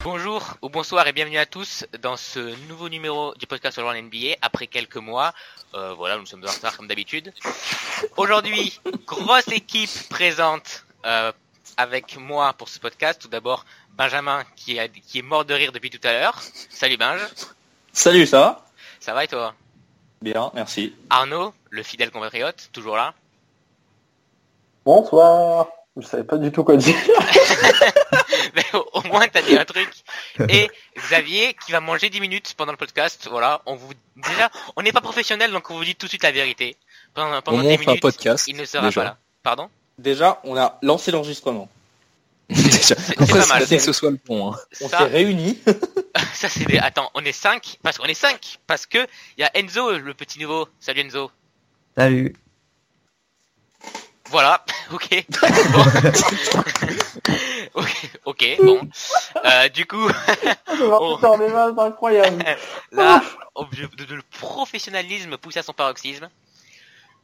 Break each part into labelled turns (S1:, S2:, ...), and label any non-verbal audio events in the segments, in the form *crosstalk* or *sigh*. S1: Bonjour ou bonsoir et bienvenue à tous dans ce nouveau numéro du podcast sur NBA après quelques mois. Euh, voilà, nous sommes en retard comme d'habitude. Aujourd'hui, grosse équipe présente euh, avec moi pour ce podcast. Tout d'abord, Benjamin qui, a- qui est mort de rire depuis tout à l'heure. Salut Benj,
S2: Salut, ça va
S1: ça va et toi
S2: Bien, merci.
S1: Arnaud, le fidèle compatriote, toujours là.
S3: Bonsoir. Je savais pas du tout quoi dire.
S1: *laughs* Mais au- au moins t'as dit un truc. Et Xavier qui va manger 10 minutes pendant le podcast. Voilà, on vous déjà, on n'est pas professionnel donc on vous dit tout de suite la vérité. Pendant, pendant
S4: Au
S1: 10
S4: moins, on
S1: minutes,
S4: fait un podcast.
S1: il ne sera
S4: déjà.
S1: pas là.
S4: *laughs*
S1: Pardon
S2: Déjà, on a lancé l'enregistrement.
S4: Déjà.
S1: c'est
S4: Après,
S1: pas
S4: c'est
S1: mal.
S4: pas dit que ce soit le bon. Hein.
S2: On s'est
S1: Ça,
S2: réunis.
S1: ça c'est des... attends, on est 5 parce qu'on est 5 parce que il y a Enzo le petit nouveau. Salut Enzo.
S5: Salut.
S1: Voilà, *laughs* ok.
S4: *laughs*
S1: Bon. *laughs* ok, ok, bon. Euh, du coup, Oh.
S3: Putain, mais là, c'est incroyable.
S1: Là, au- de- de- de- le professionnalisme poussé à son paroxysme.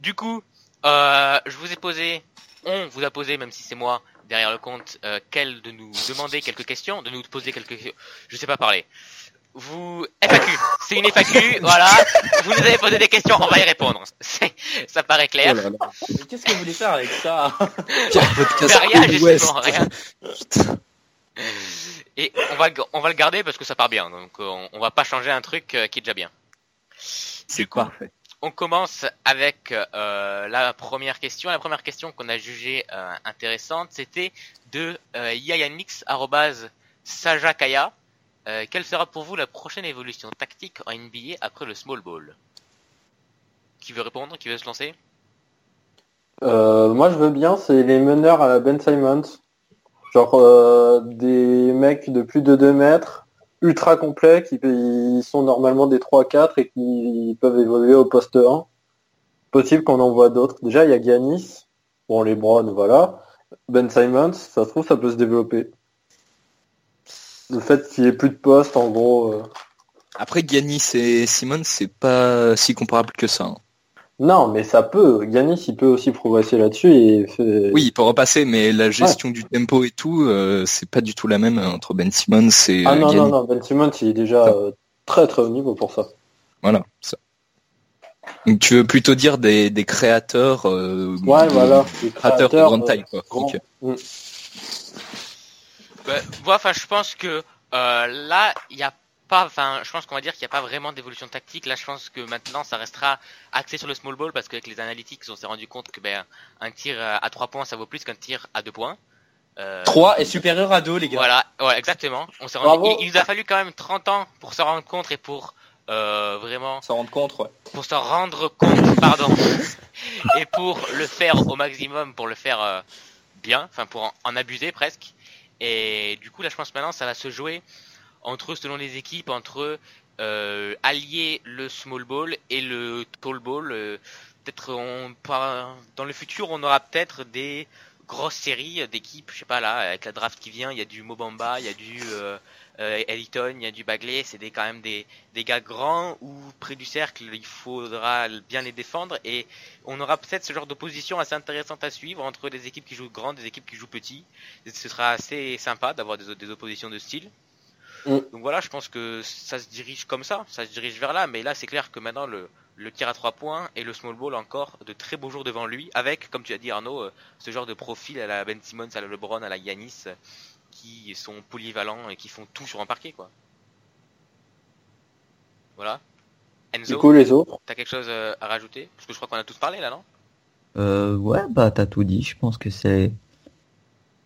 S1: Du coup, euh, je vous ai posé, on vous a posé, même si c'est moi derrière le compte, euh, quel de nous demander quelques questions, de nous poser quelques questions. Je sais pas parler. Vous FAQ, c'est une FAQ, voilà. Vous nous avez posé des questions, on va y répondre. *laughs* C'est- Ça paraît clair.
S4: Oh là là.
S2: Mais qu'est-ce que vous voulez faire avec ça
S4: Pire podcast
S1: Bah, rien,
S4: de
S1: justement,
S4: l'Ouest.
S1: rien.
S4: Putain.
S1: Et on va, le ga- on va le garder parce que ça part bien. Donc euh, on, on va pas changer un truc euh, qui est déjà bien.
S4: C'est parfait.
S1: On commence avec euh, la première question. La première question qu'on a jugée euh, intéressante, c'était de euh, yayanix@sajakaya. Euh, quelle sera pour vous la prochaine évolution tactique en NBA après le small ball Qui veut répondre Qui veut se lancer
S3: Euh, moi, je veux bien, c'est les meneurs à la Ben Simons. Genre euh, des mecs de plus de 2 mètres, ultra complets, qui ils sont normalement des 3-4 et qui peuvent évoluer au poste 1. Possible qu'on en voit d'autres. Déjà, il y a Giannis. Bon, les Browns, voilà. Ben Simons, ça se trouve, ça peut se développer. Le fait qu'il n'y ait plus de poste, en gros... euh,
S4: Après, Giannis et Simon, c'est pas si comparable que ça. hein.
S3: Non, mais ça peut. Giannis, il peut aussi progresser là-dessus et fait-
S4: Oui, il peut repasser, mais la gestion du tempo et tout, euh, c'est pas du tout la même entre Ben Simmons et
S3: Ah
S4: euh,
S3: non,
S4: Giannis.
S3: non, non, Ben Simmons, il est déjà euh, très très haut niveau pour ça.
S4: Voilà. ça. Donc, tu veux plutôt dire des, des créateurs, euh,
S3: Ouais,
S4: de-
S3: voilà. les
S4: créateurs de grande
S3: euh,
S4: taille, quoi.
S3: grands.
S4: Ok.
S1: Bah, moi, enfin, je pense que euh, là, il n'y a pas. Enfin, je pense qu'on va dire qu'il n'y a pas vraiment d'évolution tactique. Là, je pense que maintenant, ça restera axé sur le small ball parce qu'avec les analytics, on s'est rendu compte que ben, un tir euh, à 3 points, ça vaut plus qu'un tir à 2 points. Euh,
S2: 3 est supérieur à 2, les gars.
S1: voilà, ouais, exactement. On s'est rendu-
S3: Bravo.
S1: il, il nous a fallu quand même 30 ans pour s'en rendre compte et pour euh, vraiment
S2: On s'en rend compte, ouais.
S1: pour s'en rendre compte, pardon, *laughs* et pour le faire au maximum, pour le faire euh, bien, enfin pour en, en abuser presque. Et du coup, là, je pense maintenant, ça va se jouer entre, selon les équipes, entre euh, allier le small ball et le tall ball. euh, peut-être on par- dans le futur, on aura peut-être des grosses séries d'équipes, je sais pas là, avec la draft qui vient, il y a du Mobamba, il y a du euh, euh, Eliton, il y a du Bagley, c'est des- quand même des des gars grands ou près du cercle, il faudra bien les défendre et on aura peut-être ce genre d'opposition assez intéressante à suivre entre des équipes qui jouent grandes et des équipes qui jouent petit. Et Ce sera assez sympa d'avoir des, des oppositions de style.
S3: Mm.
S1: Donc voilà, je pense que ça se dirige comme ça, ça se dirige vers là, mais là c'est clair que maintenant le, le tir à trois points et le small ball encore de très beaux jours devant lui, avec, comme tu as dit Arnaud, euh, ce genre de profil à la Ben Simmons, à la LeBron, à la Yanis, euh, qui sont polyvalents et qui font tout sur un parquet quoi. Voilà.
S3: Du
S1: Enzo,
S3: coup, les autres.
S1: t'as quelque chose euh, à rajouter Parce que je crois qu'on a tous parlé là, non
S5: Euh, ouais, bah t'as tout dit. Je pense que c'est.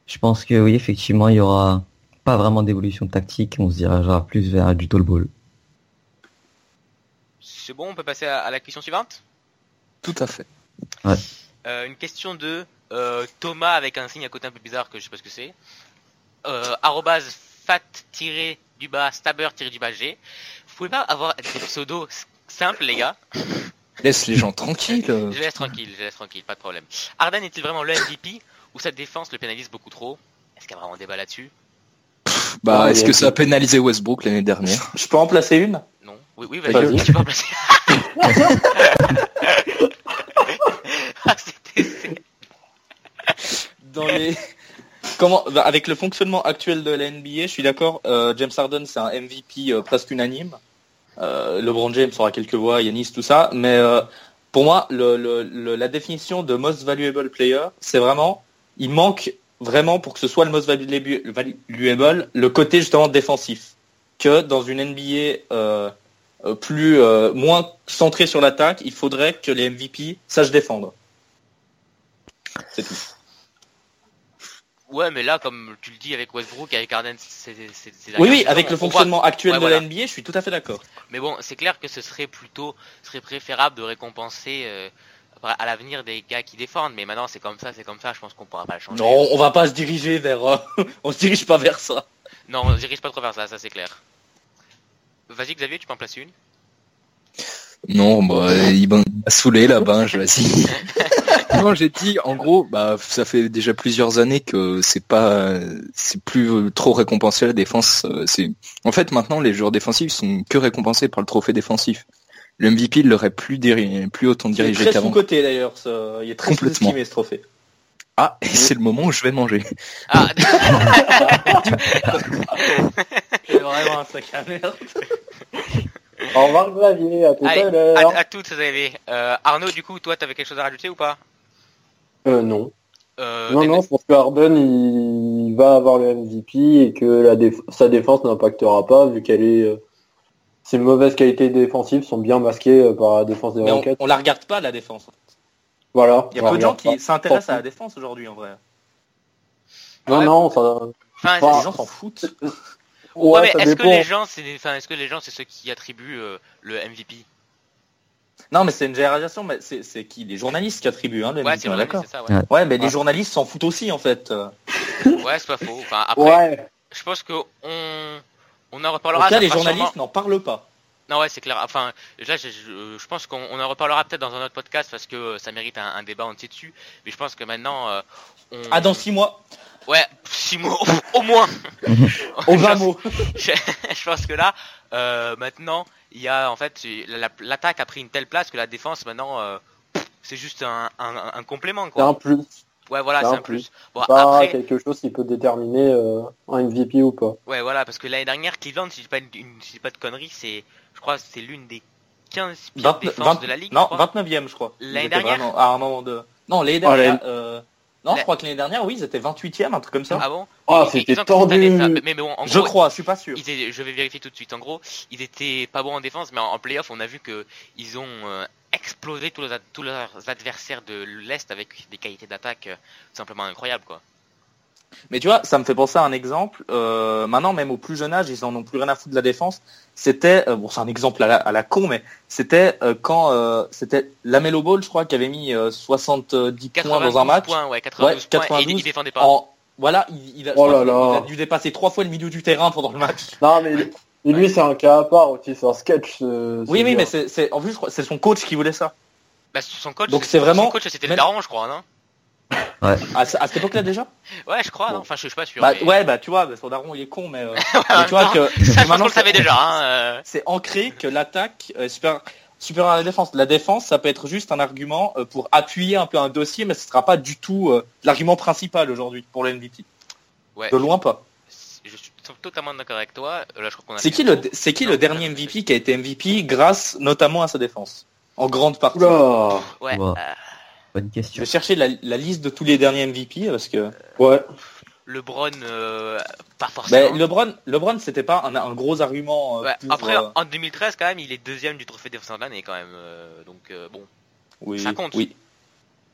S5: Je pense que oui, effectivement, il y aura pas vraiment d'évolution tactique. On se dirigera plus vers du tall ball.
S1: C'est bon, on peut passer à, à la question suivante.
S4: Tout à fait.
S1: Euh, une question de euh, Thomas avec un signe à côté un peu bizarre que je sais pas ce que c'est. Euh, arrobase fat du bas stabber du bas g. Vous pouvez pas avoir des pseudos s- simples, les gars
S4: Laisse les gens tranquilles. euh.
S1: Je laisse tranquille, je laisse tranquille, pas de problème. Arden est-il vraiment le MVP ou sa défense le pénalise beaucoup trop Est-ce qu'il y a vraiment débat là-dessus
S4: Bah,
S3: Ouais,
S4: est-ce
S3: mais-
S4: que ça a pénalisé Westbrook l'année dernière
S2: Je peux en placer une
S1: Non. Oui, oui,
S3: Pas
S1: vas-y.
S3: vieux.
S1: Tu peux *laughs* remplacer. ah, c'était- c'est-
S2: dans les... *laughs* Comment bah, Avec le fonctionnement actuel de la NBA, je suis d'accord, euh, James Harden c'est un MVP euh, presque unanime. Euh, LeBron James aura quelques voix, Yanis, tout ça. Mais euh, pour moi, le- le- le- la définition de most valuable player, c'est vraiment, il manque vraiment pour que ce soit le most valu- valuable, le côté justement défensif. Que dans une NBA euh, euh, plus euh, moins centrée sur l'attaque, il faudrait que les MVP sachent défendre. C'est tout.
S1: Ouais, mais là, comme tu le dis avec Westbrook, avec Harden, c'est. c'est- c'est la
S2: Oui, oui,
S1: saison,
S2: avec le
S1: on voit-
S2: fonctionnement actuel
S1: Ouais,
S2: de
S1: voilà.
S2: la NBA, je suis tout à fait d'accord.
S1: Mais bon, c'est clair que ce serait plutôt, ce serait préférable de récompenser euh, à l'avenir des gars qui défendent. Mais maintenant, c'est comme ça, c'est comme ça. Je pense qu'on pourra pas le changer.
S2: Non, on va pas se diriger vers... euh, *laughs* on se dirige pas vers ça.
S1: Non, on dirige pas trop vers ça, ça c'est clair. Vas-y Xavier, tu peux en placer une
S4: Non, bah, il m'a il m'a saoulé là-bas, je vas-y. *laughs* non, j'ai dit, en gros, bah, ça fait déjà plusieurs années que c'est pas, c'est plus euh, trop récompensé la défense. euh, C'est, en fait, maintenant, les joueurs défensifs sont que récompensés par le trophée défensif. Le MVP il l'aurait plus, diri- plus autant
S2: Il est
S4: dirigé
S2: très
S4: qu'avant.
S2: sous-côté d'ailleurs, ce- il est très
S4: Complètement.
S2: sous-estimé
S1: *laughs*
S2: ce trophée.
S4: Ah, et c'est le moment où je vais manger.
S1: Ah,
S2: C'est vraiment un sac à merde.
S3: Au revoir Xavier, à tout
S1: Allez,
S3: à
S1: à,
S3: l'heure.
S1: *laughs* à toutes Xavier. Euh, Arnaud, du coup, toi, t'avais quelque chose à rajouter ou pas
S3: Euh, non.
S1: euh,
S3: Non,
S1: t'as-
S3: non, je pense que Harden, il va avoir le MVP et que la déf- sa défense n'impactera pas vu qu'elle est... euh, Ses mauvaises qualités défensives sont bien masquées euh, par la défense des
S2: Mais on,
S3: Rockets.
S2: on la regarde pas la défense.
S3: Voilà.
S2: Il y
S3: on
S2: a peu de gens
S3: regarde
S2: qui s'intéressent
S3: Tant
S2: à
S3: pis.
S2: la défense aujourd'hui en vrai.
S3: pas. Non,
S1: Ouais.
S3: non, ça...
S1: Enfin,
S3: Bon.
S2: Les
S1: c'est-
S2: gens s'en foutent.
S1: ouais,
S3: Ouais,
S1: mais
S3: ça
S1: est-ce que
S3: dépend.
S1: les gens, c'est des- enfin, est-ce que les gens, c'est ceux qui attribuent euh, le MVP
S2: Non mais c'est une généralisation, mais c'est c'est qui Les journalistes qui attribuent, hein, le
S1: Ouais,
S2: MVP,
S1: c'est
S2: on est
S1: vrai,
S2: d'accord.
S1: c'est ça. Ouais,
S2: Ouais, mais
S3: Ouais.
S2: les journalistes s'en foutent aussi en fait. Euh,
S1: ouais c'est pas faux. Enfin, après,
S3: Ouais,
S1: je pense que on, on en
S2: En
S1: reparlera.
S2: tout
S1: ça
S2: cas, les
S1: fera sûrement-
S2: journalistes n'en parlent pas.
S1: Non, ouais, c'est clair. Enfin, là, je, je- je pense qu'on on en reparlera peut-être dans un autre podcast parce que euh, ça mérite un, un débat entier dessus. Mais je pense que maintenant, euh, on...
S2: Ah, dans
S1: *laughs*
S2: six mois,
S1: ouais, six mots *laughs* au moins.
S2: au 20 mots.
S1: je, je pense que là, euh, maintenant, il y a en fait la- l'attaque a pris une telle place que la défense maintenant, euh, c'est juste un, un- un complément
S3: c'est
S1: quoi.
S3: un plus.
S1: ouais, voilà,
S3: c'est
S1: c'est
S3: un
S1: un plus. Bon,
S2: Bah,
S3: pas
S1: après,
S3: quelque chose qui peut déterminer euh, un MVP ou pas.
S1: ouais, voilà, parce que l'année dernière, Cleveland, si je dis pas, une- une- si je dis pas de conneries, c'est, je crois, que c'est l'une des 15 pires
S2: 20
S1: défenses
S2: 20
S1: de la ligue. je
S2: Non,
S1: crois.
S2: 29e, je crois. Ils
S1: L'année
S2: étaient
S1: dernière
S2: vraiment à un moment de... Non, l'année
S3: Oh,
S2: dernière. euh, Non,
S1: La-
S2: je crois que l'année dernière, oui, ils étaient 28e, un truc comme ça.
S1: Ah bon
S3: Ah,
S1: Ils-
S3: c'était
S1: ils ont constaté
S3: tendu.
S1: ça, Mais, mais bon, en
S2: je
S1: gros,
S2: crois, je suis pas sûr.
S1: ils étaient- je vais vérifier tout de suite. En gros, ils étaient pas bons en défense, mais en, en playoff, on a vu que ils ont euh, explosé tous, leurs ad- tous leurs adversaires de l'Est avec des qualités d'attaque euh, tout simplement incroyables, quoi.
S2: Mais tu vois, ça me fait penser à un exemple. euh, maintenant, même au plus jeune âge, ils en ont plus rien à foutre de la défense. C'était, euh, bon, c'est un exemple à la, à la con, mais c'était euh, quand euh, c'était Lamelo Ball, je crois, qui avait mis euh, 70 points dans un
S1: 92
S2: match.
S1: points, ouais, 92
S2: Ouais,
S1: points, et
S2: 92.
S1: ils, ils défendaient pas.
S2: En... Voilà, il, il a, je
S3: Oh
S2: crois
S3: là
S2: qu'il
S3: là.
S2: a dû dépasser trois fois le milieu du terrain pendant le match.
S3: Non, mais mais lui, c'est un cas à part aussi, c'est un sketch. ce- ce
S2: Oui, oui,
S3: gars.
S2: mais c'est, c'est- en plus, je crois- c'est son coach qui voulait ça.
S1: Bah, son coach,
S2: Donc,
S1: c'est-
S2: c'est
S1: son
S2: vraiment-
S1: coach, c'était le
S2: même-
S1: daron, je crois, non
S2: À, ce- à cette époque-là déjà
S1: Ouais, je crois,
S2: Bon.
S1: non enfin, je, je suis pas sûr.
S2: Bah,
S1: mais-
S2: Ouais, bah tu vois, bah, son daron il est con,
S1: *laughs*
S2: mais, euh, mais tu
S1: Non,
S2: vois
S1: *laughs*
S2: que
S1: Ça, je pense
S2: maintenant,
S1: qu'on le savait
S2: c'est- *laughs*
S1: déjà, hein. euh.
S2: C'est ancré que l'attaque euh, est super supérieure à la défense. La défense, ça peut être juste un argument euh, pour appuyer un peu un dossier, mais ce sera pas du tout euh, l'argument principal aujourd'hui pour le MVP.
S1: Ouais.
S2: De loin pas.
S1: Je suis totalement d'accord avec toi. Euh, Là, je crois qu'on a
S2: C'est
S1: fait
S2: qui
S1: le
S2: le
S1: tour.
S2: c'est qui
S1: Non,
S2: le dernier MVP qui a été MVP grâce notamment à sa défense en grande partie.
S3: Oula.
S1: Ouais.
S5: Wow.
S1: euh,
S5: Bonne
S2: Je
S5: question.
S2: vais chercher la, la liste de tous les derniers MVP parce que
S3: Ouais.
S1: LeBron, euh, pas forcément.
S2: ben, LeBron LeBron c'était pas un, un gros argument euh,
S1: Ouais,
S2: pour,
S1: après,
S2: euh,
S1: en 2013, quand même, il est deuxième du trophée défenseur de l'année, quand même. euh, donc, euh, bon.
S2: oui,
S1: ça compte.
S2: oui.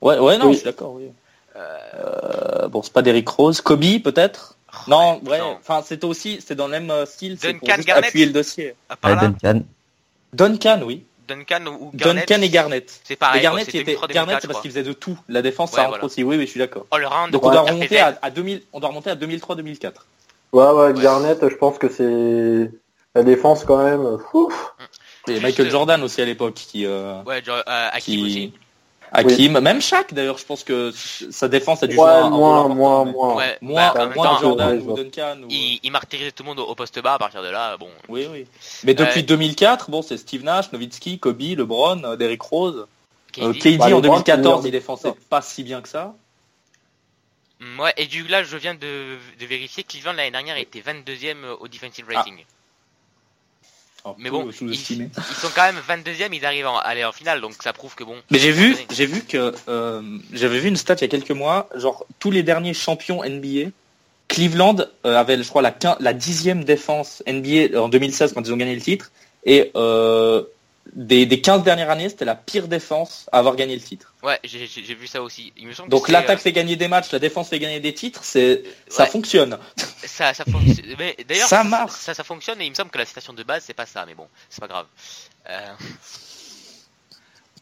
S2: Ouais ouais non,
S3: Oui.
S2: je suis d'accord oui. Euh, bon, c'est pas Derrick Rose, Kobe peut-être Non, ouais,
S1: non.
S2: enfin c'était aussi, c'était dans le même euh, style, c'est pour
S1: Duncan
S2: juste
S1: Garnett.
S2: appuyer le dossier.
S1: À part
S5: Ouais, Ben-
S1: là,
S5: Duncan.
S2: Duncan, oui.
S1: Duncan ou ou Garnett.
S2: Duncan et Garnett.
S1: C'est pareil.
S2: et Garnett,
S1: quoi,
S2: il
S1: c'est
S2: était,
S1: 2003,
S2: Garnett
S1: 2004,
S2: c'est parce
S1: je
S2: qu'il faisait de tout. La défense,
S1: Ouais,
S2: ça rentre
S1: voilà.
S2: aussi, oui, oui, je suis d'accord.
S1: crois. All round,
S2: Donc
S1: quoi,
S2: on doit
S1: il a fait
S2: remonter à, à 2000, on doit remonter à 2003, 2004.
S3: Ouais, ouais,
S1: Ouais.
S3: Garnett, je pense que c'est la défense quand même. Ouf.
S2: Et
S1: Juste,
S2: Michael
S1: euh,
S2: Jordan aussi à l'époque qui, euh,
S1: Ouais, genre, euh, Hakim
S2: qui-
S1: aussi.
S2: Hakim, même Shaq d'ailleurs, je pense que sa défense a dû
S3: Ouais,
S2: jouer un- un
S3: moins,
S2: rôle
S3: moins,
S2: important, mais-
S3: moins.
S1: Ouais,
S2: Moins,
S1: bah, en même
S2: moins
S1: temps,
S2: Jordan
S3: euh,
S2: ou Duncan. ou-
S1: il, il martyrisait tout le monde au, au poste bas à partir de là. Bon,
S2: Oui, oui. Mais depuis 2004, bon, c'est Steve Nash, Nowitzki, Kobe, LeBron, euh, Derrick Rose.
S1: KD.
S2: Euh, KD
S3: Bah,
S2: en
S3: LeBron,
S2: 2014,
S3: c'est-
S2: il défensait pas si bien que ça.
S1: Mm, Ouais, et du là, je viens de, de vérifier. Cleveland l'année dernière était 22e au defensive rating.
S2: Alors,
S1: Mais
S2: Ah, tout
S1: bon,
S2: sous-estimé.
S1: Ils sont quand même 22e, ils arrivent à aller en finale, donc ça prouve que bon.
S2: Mais j'ai vu,
S1: Ouais.
S2: j'ai vu que euh, j'avais vu une stat il y a quelques mois, genre tous les derniers champions NBA, Cleveland euh, avait, je crois, la, quin- la dixième défense NBA en 2016 quand ils ont gagné le titre, et euh, des, des 15 dernières années, c'était la pire défense à avoir gagné le titre.
S1: Ouais, j'ai j'ai- j'ai vu ça aussi. Il me semble
S2: Donc
S1: que c'est, euh,
S2: l'attaque fait gagner des matchs, la défense fait gagner des titres, c'est ça
S1: Ouais.
S2: fonctionne.
S1: euh, ça, ça
S2: *laughs*
S1: fonctionne. Mais D'ailleurs,
S2: Ça
S1: ça,
S2: marche.
S1: ça, ça fonctionne et il me semble que la citation de base c'est pas ça, mais bon, c'est pas grave. Euh,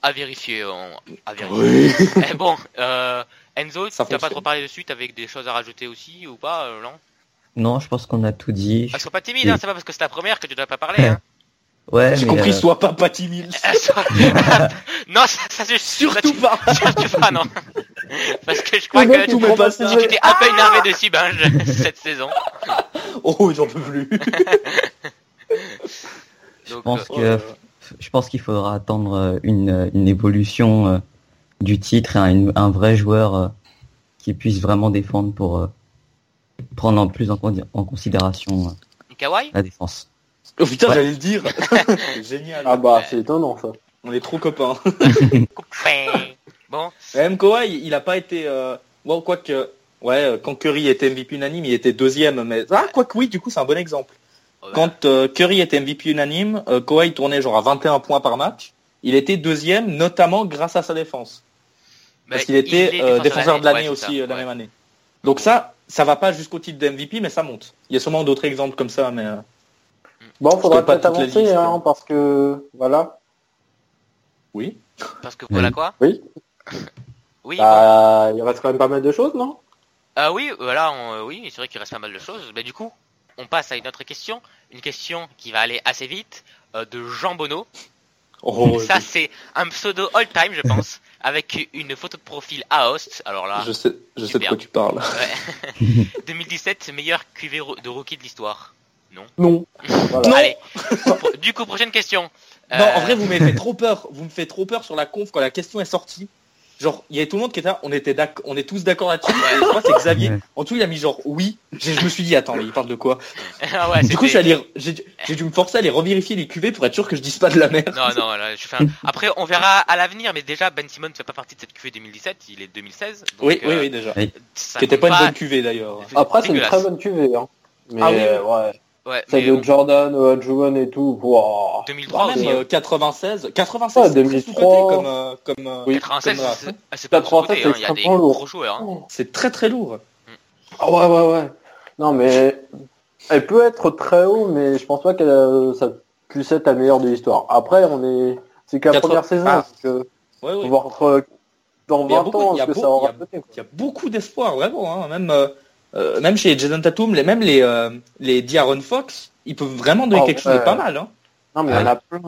S1: À vérifier. on- À vérifier. *laughs* Eh bon, euh, Enzo,
S2: Ça
S1: t'as pas
S2: fonctionne.
S1: trop parlé dessus, avec des choses à rajouter aussi ou pas, euh, non
S5: Non, je pense qu'on a tout dit.
S1: Ah, sois pas timide, hein, c'est pas parce que c'est la première que tu dois pas parler.
S2: *laughs*
S1: Hein. *laughs*
S5: Ouais,
S2: J'ai
S5: mais,
S2: compris,
S5: euh,
S2: soit pas Patty Mills.
S1: Ah, sois- *laughs* non, ça, ça c'est
S2: Surtout pas.
S1: *laughs* Surtout pas,
S2: *laughs*
S1: non. Parce que je crois
S3: Le mec,
S1: que
S3: il
S1: tu
S3: prend
S2: pas
S3: pas
S2: ça.
S3: ses-
S1: tu t'es
S2: Ah
S1: un peu énervé dessus, ben, je- *laughs* cette saison.
S2: Oh, j'en peux plus.
S5: je
S1: Donc,
S5: pense
S1: euh,
S5: que je pense qu'il faudra attendre euh, une, euh, une évolution euh, du titre, un, une- un vrai joueur euh, qui puisse vraiment défendre pour euh, prendre en plus en, condi- en considération euh,
S1: Kawhi
S5: la défense.
S2: Oh putain,
S5: Ouais.
S2: j'allais
S1: *laughs*
S2: le dire. C'est génial.
S3: Ah bah, c'est étonnant, ça.
S2: On est trop copains. *laughs*
S1: Coupé. Bon,
S2: Mais même Kawhi, il n'a pas été. Euh... Wow, quoi que. Ouais, euh, quand Curry était MVP unanime, il était deuxième. Mais ah, quoi que oui, du coup, c'est un bon exemple.
S1: euh,
S2: Quand euh, Curry était MVP unanime, euh, Kawhi tournait genre à 21 points par match. Il était deuxième, notamment grâce à sa défense,
S1: bah,
S2: parce qu'il était
S1: il est
S2: euh, défenseur de l'année
S1: ouais, c'est
S2: aussi
S1: ça,
S2: euh, la
S1: ouais.
S2: même année. Donc ça, ça va pas jusqu'au titre de MVP, mais ça monte. Il y a sûrement d'autres exemples comme ça, mais. euh,
S3: Bon, faudra
S2: Je connais
S3: peut-être
S2: pas toute la
S3: avancer,
S2: liste,
S3: hein,
S2: hein.
S3: parce que, voilà.
S2: Oui.
S1: Parce que voilà quoi
S3: Oui.
S1: Oui, bon.
S3: Bah, il reste quand même pas mal de choses, non
S1: Ah oui, voilà, on- euh, oui, c'est vrai qu'il reste pas mal de choses. Mais du coup, on passe à une autre question. Une question qui va aller assez vite, euh, de Jean Bonneau. *laughs*
S2: Oh,
S1: Ça, c'est un pseudo all-time, je
S2: *laughs*
S1: pense, avec une photo de profil à host. Alors là,
S2: je sais, je sais de quoi tu parles.
S1: ouais. 2017, meilleur QV ro- de rookie de l'histoire.
S3: Non. Voilà.
S2: Non. *laughs*
S1: Allez, pro- du coup, prochaine question.
S2: Non,
S1: Euh,
S2: en vrai, vous me faites trop peur. Vous me faites trop peur sur la conf quand la question est sortie. Genre, il y avait tout le monde qui était là, on était d'ac- on est tous d'accord là-dessus. Et Je crois que c'est Xavier.
S5: Ouais.
S2: En tout, il a mis genre oui. J'ai- Je me suis dit, attends, mais il parle de quoi
S1: *laughs* ah ouais,
S2: Du coup,
S1: c'était-
S2: j'allais re- j'ai dû j'ai dû me forcer à aller revérifier les QV pour être sûr que je dise pas de la merde.
S1: Non, non, là, je fais
S2: *laughs*
S1: un- Après, on verra à l'avenir, mais déjà, Ben Simon ne fait pas partie de cette QV 2017, il est 2016. donc,
S2: Oui, oui,
S1: euh,
S2: oui, déjà.
S1: ça
S2: Qui était
S1: compte
S2: pas une bonne QV d'ailleurs.
S3: Après, c'est une
S1: dégueulasse.
S3: très bonne cuvée, hein. Mais,
S2: Ah oui.
S3: euh, ouais.
S1: Ouais,
S3: Celle
S1: mais
S3: de Jordan, Olajuwon et tout, wow.
S1: 2003
S2: Voire
S1: aussi.
S2: même
S1: hein.
S2: euh, 96. 96,
S3: Ouais,
S2: c'est très
S3: 2003.
S2: sous-coté comme, euh, comme, euh,
S3: oui,
S1: 96,
S2: comme, euh,
S1: c'est- ah, c'est pas
S3: 96,
S1: sous-coté, hein, il y a des
S3: extrêmement lourd.
S1: gros joueurs. hein.
S2: c'est très très lourd.
S3: Ah ouais, ouais, ouais. Non, mais elle peut être très haut, mais je pense pas qu'elle euh, ça puisse être la meilleure de l'histoire. Après, on est, c'est qu'à la
S2: Quatre-
S3: première saison, euh,
S2: Ah.
S3: parce que
S2: Ouais,
S3: on
S2: ouais.
S3: va entre- dans
S2: Mais il y a
S3: 20
S2: beaucoup-
S3: ans,
S2: il y a
S3: ce que
S2: beau-
S3: ça aura
S2: il y
S3: peut
S2: Il y a beaucoup d'espoir, vraiment. hein. Même, euh, euh, même chez Jason Tatum, les, même les, euh, les D'Aaron Fox, ils peuvent vraiment donner
S3: Oh,
S2: quelque chose de
S3: ouais.
S2: pas mal. Hein.
S3: Non, mais il y en a plein.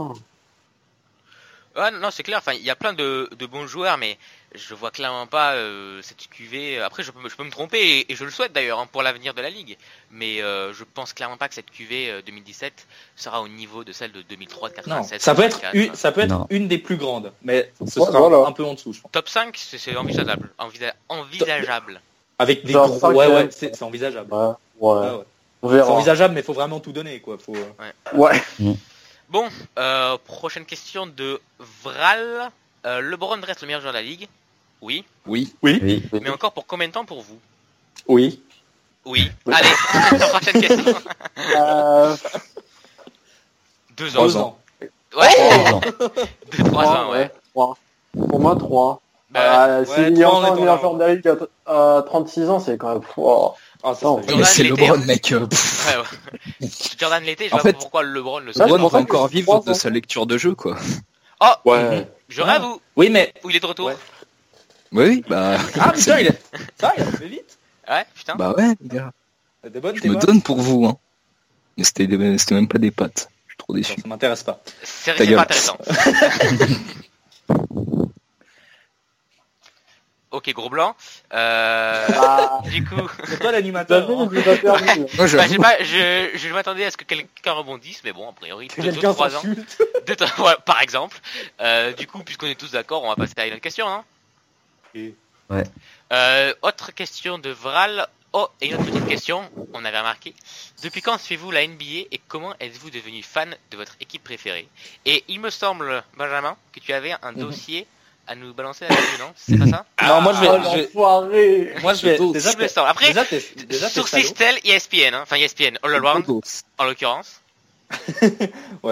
S1: Ouais, non, c'est clair, enfin, il y a plein de, de bons joueurs, mais je vois clairement pas euh, cette QV. Après, je peux, me- je peux me tromper, et, et je le souhaite d'ailleurs, hein, pour l'avenir de la Ligue. Mais euh, je pense clairement pas que cette QV euh, 2017 sera au niveau de celle de 2003, de
S2: Non,
S1: 96.
S2: ça peut être,
S1: 94,
S2: une, ça peut être
S5: Non.
S2: une des plus grandes, mais ce
S3: Ouais,
S2: sera
S3: voilà.
S2: un peu en dessous, je pense.
S1: Top 5, c'est c'est envisageable. Envisa- envisageable.
S2: Avec des
S3: Genre
S2: gros.
S3: cinquième.
S2: Ouais, ouais, c'est c'est envisageable.
S3: Ouais, ouais.
S2: Ah Ouais, ouais.
S3: On
S2: C'est
S3: verra.
S2: envisageable, mais faut vraiment tout donner, quoi. Faut... euh,
S3: Ouais.
S1: Bon, euh, prochaine question de Vral. Euh, LeBron reste le meilleur joueur de la ligue. Oui.
S4: Oui.
S5: Oui.
S1: Mais encore pour combien de temps pour vous
S2: Oui.
S1: Oui. Allez, *laughs* prochaine question.
S3: Euh,
S1: Deux ans.
S2: Deux
S4: Trois
S2: ans.
S1: Ouais,
S5: Pardon.
S1: deux, trois
S3: trois,
S1: ans, ouais.
S3: Trois. Pour moi, 3.
S1: Bah,
S3: Ah, si
S2: ouais,
S3: il y a
S2: trois, on
S3: encore
S2: est
S3: un meilleur
S2: en
S3: joueur de la Ligue à, à 36 euh, ans, c'est quand même... hein. wow.
S2: Ah, ça,
S3: Non.
S2: c'est-
S1: Jordan
S4: Mais c'est
S1: l'était,
S4: LeBron, mec. euh, pff,
S1: ouais, ouais. *laughs* Jordan l'été, je
S4: En
S1: vois pas
S4: fait-
S1: pourquoi LeBron le
S3: Là, je
S1: seul.
S4: LeBron
S3: pensais
S4: va
S3: que
S4: encore
S3: c'était
S4: vivre
S3: trois
S4: de
S3: ans.
S4: sa lecture de jeu, quoi.
S2: Ah.
S1: Oh,
S2: Ouais.
S1: je rêve ou
S2: Mhm. Oui, mais.
S1: ou il est de retour
S2: Ouais.
S4: Oui, oui, bah.
S2: Ah,
S1: *laughs*
S2: putain, il a. Ça, il a fait vite.
S1: Ouais, putain.
S4: Bah ouais, les gars.
S2: Des bonnes,
S4: Je
S2: t'es
S4: me
S2: bonne.
S4: donne pour vous, hein. Mais c'était des- c'était même pas des pattes. Je suis trop déçu.
S2: Ça m'intéresse pas.
S1: C'est
S4: ta
S1: c'est
S4: gueule.
S1: pas intéressant. Ok, gros blanc. Euh, *laughs*
S3: Ah,
S1: du coup,
S2: C'est
S3: t'as
S2: toi l'animateur.
S3: vu,
S2: hein.
S3: il nous a perdu.
S4: Non, je-
S1: bah, j'ai pas- je, je m'attendais à ce que quelqu'un rebondisse, mais bon, a priori,
S2: Que
S1: deux, deux,
S2: Quelqu'un
S1: trois ans.
S2: s'insulte.
S1: Deux, trois- *laughs* ouais, par exemple. Euh, du coup, puisqu'on est tous d'accord, on va passer à une autre question. Hein
S2: Ok.
S5: Ouais.
S1: Euh, autre question de Vral. Oh, et une autre petite question, on avait remarqué. Depuis quand suivez-vous la NBA et comment êtes-vous devenu fan de votre équipe préférée Et il me semble, Benjamin, que tu avais un dossier à nous balancer là-dessus, non C'est pas ça
S2: Mhm. *laughs*
S1: Ah,
S2: Non, moi je
S3: Oh,
S2: vais. je-
S3: l'enfoiré
S2: Moi je vais.
S4: Surtout-
S2: Déjà,
S1: Il me
S2: t'es-
S1: semble. Après,
S2: déjà, t'es- déjà, t'es
S1: sur
S2: salaud.
S1: Sixtel, ESPN, hein. enfin ESPN, All Around, en l'occurrence.
S2: Ouais,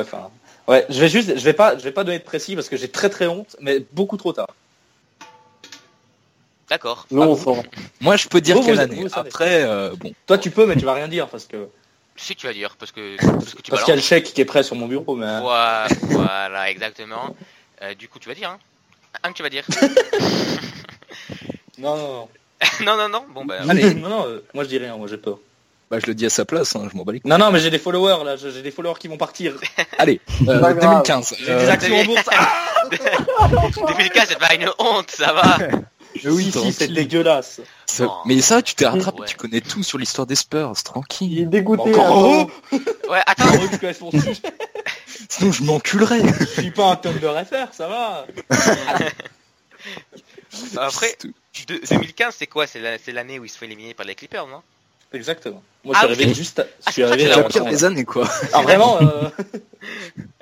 S2: enfin. Ouais, je vais juste, je vais pas, je vais pas donner de précis parce que j'ai très très honte, mais beaucoup trop tard.
S1: D'accord.
S3: Nous, on s'en
S4: Moi, je peux dire
S2: Vous,
S4: quelle
S2: vous-
S4: année.
S2: vous savez.
S4: Après, euh, bon.
S2: Toi, tu peux, mais tu vas rien dire parce que
S1: Si tu vas dire, parce que, parce que tu
S2: parce
S1: balances.
S2: qu'il y a le chèque qui est prêt sur mon bureau, mais hein,
S1: Voi- Voilà, exactement. Euh, du coup, tu vas dire, hein Hein, tu vas
S2: *laughs*
S1: dire
S2: non, non, non.
S1: Non, non, non. Bon,
S4: Ah,
S1: bah,
S2: Allez, *laughs* non, non, euh, moi je dis rien, moi j'ai peur.
S4: Bah, je le dis à sa place, hein, je m'en bats les couilles.
S2: Non, non, mais j'ai des followers là, j'ai j'ai des followers qui vont partir.
S4: Euh,
S3: pas grave.
S4: 2015.
S2: J'ai
S4: euh,
S2: des actions en bourse. Ah,
S1: 2015, c'est pas une honte, ça va.
S2: si, si, c'est dégueulasse.
S4: ça-
S1: Non.
S4: Euh, Mais ça, tu t'es rattrapé,
S1: Ouais.
S4: tu connais tout sur l'histoire des Spurs,
S3: Il
S4: tranquille.
S3: est dégoûté. hein.
S2: Encore
S3: attends.
S1: Ouais,
S2: *laughs*
S1: attends.
S2: Heureux Ah, que je connaisse mon sujet.
S4: Sinon, je m'enculerais.
S2: Je suis pas un top de FR, ça va.
S1: euh, Après, de- 2015, c'est quoi C'est la- c'est l'année où il se fait éliminer par les Clippers, non
S2: Exactement. Moi, je suis
S1: Ah,
S2: arrivé
S1: oui.
S2: juste. à- Je
S1: Ah,
S2: suis
S1: c'est
S2: arrivé
S1: ça, c'est
S4: C'est
S2: à
S4: la
S1: la
S4: pire
S1: raison.
S4: des années, quoi.
S2: Ah vraiment euh,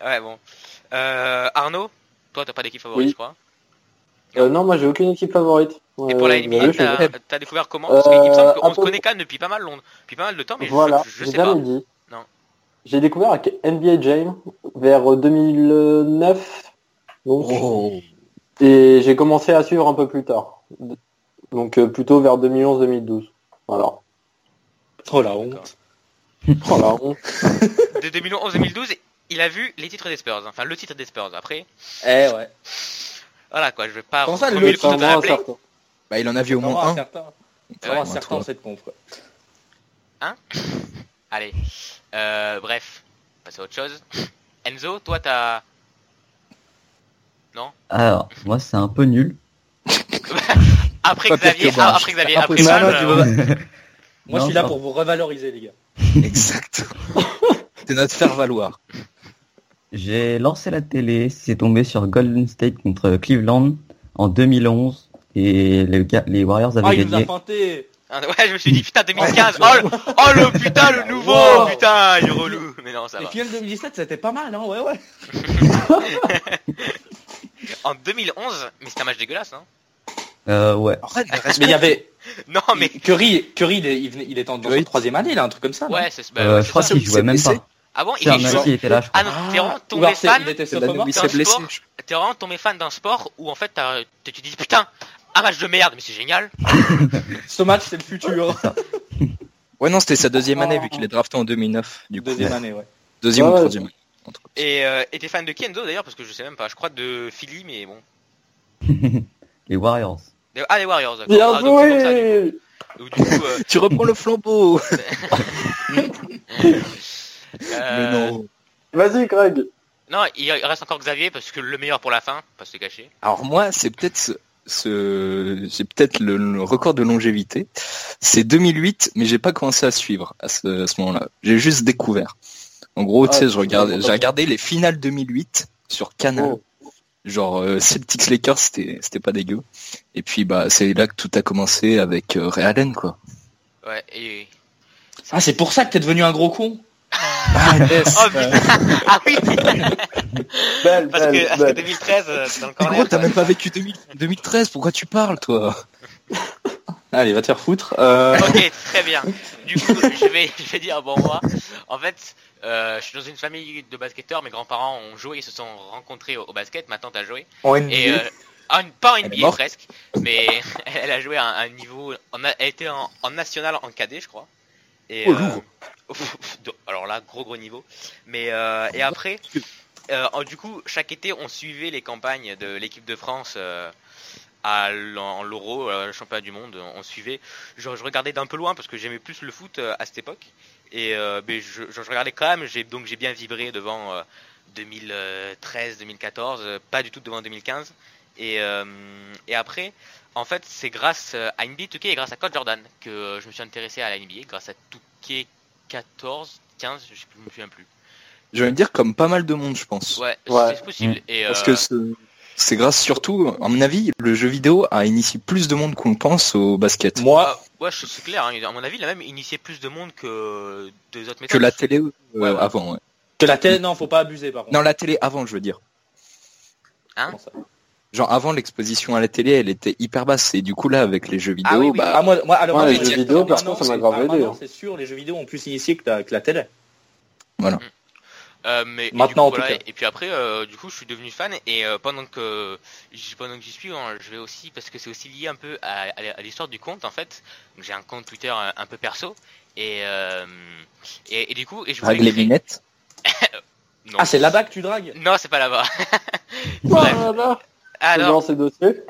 S1: Ouais, bon. Euh, Arnaud, toi, t'as pas d'équipe favorite,
S3: Oui.
S1: je crois.
S3: Euh, non, moi j'ai aucune équipe favorite.
S1: Et pour la
S3: Euh,
S1: NBA,
S3: je-
S1: t'as t'as découvert comment Parce qu'il me semble qu'on se connaît quand même depuis pas mal, long- depuis pas mal de temps, mais je-
S3: Euh, Voilà,
S1: je, je
S3: j'ai
S1: sais pas.
S3: jamais dit.
S1: Non.
S3: J'ai découvert avec NBA Jam vers euh, 2009. Donc,
S4: Oh.
S3: Et j'ai commencé à suivre un peu plus tard. Donc euh, plutôt vers 2011-2012. Voilà.
S2: Oh la honte.
S3: Oh la
S1: *laughs*
S3: honte.
S1: De 2011-2012, il a vu les titres des Spurs. Enfin, le titre des Spurs. Après,
S2: Eh ouais.
S1: voilà quoi, je vais pas
S2: Comment ça,
S1: remuer
S2: le-
S1: le
S2: Faut
S3: Enfin,
S1: couteau dans
S3: moi,
S2: te
S1: la
S3: un
S1: plaie.
S3: certain.
S4: Bah, il en avait au
S2: Faut avoir
S4: moins
S2: un
S4: un.
S2: certain. Faut
S1: Ouais,
S2: avoir un
S4: moi,
S2: certain
S4: toi.
S2: dans cette conf. quoi.
S1: Allez. Euh, bref, passer à autre chose. Enzo, toi
S2: *laughs*
S1: t'as.
S5: Alors, moi, c'est un peu nul.
S1: Après
S4: Pas pire
S1: Xavier,
S4: que moi.
S1: ah, après Xavier,
S2: Ah,
S1: après
S2: oui,
S1: Paul,
S2: non, non,
S1: euh,
S2: tu veux- Moi, je
S5: Non,
S2: suis là
S5: ça-
S2: pour vous revaloriser, les gars.
S4: Exactement. C'est notre faire valoir.
S5: J'ai lancé la télé, c'est tombé sur Golden State contre Cleveland en 2011 et les, ga- les Warriors
S2: Ah,
S5: avaient
S2: il nous a
S5: gagné.
S2: feinté.
S1: Ah, Ouais, je me suis dit putain 2015. Oh le, oh, le
S2: *laughs*
S1: putain le nouveau
S2: Wow.
S1: putain il est relou. Mais non ça
S2: Les
S1: va.
S2: finales 2017, c'était pas mal, hein, ouais, ouais.
S1: En 2011, mais c'est un match dégueulasse
S2: *laughs*
S1: hein.
S5: Euh,
S2: Ah,
S5: ouais,
S2: Mais il y *laughs* avait
S1: Non
S2: Oh,
S1: mais
S2: Curry, Curry, il est, il venait- il est en dans son
S4: Oui.
S2: troisième année, là, un truc comme ça. non
S1: ouais c'est bah,
S5: Euh,
S1: ouais,
S5: je
S1: c'est
S5: crois
S1: ça.
S5: qu'il
S4: Il
S5: jouait
S4: s'est
S5: même
S4: blessé.
S5: pas.
S1: Ah bon il
S5: C'est
S1: est
S5: un mec qui était là, je
S1: Ah
S5: crois.
S1: non
S2: Ah,
S1: t'es vraiment
S2: ou alors
S1: tombé
S2: c'est-
S1: fan.
S2: il était
S4: C'est l'année
S2: sophomore.
S4: où il
S1: Dans le
S4: s'est blessé.
S1: sport. T'es vraiment tombé fan d'un sport où en fait t'as- tu te dis putain un match de merde mais c'est génial.
S2: Ce match, c'est le futur.
S4: Ouais, non, c'était sa deuxième année, vu qu'il est drafté en 2009. Du coup,
S2: Deuxième année, ouais.
S4: deuxième ou
S3: Ouais.
S4: troisième année. entre autres.
S1: Et euh, et t'es fan de qui Enzo d'ailleurs parce que je sais même pas. Je crois de Philly mais bon.
S5: les Warriors. *laughs*
S1: Des- Ah les Warriors. d'accord.
S3: Bien
S1: Ah, donc c'est pour ça, du
S3: joué
S1: coup. Donc, du coup,
S3: *laughs*
S1: euh,
S4: Tu reprends le flambeau.
S1: euh,
S4: Mais non.
S3: Vas-y, Greg.
S1: Non, il reste encore Xavier parce que le meilleur pour la fin, pas se cacher.
S4: Alors moi, c'est peut-être ce, ce- j'ai peut-être le, le record de longévité. C'est 2008, mais j'ai pas commencé à suivre à ce, à ce moment-là. J'ai juste découvert. En gros, tu
S3: Ah,
S4: sais, je regarde,
S3: d'accord.
S4: j'ai regardé les finales 2008 sur Canal.
S3: Oh.
S4: Genre euh, Celtics Lakers, c'était c'était pas dégueu. Et puis bah c'est là que tout a commencé avec euh, Ray Allen quoi.
S1: Ouais, et...
S2: *laughs* Ah, c'est pour ça que t'es devenu un gros con.
S1: Oh putain Ah oui *laughs*
S3: Belle,
S1: Parce
S3: belle,
S1: que, parce que *laughs*
S3: belle.
S1: 2013, euh, c'est dans le
S4: Ah, Mais
S1: corner.
S4: gros, t'as
S1: quoi.
S4: même pas vécu 2000 2013, pourquoi tu parles toi
S2: Allez, va te faire foutre. Euh,
S1: Ok, très bien. Du coup, je vais, je vais dire, bon, moi, en fait, euh, je suis dans une famille de basketteurs, mes grands-parents ont joué, ils se sont rencontrés au, au basket, ma tante a joué.
S2: en
S1: Et,
S2: NBA.
S1: euh, ah, une- pas en
S4: est
S1: NBA
S4: morte.
S1: presque, mais *laughs* elle a joué à un, à un niveau, on a, elle était en, en national en cadet, je crois. Et,
S4: Oh,
S1: euh, *laughs*
S4: lourd.
S1: pff, pff, de- alors là, gros gros niveau. Mais euh, et après, euh, en- du coup, chaque été, on suivait les campagnes de l'équipe de France euh, à l- en l'Euro, euh, le championnat du monde. On suivait. Je, je regardais d'un peu loin parce que j'aimais plus le foot euh, à cette époque. Et euh, ben, je, je- je regardais quand même. J'ai donc j'ai bien vibré devant euh, 2013, 2014, euh, pas du tout devant 2015. Et, euh, et après, En fait, c'est grâce euh, à NBA 2K et grâce à Code Jordan que euh, je me suis intéressé à la NBA, grâce à 2K 14, 15, je ne me souviens plus.
S4: Je vais me dire comme pas mal de monde, je pense.
S1: Ouais,
S3: Ouais.
S1: c'est possible. Et,
S4: Parce
S1: euh,
S4: que ce- c'est grâce surtout, à mon avis, le jeu vidéo a initié plus de monde qu'on le pense au basket.
S2: Moi,
S1: ah, ouais, je- c'est clair. hein, à mon avis, il a même initié plus de monde que deux autres méthodes.
S4: Que la télé euh,
S1: Ouais, ouais.
S4: avant. ouais.
S2: que la télé, non, faut pas abuser par contre.
S4: Non, la télé avant, je veux dire.
S1: Hein
S2: Comment ça
S4: Genre avant l'exposition à la télé, elle était hyper basse et du coup là avec les jeux vidéo,
S1: Ah oui, oui.
S4: bah
S2: Ah, moi, moi, alors,
S4: Ouais,
S2: moi,
S4: les jeux
S2: directement,
S3: vidéo, par
S2: maintenant,
S3: contre, ça m'a
S2: c'est-
S3: grave
S2: ah,
S3: aidé,
S2: maintenant,
S3: hein.
S2: C'est sûr, les jeux vidéo ont plus initié que la, que la télé.
S1: Euh, mais et
S2: Maintenant,
S1: du
S2: en
S1: coup,
S2: tout
S1: voilà,
S2: cas.
S1: Et puis après, euh, du coup, je suis devenu fan et euh, pendant que j- pendant que j'y suis, hein, je vais aussi parce que c'est aussi lié un peu à, à la- à l'histoire du compte en fait. Donc, J'ai un compte Twitter euh, un, un peu perso et, euh, et et du coup et je voulais
S4: drague les
S1: créer-
S4: minettes.
S1: Non,
S2: Ah, c'est là-bas que tu dragues
S1: non, c'est pas là-bas. Bref.
S3: Voilà,
S1: Alors
S3: dans ces dossiers.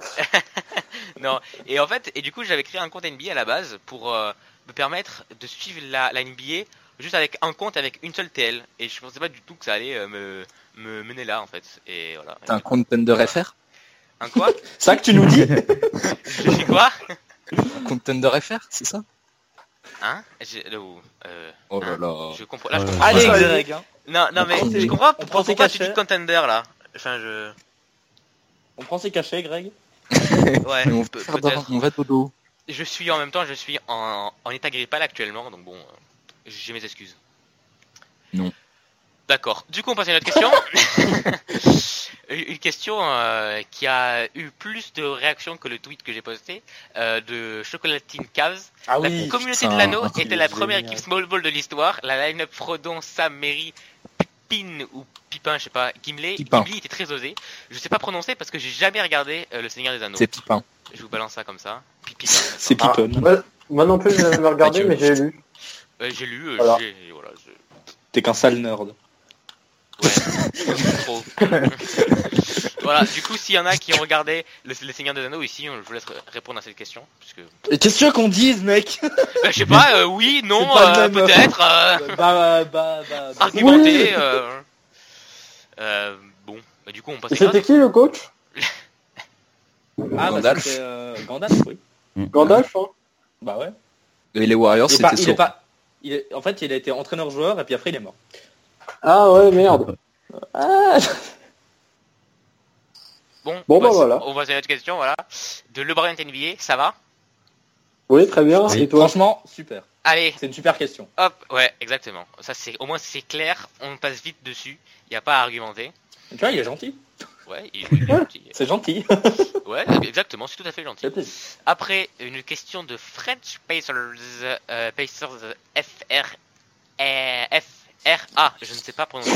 S1: Non, et en fait, et du coup, j'avais créé un compte NBA à la base pour euh, me permettre de suivre la, la NBA juste avec un compte avec une seule TL. Et je pensais pas du tout que ça allait euh, me, me mener là en fait. Et voilà.
S4: T'as un compte Thunder FR
S1: Un quoi
S2: Ça que tu nous dis
S1: Je suis quoi
S4: Un compte Thunder FR, c'est ça
S1: Hein J'ai- là où, euh,
S4: Oh là là.
S1: Je comprends. Là, je
S5: Ouais.
S1: comprends.
S2: Allez,
S1: pas.
S4: Ouais.
S2: Greg. hein.
S1: Non, non,
S4: On
S1: mais
S4: prend
S1: je
S4: des-
S1: comprends
S2: on prend
S1: pourquoi
S2: ses
S1: pourquoi tu
S2: cachets.
S1: dis contender là. Enfin, je.
S2: On prend ses cachets, Greg.
S1: Ouais,
S4: Mais on,
S1: peut-
S4: va faire
S1: peut-être.
S4: d'or- on va dodo.
S1: Je suis en même temps, je suis en, en état grippal actuellement, donc bon, euh, j'ai mes excuses.
S4: Non.
S1: D'accord. Du coup, on passe à une autre question.
S4: *laughs*
S1: une question euh, qui a eu plus de réactions que le tweet que j'ai posté euh, de Chocolatine Caves.
S2: Ah
S1: la communauté de
S4: putain, Ah,
S1: l'anneau
S4: c'est
S1: était la première
S2: génial.
S1: équipe small ball de l'histoire. La line-up Frodon, Sam, Mary, Pin ou Pipin, je sais pas, Gimlet,
S4: Pipin.
S1: Gimli était très osé. Je sais pas prononcer parce que j'ai jamais regardé euh, Le Seigneur des Anneaux.
S4: C'est Pipin.
S1: Je vous balance ça comme ça. Pipi.
S4: C'est
S3: Ah,
S4: Pipon.
S3: moi, moi non plus, je l'avais regardé,
S4: Adieu.
S3: mais j'ai lu.
S1: Euh, j'ai lu, euh,
S3: Voilà.
S1: j'ai. Voilà, je-
S2: T'es qu'un sale nerd.
S1: Ouais, trop. *laughs* voilà, du coup, s'il y en a qui ont regardé le, Les Seigneurs des Anneaux ici, je vous laisse répondre à cette question. Parce que...
S2: Et qu'est-ce que tu veux qu'on dise, mec
S1: Euh, je sais pas, euh, oui, non,
S2: C'est pas
S1: euh,
S2: le même.
S1: peut-être, euh,
S2: Bah, bah, bah, bah.
S1: argumenter. euh, euh, bon, bah, du coup, on passe à quelque
S3: C'était
S1: chose.
S3: qui le coach
S2: Ah, bah,
S4: Gandalf.
S2: c'était euh, Gandalf, oui.
S3: Gandalf, hein
S2: Bah ouais.
S4: Et les Warriors,
S2: Il est pas-
S4: c'était
S2: il est
S4: sourd.
S2: pas- il est- En fait, il a été entraîneur-joueur et puis après, il est mort.
S3: Ah ouais, merde.
S1: Bon,
S3: Bon,
S1: on
S3: bah,
S1: passe-
S3: voilà.
S1: On passe à notre question, voilà. De LeBron NBA, ça va
S3: Oui, très bien.
S5: Oui.
S3: Et toi
S2: Franchement, super.
S1: Allez,
S2: C'est une super question.
S1: hop, ouais, exactement. Ça, c'est, au moins, c'est clair, on passe vite dessus, il n'y a pas à argumenter.
S2: Tu vois, il est gentil.
S1: Ouais, il, il est
S2: *laughs*
S1: gentil.
S2: C'est gentil.
S1: Ouais, exactement, c'est tout à fait gentil.
S2: C'est gentil.
S1: Après, une question de French Pacers, euh, Pacers FR, euh, FRA, je ne sais pas prononcer.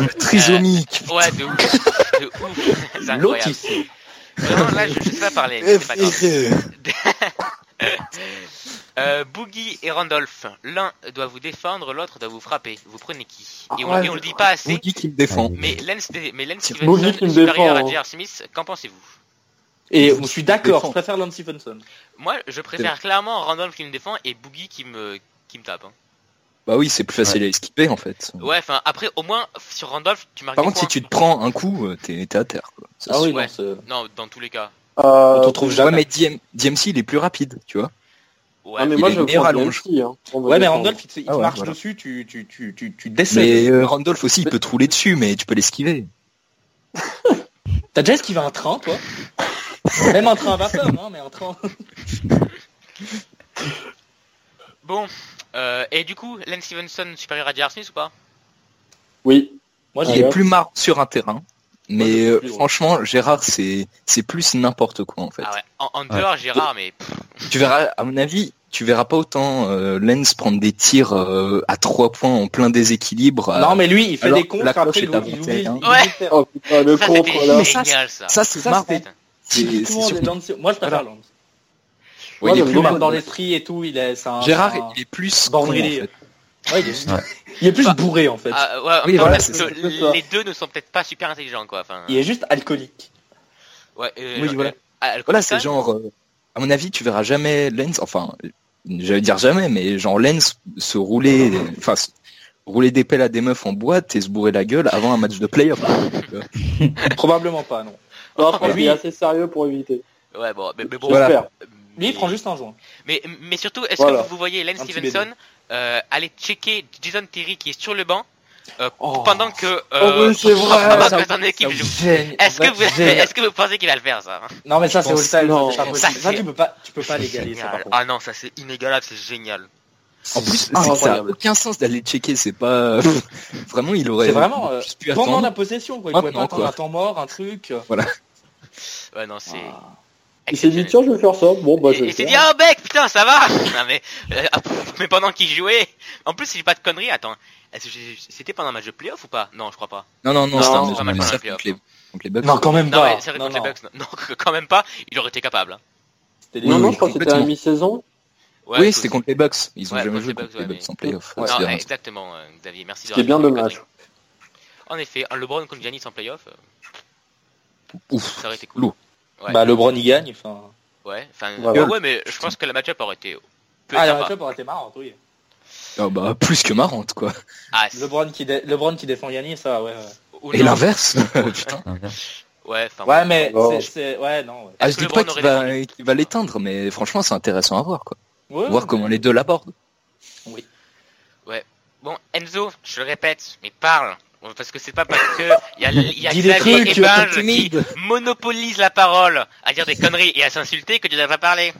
S1: Euh,
S4: Trisomique.
S1: Ouais, de ouf, de ouf, *laughs* c'est incroyable.
S2: L'autisme.
S1: Vraiment, là, je ne sais pas parler, mais c'est Eh, pas grave. Euh, Boogie et Randolph, l'un doit vous défendre, l'autre doit vous frapper. Vous prenez qui et on,
S3: Ah ouais,
S1: et on le dit pas assez,
S4: Boogie qui me défend.
S1: mais Lens, dé- mais Lens
S4: C'est
S1: Stevenson
S3: Boogie qui
S1: est
S3: me
S1: supérieur
S3: défend,
S1: à
S3: hein.
S1: J.R. Smith, qu'en pensez-vous
S2: Et je suis d'accord,
S4: Défend.
S2: je préfère Lance Stephenson.
S1: Moi, je préfère clairement Randolph qui me défend et Boogie qui me, qui me tape. hein.
S4: Bah oui, c'est plus facile à esquiver en fait.
S1: Ouais, enfin, après, au moins, sur Randolph, tu marques
S4: Par
S1: des
S4: contre, si
S1: points.
S4: tu te prends un coup, euh, t'es t'es à terre. Quoi. Ça,
S2: Ah
S4: c'est-
S2: oui,
S1: Ouais.
S2: non, c'est-
S1: Non, dans tous les cas.
S3: Euh,
S2: on te retrouve
S4: Ouais,
S2: jamais.
S4: mais DM DMC, il est plus rapide, tu vois.
S1: Ouais.
S3: Ah, mais
S4: il
S3: moi,
S4: a une
S3: je prends
S4: meilleure
S3: DMC, hein. On va
S2: Ouais, mais
S3: défendre.
S2: Randolph, il te, il te
S4: Ah ouais,
S2: marche
S4: voilà.
S2: dessus, tu, tu, tu, tu, tu décèdes.
S4: Mais euh, Randolph aussi, il peut te rouler dessus, mais tu peux l'esquiver.
S2: T'as déjà esquivé un train, toi Même un train à vapeur, hein, mais un train... *laughs*
S1: Bon, euh, et du coup, Lance Stevenson supérieur à J.R. Smith ou pas
S3: Oui.
S2: Moi,
S4: Il
S2: j'ai...
S4: est plus marrant sur un terrain.
S2: Moi,
S4: Mais
S2: je
S4: euh,
S2: suis plus, ouais.
S4: franchement, Gérard, c'est c'est plus n'importe quoi en fait.
S1: Ah ouais, en, en dehors, Gérard, mais pff,
S4: Tu verras, à mon avis, tu verras pas autant euh, Lens prendre des tirs euh, à trois points en plein déséquilibre. euh,
S2: Non, mais lui, il fait
S4: Alors,
S2: des cons,
S4: la
S2: après,
S4: cloche
S2: il,
S4: est
S2: il,
S4: inventée,
S2: oublie- il
S4: hein.
S2: oublie
S1: Ouais.
S2: de faire.
S3: Oh putain, le
S1: ça
S3: contre, là.
S1: c'était
S4: Mais ça,
S1: génial ça.
S4: Ça, c'est
S2: Ça,
S4: marrant.
S2: c'est-
S1: Putain.
S4: C'est c'est
S2: Typiquement,
S4: surtout-
S2: les Lance- Moi, je préfère
S4: Voilà.
S2: Lance.
S4: Ouais, il est Ah.
S3: Moi,
S4: plus
S3: j'aime
S2: Même
S4: marrant.
S2: dans l'esprit et tout, il est... c'est un-
S4: Gérard,
S2: c'est un-
S4: il est plus con, en
S2: bordelé.
S4: fait.
S2: Ouais, il, est...
S5: Ouais.
S2: il est plus
S1: Enfin,
S2: bourré, en fait.
S1: Ah, ouais, en
S4: Oui,
S1: même temps,
S4: voilà,
S1: parce
S4: c'est ça,
S1: que
S3: c'est ça.
S1: les deux ne sont peut-être pas super intelligents quoi. Enfin,
S2: Il est juste alcoolique.
S1: ouais, euh,
S4: Oui, voilà.
S1: euh, ah, le
S4: Voilà,
S1: Colton,
S4: c'est genre, euh, à mon avis, tu verras jamais Lens, enfin, euh, j'allais dire jamais, mais genre Lens se rouler, enfin, se- rouler des pelles à des meufs en boîte et se bourrer la gueule avant un match de playoff.
S2: Probablement pas, non.
S3: Non, je pense
S2: Mais
S3: qu'il est assez sérieux pour éviter.
S1: Ouais, bon, mais, mais bon.
S4: Voilà.
S3: J'espère.
S2: Lui, il prend juste un joint.
S1: Mais, mais surtout, est-ce
S3: Voilà.
S1: que vous voyez Lane
S2: Un petit
S1: Stevenson euh, aller checker Jason Terry qui est sur le banc euh,
S2: Oh.
S1: pendant que euh,
S3: Oh,
S1: *laughs*
S2: oui, c'est vrai,
S1: pendant
S2: ça-
S1: que ton équipe
S2: Ça
S1: joue
S2: gêne.
S1: Est-ce que,
S2: Ça
S1: vous, *laughs*
S2: gêne.
S1: est-ce que vous pensez qu'il va le faire ça hein
S2: Non, mais ça, c'est
S4: pense-
S2: all-time.
S3: non.
S2: Ça, c'est pas
S1: Ça,
S2: possible. Ça,
S1: c'est-
S2: tu peux pas, tu peux pas
S1: C'est
S2: l'égaler, ça, par
S1: génial.
S2: contre.
S1: Ah non, ça c'est inégalable, c'est génial.
S4: En plus, c'est-
S2: incroyable.
S4: ça n'a aucun sens d'aller checker, c'est pas... *laughs* vraiment, il aurait...
S2: C'est vraiment, euh,
S4: juste pu
S2: Pendant
S4: attendre.
S2: la possession, quoi. Il pouvait
S4: Maintenant,
S2: pas attendre
S4: quoi.
S2: un temps mort, un truc.
S1: Ouais, non, c'est.
S2: Ah.
S3: Il s'est dit, tiens, je vais faire ça. Bon, bah, je
S1: Et- et
S3: vais le
S1: il s'est
S3: faire.
S1: dit, oh mec, putain, ça va *laughs* Non, mais, euh, ah, pff, mais pendant qu'il jouait, en plus, si j'ai pas de conneries, attends, est-ce que j'ai- c'était pendant un match de playoff ou pas Non, je crois pas.
S4: Non, non, non,
S2: Non,
S4: c'est
S2: c'est
S4: un
S1: pas
S4: match
S1: mal pour
S4: amical
S1: la
S4: contre les, contre les Bucks.
S2: Non, quand même
S1: Non,
S2: pas.
S1: mais c'est vrai,
S2: Non,
S1: contre
S2: non.
S1: les Bucks, non. non, *laughs* quand même pas, il aurait été capable. Hein.
S2: C'était les-
S3: Non,
S4: Oui,
S3: non,
S4: oui,
S3: je crois que c'était à
S4: complètement.
S3: la mi-saison.
S1: Ouais,
S4: oui,
S1: écoute,
S4: c'était contre les Bucks. Ils ont
S1: Ouais,
S4: jamais
S1: contre
S4: joué
S1: les
S4: contre
S1: Bucks,
S4: les
S1: ouais,
S4: Bucks
S1: mais-
S4: en playoff.
S1: Non,
S4: C'est
S1: ouais,
S4: vrai.
S1: exactement, euh, Xavier, merci
S3: Ce qui est bien
S1: rappeler cette
S3: dommage.
S1: connerie. En effet, un LeBron contre Giannis en playoff, euh,
S4: Ouf.
S1: ça aurait été cool.
S4: Lourd.
S1: Ouais,
S2: Bah, LeBron, il gagne. Enfin...
S1: ouais, enfin,
S3: Voilà.
S1: ouais, mais je pense que la match-up aurait été. Peu
S2: Ah, la
S1: sympa.
S2: match-up aurait été marrante, oui.
S4: Ah bah, plus que marrante, quoi.
S1: Ah, c'est-
S2: LeBron qui, dé- LeBron qui défend Yannis, ça, ouais. Ouais,
S1: ou
S4: Et
S1: non.
S4: l'inverse
S1: *laughs*
S4: Putain.
S5: l'inverse.
S1: Ouais, enfin,
S2: ouais mais
S3: Oh.
S2: c'est, c'est- Ouais, non. Ouais.
S4: Ah,
S1: Est-ce
S4: je
S1: que
S4: dis pas
S1: LeBron
S4: qu'il
S1: aurait
S4: va, qu'il va l'éteindre, mais franchement, c'est intéressant à voir, quoi.
S2: Ouais,
S4: voir comment les deux l'abordent.
S1: Bon, Enzo, je le répète, mais parle. Parce que c'est pas parce que il y a, il y a
S4: Dis des
S1: Xavier
S4: trucs,
S1: Ebinge qui
S4: t'es timide.
S1: monopolise la parole à dire des conneries et à s'insulter que tu devrais pas parler.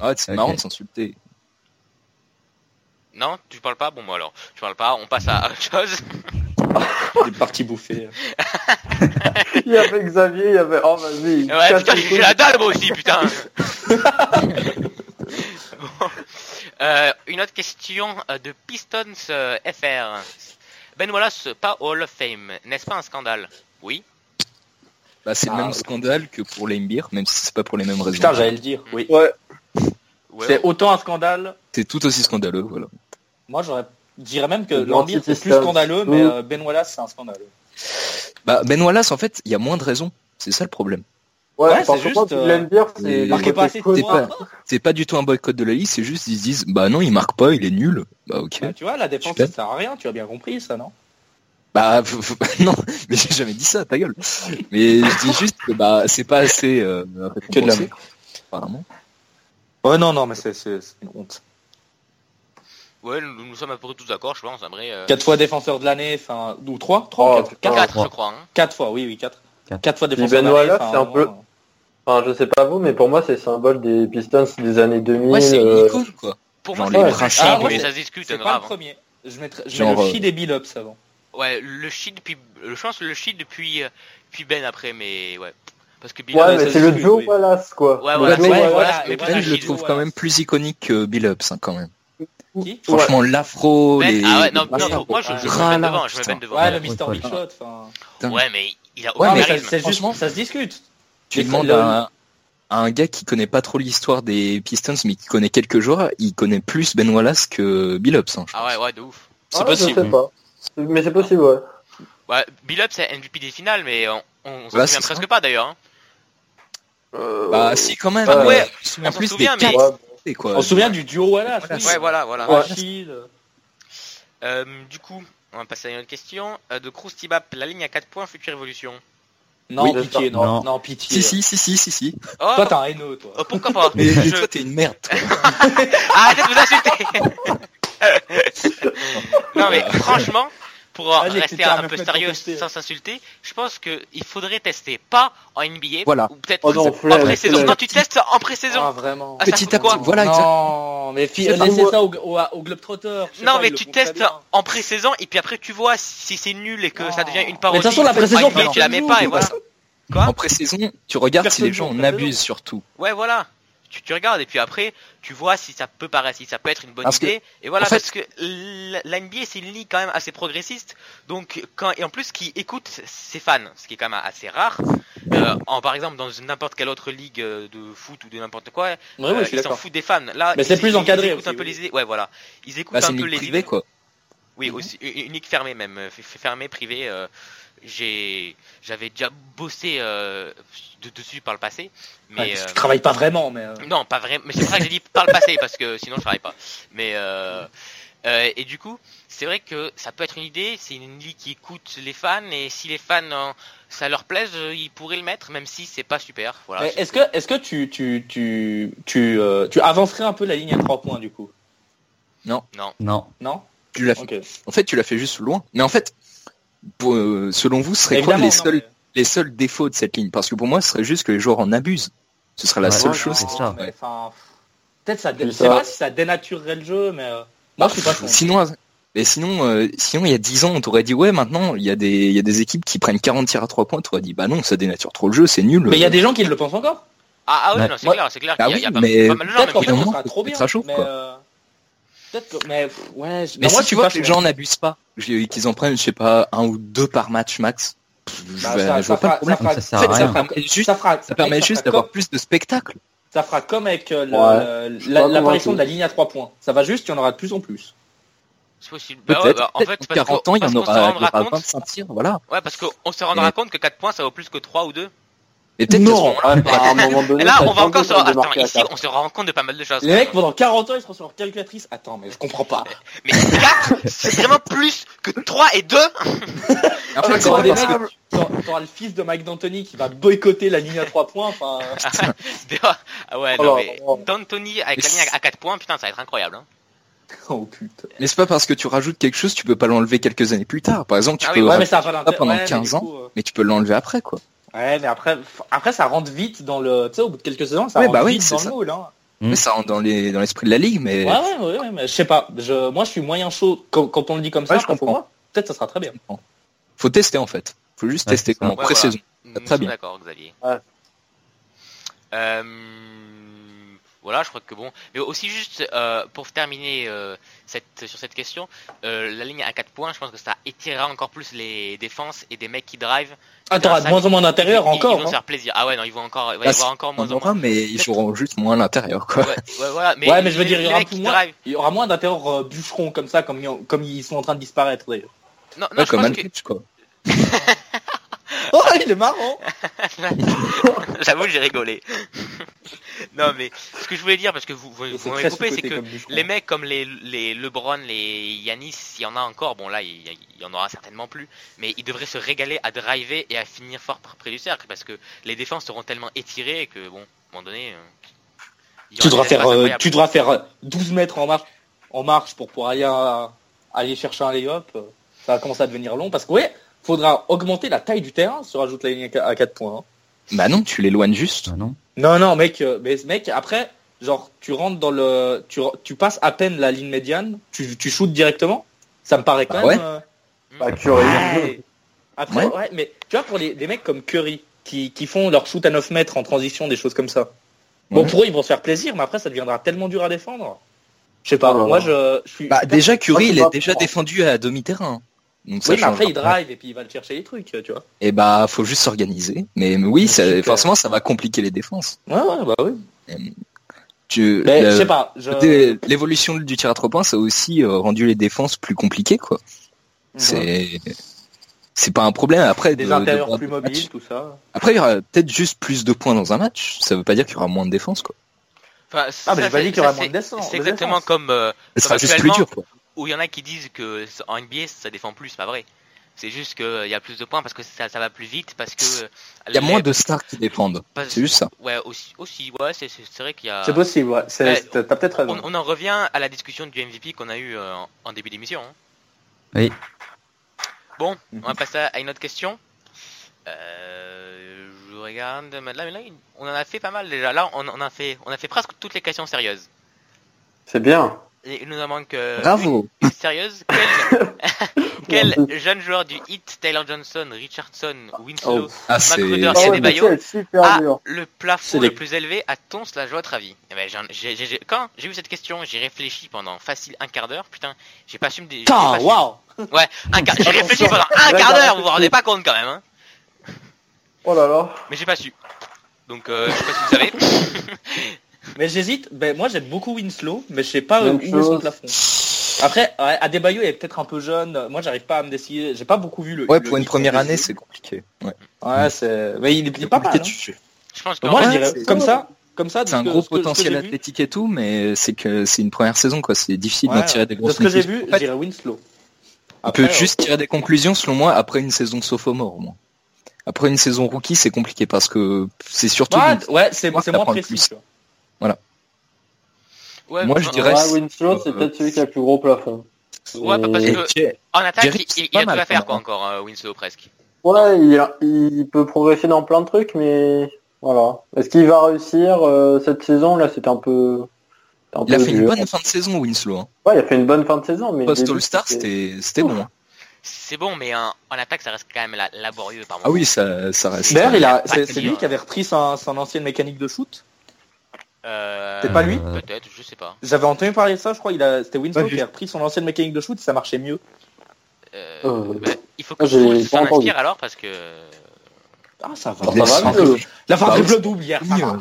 S4: Ah, c'est
S5: Ok.
S4: marrant de s'insulter.
S1: Non, tu parles pas Bon, moi alors, tu parles pas, on passe à autre
S4: *laughs*
S1: chose.
S2: Il est parti bouffer.
S3: *laughs* Il y avait Xavier, il y avait, oh, vas-y. il
S1: Ouais,
S3: casse
S1: putain,
S3: les
S1: j'ai
S3: couilles.
S1: la dalle moi aussi,
S4: *laughs*
S1: putain. Bon. Euh, une autre question euh, de Pistons euh, FR. Ben Wallace, pas Hall of Fame, n'est-ce pas un scandale Oui.
S4: Bah, c'est
S2: Ah,
S4: le même
S2: ouais.
S4: scandale que pour l'Embir, même si c'est pas pour les mêmes raisons.
S2: *laughs* Putain, j'allais le dire. Oui.
S3: Ouais.
S1: Ouais,
S2: C'est autant un scandale.
S4: C'est tout aussi scandaleux, voilà.
S2: Moi, j'aurais. Je dirais même que
S3: L'anti-
S2: l'Ambir c'est plus
S3: système.
S2: scandaleux, mais
S3: Mm.
S2: euh, Ben Wallace c'est un scandaleux.
S4: Bah, Ben Wallace, en fait, il y a moins de raisons. C'est ça le problème.
S3: Ouais,
S2: Ouais,
S3: par
S2: c'est
S3: contre,
S2: juste, euh,
S3: l'aime bien,
S4: marquez
S3: c'est le
S4: pas
S3: côté
S2: assez de
S3: cool.
S4: C'est
S2: Moi-
S4: pas, c'est pas du tout un boycott de la ligue, c'est juste ils se disent, bah non, il marque pas, il est nul. Bah ok.
S2: Bah, tu vois, la défense
S4: Super.
S2: ça sert à rien, tu as bien compris ça, non
S4: Bah f- f- *laughs* non, mais j'ai jamais dit ça, ta gueule. Mais je dis juste que bah c'est pas assez euh,
S2: Que de la
S4: récompensé, apparemment.
S2: Ouais, non, non, mais c'est, c'est- c'est une honte.
S1: ouais nous, nous sommes à peu près tous d'accord, je pense. Après, euh,
S2: Quatre fois défenseur de l'année, enfin, ou trois, trois,
S3: Oh,
S2: ou quatre,
S3: putain.
S2: quatre,
S1: quatre,
S5: trois.
S1: je crois. hein.
S2: quatre fois, oui, oui, quatre,
S5: Quatre.
S2: quatre fois défenseur
S3: Ben
S2: de l'année.
S3: Wallace,
S2: enfin, euh,
S3: c'est un peu-
S2: vraiment,
S3: Enfin, je sais pas vous, mais pour moi, c'est symbole des Pistons des années 2000.
S4: Ouais, c'est une
S3: euh,
S4: icône quoi.
S1: Pour
S4: Genre
S1: moi,
S4: les
S1: c'est
S4: principes.
S2: Ah, moi,
S1: mais
S2: c'est-
S1: ça se discute,
S2: C'est
S1: hein,
S2: pas
S1: grave.
S2: le premier. Je mettrais, je
S4: Genre,
S2: mets le
S4: euh,
S2: chi des Billups avant.
S1: Ouais, le shit depuis. Je pense le shit depuis, euh, puis Ben après, mais ouais. Parce que Bill. euh, Ben-
S3: Ouais,
S2: Ouais,
S3: mais
S2: ça
S3: c'est le
S2: discute,
S3: Joe
S2: oui.
S3: Wallace, quoi.
S1: Ouais,
S3: Le
S1: voilà,
S3: Joe
S1: mais-
S3: Wallace.
S1: voilà, mais
S4: Mais
S1: voilà,
S4: Ben, je le
S1: Gilles
S4: trouve quand
S2: Wallace.
S4: même plus iconique que Bill Ups, hein, quand même.
S2: Qui
S4: Franchement, l'afro,
S1: Ben-
S4: les...
S1: ah ouais, non,
S4: les
S1: non,
S4: machins,
S1: moi je, je me
S4: Ah,
S1: mets
S4: là,
S1: devant, je me
S4: putain.
S1: mets devant.
S2: Ouais, le
S5: Ouais,
S2: Mister
S5: ouais.
S2: Big Shot, enfin.
S4: putain.
S1: Ouais, mais il a
S4: Ouais,
S1: aucun
S2: Ah, mais ça,
S1: charisme.
S2: c'est
S4: franchement-
S2: juste, ça se discute.
S4: Tu
S2: Mais
S4: demandes
S2: c'est-
S4: à, un- à un gars qui connaît pas trop l'histoire des Pistons, mais qui connaît quelques joueurs, il connaît plus Ben Wallace que Bill Ups. hein, je
S1: Ah ouais, ouais, de ouf.
S3: Ah, Je sais pas. Mais c'est possible, ouais.
S1: Ouais, Bill Up, c'est MVP des finales, mais on, on s'en
S4: Voilà,
S1: souvient
S4: c'est
S1: presque
S4: ça.
S1: pas d'ailleurs. hein.
S3: Euh,
S4: Bah si quand même.
S3: Ah
S1: ouais,
S4: je me souviens
S1: on s'en
S4: plus
S1: souvient,
S4: des
S1: mais-
S4: quatre,
S3: ouais.
S4: et quoi.
S2: On se souvient du duo Wallace. oui.
S1: Ouais, voilà, voilà.
S2: Ouais. Rachid.
S1: Euh, du coup, on va passer à une autre question. Euh, de Krustibap, la ligne à 4 points, future évolution.
S2: Non,
S3: Oui,
S2: pitié, non, non,
S5: Non.
S2: pitié.
S4: Si si si si si si.
S1: Oh,
S2: Toi, t'es un haineux, toi.
S1: euh, pourquoi pas
S4: *laughs* Mais
S1: Je-
S4: toi t'es une merde. toi.
S1: Arrêtez de vous insulter *laughs* Non mais franchement, pour en
S2: Ah, j'ai
S1: rester
S2: écouté un
S1: un
S2: mec
S1: peu
S2: me
S1: sérieux
S2: contester.
S1: sans s'insulter, je pense que il faudrait tester, pas en NBA,
S4: Voilà.
S1: ou peut-être
S3: Oh non,
S1: en
S3: flemme,
S1: pré-saison.
S3: flemme.
S1: Non, tu testes en pré-saison
S2: Ah, vraiment.
S1: Ah, ça
S4: Petit
S1: coûte
S4: à
S1: quoi
S4: petit. Voilà. exact.
S2: non, mais fi-
S3: C'est
S2: euh, laissez
S3: parfois-
S2: ça au, au, au Globetrotter. je sais
S1: non
S2: pas,
S1: mais
S2: ils le
S1: tu
S2: font très
S1: testes
S2: bien.
S1: en pré-saison et puis après tu vois si c'est nul et que
S2: Non.
S1: ça devient une
S2: Mais
S1: parodie.
S2: de toute façon, la pré-saison,
S1: Ah, mais tu la
S2: personne
S1: mets
S2: joue,
S1: pas et
S2: c'est
S1: voilà.
S2: pas
S1: Quoi
S4: En pré-saison, tu regardes si
S2: Personne
S4: les gens
S2: joue en
S4: en
S2: pré-saison.
S4: abusent surtout.
S1: Ouais voilà. Tu, tu regardes et puis après tu vois si ça peut paraître, si ça peut être une bonne
S4: Parce que-
S1: idée. et voilà
S4: en fait-
S1: parce que l- la NBA c'est une ligue quand même assez progressiste. Donc quand et en plus qui écoute ses fans, ce qui est quand même assez rare. Euh, en par exemple dans n'importe quelle autre ligue euh, de foot ou de n'importe quoi,
S2: Ouais, ouais,
S1: euh,
S2: Ah je suis
S1: ils s'en
S2: d'accord.
S1: foutent des fans. Là,
S2: Mais
S1: ils-
S2: c'est plus
S1: ils-
S2: encadré
S1: Ils écoutent
S2: aussi,
S1: un peu
S2: oui.
S1: les idées. Ouais voilà. Ils écoutent
S4: Bah, c'est
S1: un
S4: une
S1: peu les
S4: ligue
S1: idées.
S4: privée quoi.
S1: Oui, aussi une une ligue fermée même, euh, f- fermée privée. euh, j'ai, j'avais déjà bossé euh, de- dessus par le passé, mais
S2: Ouais,
S1: euh,
S2: Ah, Tu travailles pas vraiment, mais. euh,
S1: non, pas vrai. Mais c'est pour ça que j'ai dit par le passé parce que sinon je travaille pas. Mais euh, Euh, et du coup, c'est vrai que ça peut être une idée, c'est une ligue qui écoute les fans, et si les fans, euh, ça leur plaise, euh, ils pourraient le mettre, même si Bah, c'est pas super. Voilà.
S2: Mais Est-ce que, est-ce que tu, tu, tu, tu, euh, tu avancerais un peu la ligne à trois points du coup
S5: Non.
S2: Non
S4: Tu l'as fait-
S2: Ok.
S4: En fait, tu l'as fait juste loin. Mais en fait, pour- euh, selon vous, ce serait quoi
S2: Évidemment,
S4: les
S2: non,
S4: seuls,
S2: mais-
S4: les seuls défauts de cette ligne Parce que pour moi, ce serait juste que les joueurs en abusent. Ce serait la
S5: Ouais,
S4: seule
S5: ouais,
S4: chose.
S5: c'est ça.
S2: mais enfin, Peut-être ça, dé-
S3: Puis
S2: je sais
S3: ça-
S2: pas si ça dénaturerait le jeu, mais euh, moi je suis pas
S4: Pff,
S2: contre.
S4: Sinon, euh, mais sinon, euh, sinon, il y a 10 ans, on t'aurait dit, ouais, maintenant, il y, a des- il y a des équipes qui prennent 40 tirs à 3 points, t'aurais dit, bah non, ça dénature trop le jeu, c'est nul.
S2: Mais il y a des gens qui le pensent encore.
S1: Ah, ah oui,
S5: Bah,
S1: non, c'est
S4: moi-
S1: clair, c'est clair.
S4: Ah
S1: qu'il y a-
S4: oui,
S1: il y a pas,
S4: mais-
S1: pas mal de gens,
S2: Peut-être
S1: mais
S2: qu'en
S1: oui,
S2: fait
S1: non.
S2: ça
S4: finalement,
S2: sera trop bien.
S4: ça chauffe,
S2: mais,
S4: quoi.
S2: euh, Peut-être que, mais pff,
S4: Euh,
S2: ouais. je-
S4: Mais
S2: non, moi,
S4: si
S2: je
S4: tu
S2: suis
S4: vois
S2: pas
S4: que les
S2: contre.
S4: gens n'abusent pas, je- qu'ils en prennent, je sais pas, un ou deux par match max, pff, je,
S2: Bah,
S4: vais-
S2: ça-
S4: je vois
S2: ça
S4: pas
S2: fera-
S4: le problème.
S2: ça fera-
S5: Ça sert à
S2: ça
S5: rien.
S2: fera-
S4: Après, juste-
S2: Ça fera-
S4: Ça permet
S2: ça
S4: juste
S2: fera
S4: d'avoir
S2: comme-
S4: plus de spectacle.
S2: Ça fera comme avec euh, le-
S3: Ouais.
S2: le-
S3: suis
S2: la-
S3: pas
S2: l'apparition
S3: convaincu.
S2: de la ligne à trois points. Ça va juste, il y en aura de plus en plus.
S1: C'est possible. Bah
S4: Peut-être.
S1: ouais, bah, en
S4: peut-être
S1: fait,
S4: qu'en
S1: parce
S4: 40
S1: qu'on-
S4: ans, il y
S1: parce
S4: en
S1: qu'on
S4: aura,
S1: se
S4: il y aura
S1: rendra compte,
S4: 25 tirs, voilà.
S1: ouais, parce qu'on se rendra
S4: Et-
S1: compte que 4 points, ça vaut plus que 3 ou 2.
S4: Et peut-être qu'à ce
S3: non,
S4: moment-là,
S3: ouais, bah, à un
S2: *laughs*
S3: moment donné,
S1: Et là,
S3: ça
S1: on va
S3: change
S1: encore
S3: de
S1: se...
S3: démarquer
S1: Attends,
S3: à
S1: ici,
S3: quatre.
S1: on se rend compte de pas mal de choses.
S2: Les mecs, pendant 40 ans, ils seront sur leur calculatrice. Attends, mais je comprends pas.
S4: Ah,
S1: Mais 4, c'est vraiment plus que 3 et 2
S4: en
S2: Ah,
S4: fait,
S2: mais
S4: c'est
S2: t'auras des
S4: parce que-
S2: mecs- t'auras- t'auras le fils de Mike D'Antoni qui va boycotter la ligne à trois
S4: *laughs*
S2: points. Enfin,
S1: Ah ouais, non,
S2: Oh là
S1: mais
S2: là.
S1: D'Antoni avec la
S4: Mais
S1: ligne à 4 points, putain, ça va être incroyable. Hein.
S2: oh putain.
S4: mais c'est pas parce que tu rajoutes quelque chose, tu peux pas l'enlever quelques années plus tard. Par exemple, tu
S1: Ah oui,
S4: peux,
S2: Ouais,
S4: raj-
S2: mais
S4: mais...
S2: ça a pas d'intérêt.
S4: pendant
S2: Ouais, mais
S4: 15
S2: du
S4: ans.
S2: coup, euh,
S4: tu peux l'enlever après, quoi.
S2: Ouais, mais après, f- après, ça rentre vite dans le. Tu sais, au bout de quelques saisons, ça
S4: Ouais,
S2: rentre
S4: bah oui,
S2: vite
S4: c'est
S2: dans
S4: ça.
S2: le moule. Hein.
S5: Mm.
S4: Mais ça rentre dans les, dans l'esprit de la ligue, mais
S2: Ouais, ouais, ouais, ouais, mais je sais pas. Je, moi, je suis moyen chaud quand, quand on le dit comme ça.
S4: Ouais, je
S2: pour
S4: comprends.
S2: moi, Peut-être ça sera très bien.
S4: faut tester en fait. Faut juste
S5: Ouais,
S4: tester
S5: c'est ça.
S4: comment
S1: Ouais,
S4: pré-saison.
S1: Nous
S4: très
S1: sommes
S4: bien.
S1: D'accord, Xavier.
S3: Ouais.
S1: Euh, voilà, je crois que bon. Mais aussi juste euh, pour terminer euh, cette, sur cette question, euh, la ligne à 4 points, je pense que ça étirera encore plus les défenses et des mecs qui drivent.
S2: Ah, t'auras de
S1: ça,
S2: moins en moins d'intérieur
S1: Ils- ils- Ils
S2: encore.
S1: vont
S2: hein.
S1: se faire plaisir. Ah ouais, non, ils vont encore, il va y
S4: Bah,
S1: avoir encore moins
S4: On
S1: en moins.
S4: aura, mais ils joueront juste moins à l'intérieur, quoi.
S1: Ouais, ouais, voilà. Mais,
S2: Ouais, mais je veux
S1: les-
S2: dire, il y
S1: les
S2: aura
S1: mecs
S2: plus
S1: qui
S2: moins-
S1: drivent-
S2: Il y aura moins d'intérieur euh, bûcheron comme ça, comme, ils- comme ils sont en train de disparaître d'ailleurs.
S1: Non, non,
S4: Ouais,
S1: je
S4: comme
S1: pense
S4: un
S1: que-
S4: quoi.
S2: *laughs* Oh, il est marrant.
S1: *laughs* J'avoue, j'ai rigolé. non, mais ce que je voulais dire, parce que vous, vous, vous m'avez coupé, c'est que les mecs comme les, les LeBron, les Yanis, il y en a encore. Bon, là, il y, il y en aura certainement plus. Mais ils devraient se régaler à driver et à finir fort par près du cercle, parce que les défenses seront tellement étirées que, bon, à un moment donné. euh, il y
S2: tu
S1: aura
S2: devras
S1: des
S2: faire
S1: espaces
S2: euh,
S1: incroyables.
S2: tu devras faire euh, 12 mètres en marche en marche pour pouvoir aller, euh, aller chercher un lay-up euh, ça va commencer à devenir long parce que ouais faudra augmenter la taille du terrain se rajoute la ligne à 4 points hein.
S4: Bah non, tu l'éloignes juste.
S5: Ah non.
S2: non non mec euh, mais mec après genre tu rentres dans le tu, tu passes à peine la ligne médiane tu, tu shootes directement ça me paraît quand
S4: Bah
S2: même
S4: ouais.
S2: euh,
S1: Hmm.
S3: Bah, Curry.
S2: Ouais. Après,
S4: Ouais.
S2: ouais. mais tu vois, pour les, les mecs comme Curry, qui, qui font leur shoot à 9 mètres en transition, des choses comme ça. Bon,
S4: Ouais.
S2: pour eux, ils vont se faire plaisir, mais après, ça deviendra tellement dur à défendre. Je sais pas,
S3: Oh là
S2: moi,
S3: là.
S2: je, je suis...
S4: Bah déjà, Curry,
S3: je
S4: il
S3: sais
S4: est
S3: pas
S4: déjà
S3: pourquoi.
S4: défendu à demi-terrain. Donc ça
S2: oui, mais
S4: change.
S2: après, il drive et puis il va le chercher les trucs, tu vois.
S4: Et bah, faut juste s'organiser. Mais oui, ça-
S2: Super.
S4: forcément, ça va compliquer les défenses.
S2: Ouais, ouais, bah oui.
S4: Tu,
S2: Mais
S4: le-
S2: je sais pas, euh, je...
S4: dé- L'évolution du tir à trois points, ça a aussi euh, rendu les défenses plus compliquées, quoi. C'est, c'est pas un problème. Après, de-
S2: Des
S4: de
S2: intérieurs
S4: voir
S2: plus
S4: des matchs.
S2: mobiles, tout ça.
S4: Après, il y aura peut-être juste plus de points dans un match. Ça veut pas dire qu'il y aura moins de défense, quoi.
S1: Enfin,
S2: Ah, mais
S1: ça,
S2: j'ai pas
S1: c'est-
S2: dit qu'il y aura
S1: ça,
S2: moins de
S1: c'est-
S2: défense.
S1: C'est exactement comme euh,
S4: Ça sera
S1: Comme
S4: juste plus
S1: actuellement,
S4: dur, quoi.
S1: où il y en a qui disent que s- en NBA ça défend plus, c'est pas vrai. C'est juste qu'il y a plus de points parce que ça, ça va plus vite, parce que. euh,
S4: Il y a
S1: les-
S4: moins de stars qui défendent.
S1: parce-
S4: C'est juste ça.
S1: Ouais, aussi, aussi ouais, c'est c'est- c'est vrai qu'il y a.
S3: C'est possible, ouais. C'est-
S1: Euh, Ouais.
S3: c'est- T'as peut-être raison.
S1: On, on en revient à la discussion du MVP qu'on a eu euh, en- en début d'émission. hein.
S5: Oui.
S1: Bon, on va passer à une autre question. Euh, je regarde. mais Là, mais là, on en a fait pas mal déjà. Là, on, on a fait, on a fait presque toutes les questions sérieuses.
S3: C'est bien.
S1: Et il nous en manque euh,
S4: Bravo.
S1: une sérieuse. Quel, quel *laughs* jeune joueur du hit Taylor Johnson, Richardson,
S3: Oh.
S1: Winslow,
S4: Ah, c'est
S1: Magruder,
S3: Ah
S1: c'est
S3: ouais,
S1: des
S3: mais
S1: baillots.
S3: c'est super
S1: Ah.
S3: dur.
S1: le plafond
S2: C'est
S1: le
S2: les-
S1: plus élevé à Tons la joie de Ravi eh ben, j'en- j'ai- j'ai- j'ai- Quand j'ai eu cette question, j'ai réfléchi pendant facile un quart d'heure. Putain, j'ai pas su me. dé- j'ai pas
S2: Putain,
S1: su-
S2: waouh
S1: un quart- J'ai réfléchi
S3: Attention.
S1: pendant un
S3: Là,
S1: quart
S3: j'ai
S1: d'heure, vous vous
S3: réfléchi.
S1: rendez pas compte quand même. Hein
S3: Oh là là.
S1: Mais j'ai pas su. Donc, euh, je sais pas si vous savez.
S4: *coughs*
S2: Mais j'hésite, ben, moi j'aime beaucoup Winslow, mais je sais pas euh,
S3: Même
S2: où est son
S3: chose.
S2: plafond. Après, ouais, Adebayo est peut-être un peu jeune, moi j'arrive pas à me décider, j'ai pas beaucoup vu le...
S4: Ouais,
S2: le
S4: pour une
S2: hit
S4: première
S2: de
S4: année,
S2: Winslow.
S4: c'est compliqué. Ouais.
S2: Ouais, c'est... Mais il est, il est pas mal, hein.
S4: Compliqué de juger.
S1: Je pense que
S2: Moi
S4: Ouais,
S2: je dirais,
S4: c'est-
S2: comme ça, Comme ça, de
S4: C'est un
S2: ce que-
S4: gros
S2: ce que- ce que
S4: potentiel
S2: j'ai vu-
S4: athlétique et tout, mais c'est que c'est une première saison, quoi. C'est difficile
S2: Ouais,
S4: d'en tirer des
S2: De
S4: grosses
S2: ce que j'ai
S4: conclusions.
S2: vu,
S4: En fait,
S2: je dirais Winslow.
S4: on peut
S2: Après,
S4: juste tirer des conclusions, selon moi, après une saison sophomore, au moins. Après une saison rookie, c'est compliqué parce que c'est surtout.
S2: Ouais, ouais, c'est
S4: Moi,
S2: c'est
S4: ça
S2: moins
S4: prend le
S2: précis.
S4: plus.
S2: tu vois.
S1: Ouais,
S4: Moi, je
S1: enfin,
S4: dirais-
S3: Ah, Winslow, c'est peut-être celui qui a le plus gros plafond.
S1: Ouais, bah, parce
S4: Et
S1: que-
S4: Jay-
S1: En attaque,
S4: Jerry,
S1: il, il
S4: c'est
S1: a
S4: pas
S1: tout
S4: mal,
S1: à faire,
S4: quand
S1: quoi,
S4: même. hein.
S1: encore, euh, Winslow, presque.
S3: Ouais, il, a- il peut progresser dans plein de trucs, mais voilà. Est-ce qu'il va réussir euh, cette saison Là, c'était un peu. c'était un
S4: Il a
S3: peu
S4: fait une
S3: dur.
S4: bonne fin de saison, Winslow. hein.
S3: Ouais, il a fait une bonne fin de saison, mais.
S4: Post
S3: le début,
S4: All-Star,
S3: c'était-
S4: c'était c'était bon. hein.
S1: C'est bon, mais hein, en attaque, ça reste quand même la- laborieux par
S4: Ah
S1: moment.
S4: oui, ça, ça reste.
S2: D'ailleurs, il a-
S1: pas
S2: c'est
S1: de
S2: c'est
S1: lien.
S2: lui qui avait repris son, son ancienne mécanique de shoot.
S1: Euh,
S2: C'est pas lui
S5: Euh,
S1: Peut-être, je sais pas.
S2: J'avais entendu parler de ça, je crois. Il a, c'était Winslow
S3: Ouais,
S2: qui a repris son ancienne mécanique de shoot, ça marchait mieux.
S1: Euh,
S3: Euh,
S1: bah, il faut que
S3: j'ai
S1: Fultz
S3: pas
S1: s'en
S3: entendu.
S1: inspire alors, parce que... euh,
S2: Ah, ça va.
S3: Bon, ça va
S4: Descends.
S3: mieux.
S2: La fin
S4: Bah,
S2: du
S4: oui.
S2: bleu double hier. ça va.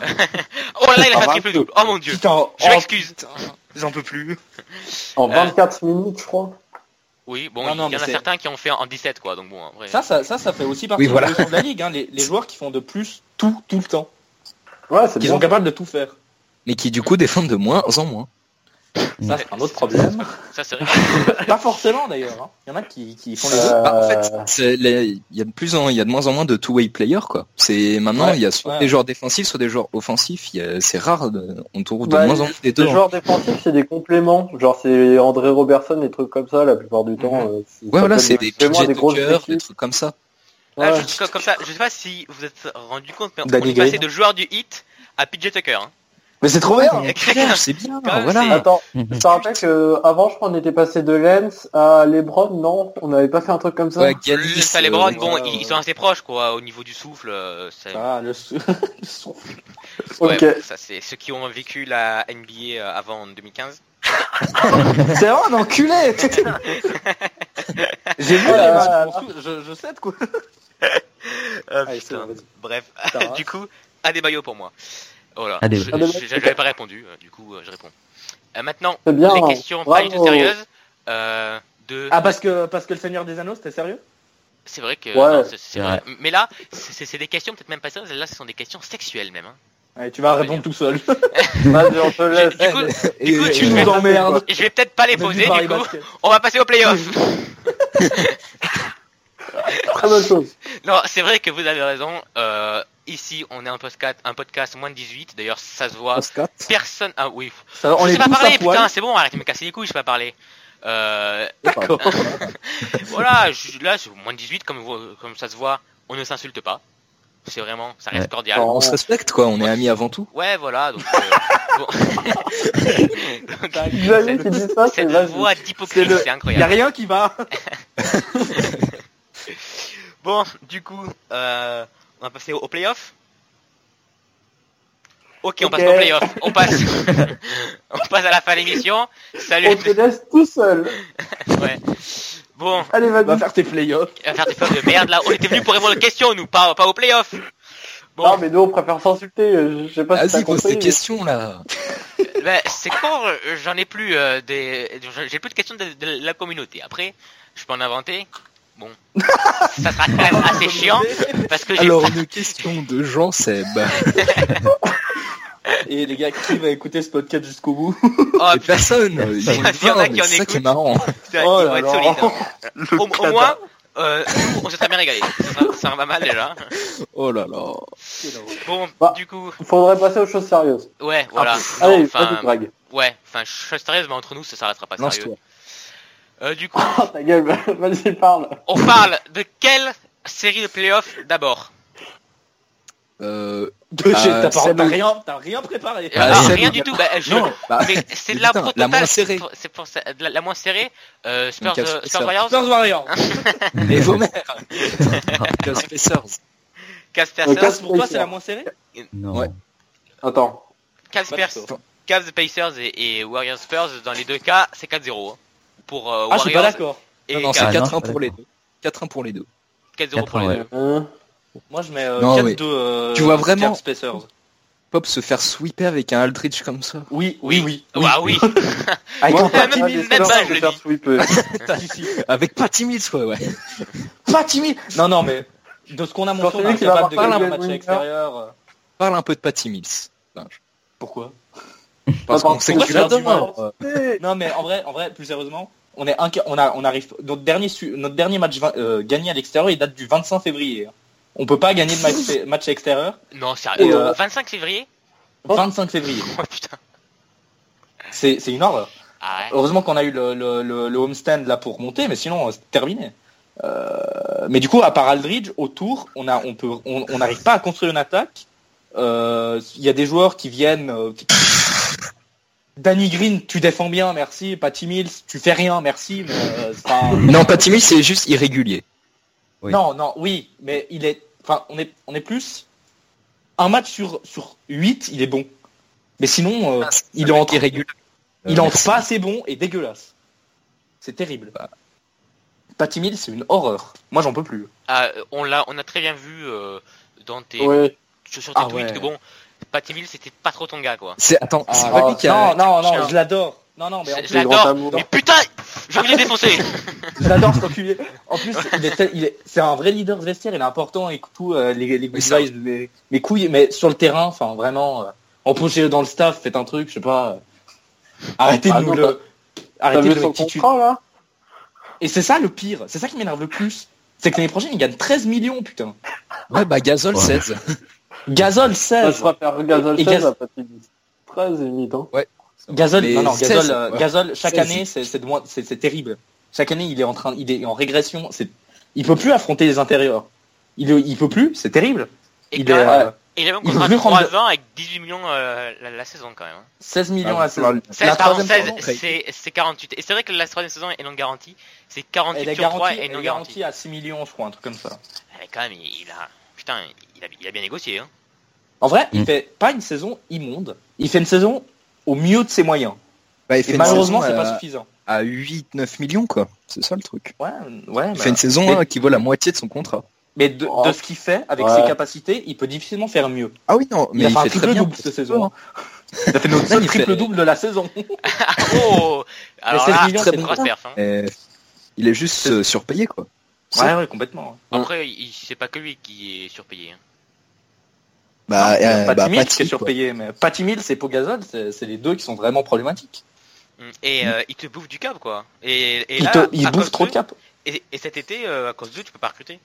S1: Oh là là, il a fait
S2: Ah,
S1: un
S2: bah,
S1: triple double. Oh mon dieu.
S2: Putain, oh,
S1: Je m'excuse.
S2: putain, J'en peux plus.
S3: En
S1: Euh,
S3: 24 minutes, je crois.
S1: Oui, bon,
S2: Non,
S1: il
S2: non,
S1: y en
S2: mais
S1: a
S2: c'est-
S1: certains qui ont fait en 17, quoi. Donc bon, en vrai.
S2: Ça, ça, ça, ça fait aussi partie
S4: Oui, voilà.
S2: de l'évolution de la ligue. hein, Les, les joueurs qui font de plus tout, tout le temps.
S3: Ouais, c'est
S2: Qui
S3: bien.
S2: sont capables de tout faire.
S4: Mais qui du coup *laughs* défendent de moins en moins.
S2: Ça, c'est un autre
S1: *laughs*
S2: problème.
S1: euh, Ça, c'est vrai.
S2: Pas forcément d'ailleurs. hein. Il y en a qui, qui font les deux.
S3: Euh,
S4: Bah, en fait, c'est les- il y a de plus en, il y a de moins en moins de two-way players quoi. C'est maintenant
S2: Ouais,
S4: il y a soit
S2: ouais.
S4: des joueurs défensifs, soit des joueurs offensifs. Il y a- C'est rare, de- on trouve de
S3: Bah,
S4: moins en moins des deux. hein.
S3: Les joueurs défensifs, c'est des compléments. Genre, c'est André Robertson, des trucs comme ça, la plupart du temps. euh, ça
S4: Ouais, voilà,
S3: peut
S4: c'est
S3: être
S4: des
S3: vraiment
S4: PJ
S3: grosses
S4: Tucker, des
S3: équipes.
S4: trucs comme ça.
S1: Là,
S3: Ouais.
S1: juste co- comme ça, Ah, je sais pas si vous êtes rendu compte, mais on
S2: Danny
S1: est passé
S2: Green.
S1: de joueur du hit à PJ Tucker. hein.
S2: Mais c'est trop
S4: *laughs*
S2: bien.
S1: Il y a quelqu'un-
S4: C'est bien,
S1: Quand même,
S4: voilà.
S3: Attends,
S5: Mhm.
S3: je te rappelle que avant, je crois, on était passé de Lens à Lebron, non On n'avait pas fait un truc comme ça
S4: Ouais,
S1: Le-
S4: Giannis,
S1: ça, les Browns,
S4: euh,
S1: bon,
S2: ouais,
S1: ils,
S2: ouais.
S1: ils sont assez proches, quoi, au niveau du souffle. euh, c'est-
S2: Ah, le sou- *laughs* le son.
S1: ouais,
S3: Ok.
S1: bon, ça, c'est ceux qui ont vécu la NBA euh, avant en 2015.
S2: C'est vraiment un enculé
S1: *laughs*
S2: J'ai vu
S3: Oh là
S2: les
S3: là
S2: matchs, je, m'en sou- je, je sais de quoi.
S1: Euh, putain.
S2: Allez, c'est bon, vas-y.
S1: Bref,
S2: Ça va.
S1: *laughs* du coup, Adebayo pour moi. Voilà. Je-
S5: Adebayo.
S1: je-
S3: Adebayo.
S1: je- J'avais pas répondu, euh, du coup, euh, je réponds. Euh, maintenant,
S3: C'est bien.
S1: les
S3: hein.
S1: questions pas
S3: Bravo.
S1: du tout sérieuses. euh, de...
S2: Ah, parce que, parce que le Seigneur des Anneaux, c'était sérieux
S1: C'est vrai que.
S3: Ouais.
S1: non, c'est- c'est vrai. Mais là, c'est c'est des questions peut-être même pas sérieuses. Là, ce sont des questions sexuelles même. hein.
S2: Allez, tu vas répondre
S1: *laughs*
S2: tout seul.
S3: Vas-y, on te
S1: Je-
S3: laisse.
S1: du coup,
S4: Et-
S1: coup, tu
S4: et-
S1: nous
S4: *laughs* et-
S2: emmerdes.
S1: je vais peut-être
S2: *laughs*
S1: pas les poser. Du coup, on va passer au playoff.
S3: Très bonne chose.
S1: non, c'est vrai que vous avez raison. Euh, ici, on est un podcast, un podcast moins de 18. D'ailleurs, ça se voit. Personne. Ah oui.
S2: Ça, on
S1: je
S2: est
S1: sais pas
S2: tous
S1: parler.
S2: à
S1: Putain,
S2: poil.
S1: c'est bon. Arrête de me casser les couilles. Je sais pas parler. Euh,
S2: D'accord. *laughs*
S1: voilà. je- là, c'est moins de 18 comme vous- comme ça se voit. On ne s'insulte pas. C'est vraiment, ça reste
S5: Ouais.
S1: cordial.
S4: On se respecte quoi, on est amis avant tout.
S1: Ouais, voilà.
S2: *laughs*
S1: Donc, euh, bon. Donc,
S3: Jamais qui dit ça, c'est
S1: Cette
S3: vas-y.
S1: voix
S2: C'est
S1: d'hypocrite,
S2: le-
S1: c'est
S2: Il y a
S1: incroyable.
S2: rien qui va.
S1: Bon, du coup, euh, on va passer au, au playoff. Ok, on
S3: Ok.
S1: passe au playoff. On passe, *laughs* on passe à la fin de l'émission. Salut.
S3: On te laisse tout seul.
S1: Ouais. Bon,
S3: Allez, vas-y.
S2: Va faire tes playoffs.
S1: on va faire des fois de merde là. On était venu pour répondre aux questions, nous, pas, pas au playoff. Bon,
S3: Non, mais nous, on préfère s'insulter. euh, Je sais pas si t'as
S4: Vas-y, pose
S3: compris.
S4: tes questions là.
S1: bah, c'est quand euh, j'en ai plus euh, des, j'ai plus de questions de, de la communauté. Après, je peux en inventer. Bon, ça sera quand même assez chiant parce que j'ai
S4: Alors une question de
S1: *laughs*
S4: Jean Seb.
S2: Et les gars, qui va écouter ce podcast jusqu'au bout
S4: *laughs*
S1: Oh,
S4: Et personne. euh, ils ont
S1: Il y en a
S4: vingt,
S1: qui
S4: mais
S1: en
S4: C'est ça qui est
S1: écoutent.
S4: marrant.
S1: Putain,
S2: Oh
S1: ils
S2: là
S1: vont être
S2: là.
S1: solides. hein. Au- au, moins, euh, nous, on s'est très bien régalé. Ça, sera- ça va mal déjà.
S4: Oh là là.
S1: Bon,
S3: Bah.
S1: du coup,
S3: Faudrait passer aux choses sérieuses.
S1: ouais,
S2: Ah,
S1: voilà. Non,
S3: Allez,
S1: enfin,
S3: vas-y, Greg. *laughs*
S1: ouais, enfin, chose sérieuse, mais entre nous, ça s'arrêtera pas sérieux.
S4: Lance-toi.
S1: Euh, du coup,
S3: Oh, ta gueule, *laughs* vas-y, parle.
S1: on parle de quelle série de playoffs d'abord
S4: Euh,
S2: T'as
S4: Euh,
S2: pas-
S4: Seb-
S2: t'as rien, t'as rien préparé.
S1: Euh,
S4: Ah,
S1: ah,
S4: c'est-
S1: Rien du tout. Bah, je-
S4: Non, bah,
S1: Mais c'est de
S4: mais
S1: la
S4: putain,
S1: pro
S4: la moins
S1: totale,
S4: serrée.
S1: c'est pour- C'est pour ça, de la, la moins serrée. Euh, Spurs,
S4: Donc, il y a
S1: euh,
S4: Spurs.
S1: Spurs Warriors,
S2: Spurs Warriors.
S4: Ah, les
S5: *laughs*
S4: Vomers. Les Spacers.
S1: Casper,
S3: Donc, Cas-
S2: Pour toi, c'est la moins serrée
S5: Non.
S4: Ouais.
S3: Attends.
S1: Casper, Cavs, Pacers et, et Warriors Spurs. Dans les deux cas, c'est 4-0 hein, pour euh,
S2: Ah, je suis pas
S1: Warriors
S2: d'accord.
S1: et
S4: Non, non, c'est
S5: Ah, non,
S4: 4-1
S5: je suis
S4: pour les deux. 4-1 pour les deux.
S1: 4-0 pour les
S5: 4-1,
S1: deux.
S5: ouais.
S3: Hein
S2: Moi, je mets euh,
S4: Non,
S2: 4-2.
S4: mais-
S2: euh,
S4: Tu vois vraiment-
S2: Cavs, Pacers.
S4: Pop se faire sweeper avec un Aldridge comme ça.
S2: Oui, oui, oui.
S1: Ouah, Bah oui.
S2: Avec
S3: Moi,
S2: un
S1: même
S2: Patty
S1: mis le
S3: des
S1: même
S3: Spurs,
S1: bas,
S3: je
S1: je
S3: vais
S1: le
S3: faire euh.
S1: dis.
S3: sweeper.
S2: Mills.
S4: *laughs* Avec pas Mills, ouais, ouais.
S2: *laughs* Patty Mills. Non, non, mais de ce qu'on a montré,
S3: Quand
S2: on
S3: c'est
S2: est
S3: lui qui va
S2: capable de
S3: marquer
S2: gagner
S3: le
S2: un match
S3: Winter.
S2: extérieur. euh.
S4: Parle un peu de Patty Mills. Enfin, je-
S2: Pourquoi
S4: Parce
S3: Ah,
S4: qu'on
S3: par
S4: sait
S3: contre,
S4: que tu l'as
S3: je
S4: du mal.
S3: pensais.
S2: Non, mais en vrai, en vrai, plus sérieusement, on est inqui- on a, on arrive. Notre dernier, su- notre dernier match vin- euh, gagné à l'extérieur, il date du 25 février. On peut pas gagner de
S4: *laughs*
S2: match, match extérieur.
S1: Non,
S2: Et,
S1: sérieux.
S2: euh,
S1: 25 février *laughs*
S2: 25 février.
S1: Oh putain.
S2: C'est c'est une horreur.
S1: Ah ouais.
S2: Heureusement qu'on a eu le, le, le, le homestand là pour monter, mais sinon euh, c'est terminé. Euh, mais du coup, à part Aldridge, autour, on a, on peut, on on n'arrive pas à construire une attaque. Euh, Il y a des joueurs qui viennent. euh, qui- Danny Green, tu défends bien, merci. Patty Mills, tu fais rien, merci. Mais, euh, c'est pas-
S4: Non, pas timide, c'est juste irrégulier.
S5: Oui.
S2: Non, non, oui, mais il est. Enfin, on est, on est plus. Un match sur, sur 8, il est bon. Mais sinon, euh,
S1: Ah,
S2: il, entre,
S4: irrégulier.
S2: il entre pas assez bon et dégueulasse. C'est terrible. Patty Mills, c'est une horreur. Moi, j'en peux plus.
S1: Ah, euh, on l'a, on a très bien vu euh, dans tes,
S3: Ouais.
S1: sur sur tes
S2: Ah
S1: tweets
S2: ouais.
S1: que bon, Patty Mills c'était pas trop ton gars quoi.
S4: C'est attends, c'est
S2: Ah,
S4: pas
S3: ah,
S4: lui qui a.
S2: non, non, non,
S1: Tiens.
S2: je l'adore. Non, non, mais en
S1: C'est-
S2: plus,
S1: Je
S3: Le grand
S1: l'adore.
S3: amour.
S1: Mais putain, je vais les
S2: *laughs*
S1: défoncer.
S2: je l'adore cet enculé. En plus, il est tel- il est- c'est un vrai leader de vestiaire, il est important et tout, euh, les, les good
S4: ça-
S2: vibes, les, les couilles, mais sur le terrain, enfin vraiment, euh, empenchez-le dans le staff, faites un truc, je sais pas. euh, arrêtez
S3: Ah
S2: de
S3: non,
S2: nous le.
S3: T'as
S2: Arrêtez
S3: vu
S2: de
S3: son
S2: nous tituler.
S3: contrat là
S2: Et c'est ça le pire, c'est ça qui m'énerve le plus. C'est que l'année prochaine, il gagne 13 millions, putain.
S4: Ouais, bah Gasol
S5: Ouais.
S4: 16.
S2: Gazol
S3: Moi, Je
S2: 16
S3: préfère Gasol
S2: Et
S3: 16
S2: Gaz-
S3: à Patty 13 limite. Hein.
S2: Gazol,
S4: Mais
S2: non, non,
S4: 16,
S2: Gasol, euh,
S4: ouais.
S2: Gasol, chaque
S4: 16.
S2: année, c'est- c'est de moins- c'est c'est terrible. Chaque année, il est en train, il est en régression. C'est, il peut plus affronter les intérieurs. Il, il peut plus, c'est terrible.
S1: Et
S2: il
S1: quand
S2: est,
S1: même,
S2: euh,
S1: il a même
S2: il
S1: contrat de
S2: veut
S1: 3
S2: rendre-
S1: ans avec 18 millions euh, la, la saison quand même. hein.
S2: 16 millions
S4: Ah,
S2: à saison.
S1: Seize,
S2: La
S1: pardon,
S2: troisième
S1: seize,
S2: saison,
S1: c'est c'est 48. Et c'est vrai que la troisième saison est non garantie. C'est 48
S2: Elle est
S1: sur 3
S2: garantie,
S1: et
S2: elle
S1: non
S2: est
S1: garantie. Ah,
S2: garantie à 6 millions, je crois, un truc comme ça.
S1: Mais quand même, il, il a. Putain, il a, il a bien négocié.
S2: *laughs*
S1: Hein.
S2: En vrai, il
S5: Mm.
S2: fait pas une saison immonde. Il fait une saison au mieux de ses moyens.
S4: Bah, il
S2: Et malheureusement, c'est pas suffisant.
S4: à 8-9 millions, quoi. C'est ça le truc.
S2: Ouais, ouais.
S4: Il
S2: bah,
S4: fait une saison
S2: mais-
S4: hein, qui vaut la moitié de son contrat.
S2: Mais de,
S3: Oh.
S2: de ce qu'il fait, avec
S3: Ouais.
S2: ses capacités, il peut difficilement faire mieux.
S4: Ah oui, non, mais
S2: il a
S4: il
S2: fait un
S4: fait très
S2: triple
S4: bien.
S2: double cette saison. hein. *laughs* Il a fait
S4: notre seul
S2: le triple double de la saison.
S1: Ah, oh Alors
S2: 16
S1: là,
S2: millions,
S1: c'est
S2: c'est
S1: une grosse
S2: bon.
S1: perf. hein.
S4: Et Il est juste euh, surpayé, quoi.
S2: *laughs* Ouais, ouais, complètement.
S1: Après, il- c'est pas que lui qui est surpayé. hein.
S4: Bah, euh, bah,
S2: Patty Mills qui est
S4: Patty, quoi.
S2: surpayé, mais Patty Mills et Pogazol, c'est c'est les deux qui sont vraiment problématiques.
S1: Mm. Et euh, il te bouffe du cap quoi. Et, et
S2: Ils,
S1: là,
S2: te, ils
S1: à
S2: bouffent
S1: cause
S2: trop de
S1: d'eux-
S2: cap.
S1: Et, et cet été, euh, à cause d'eux, tu peux pas recruter.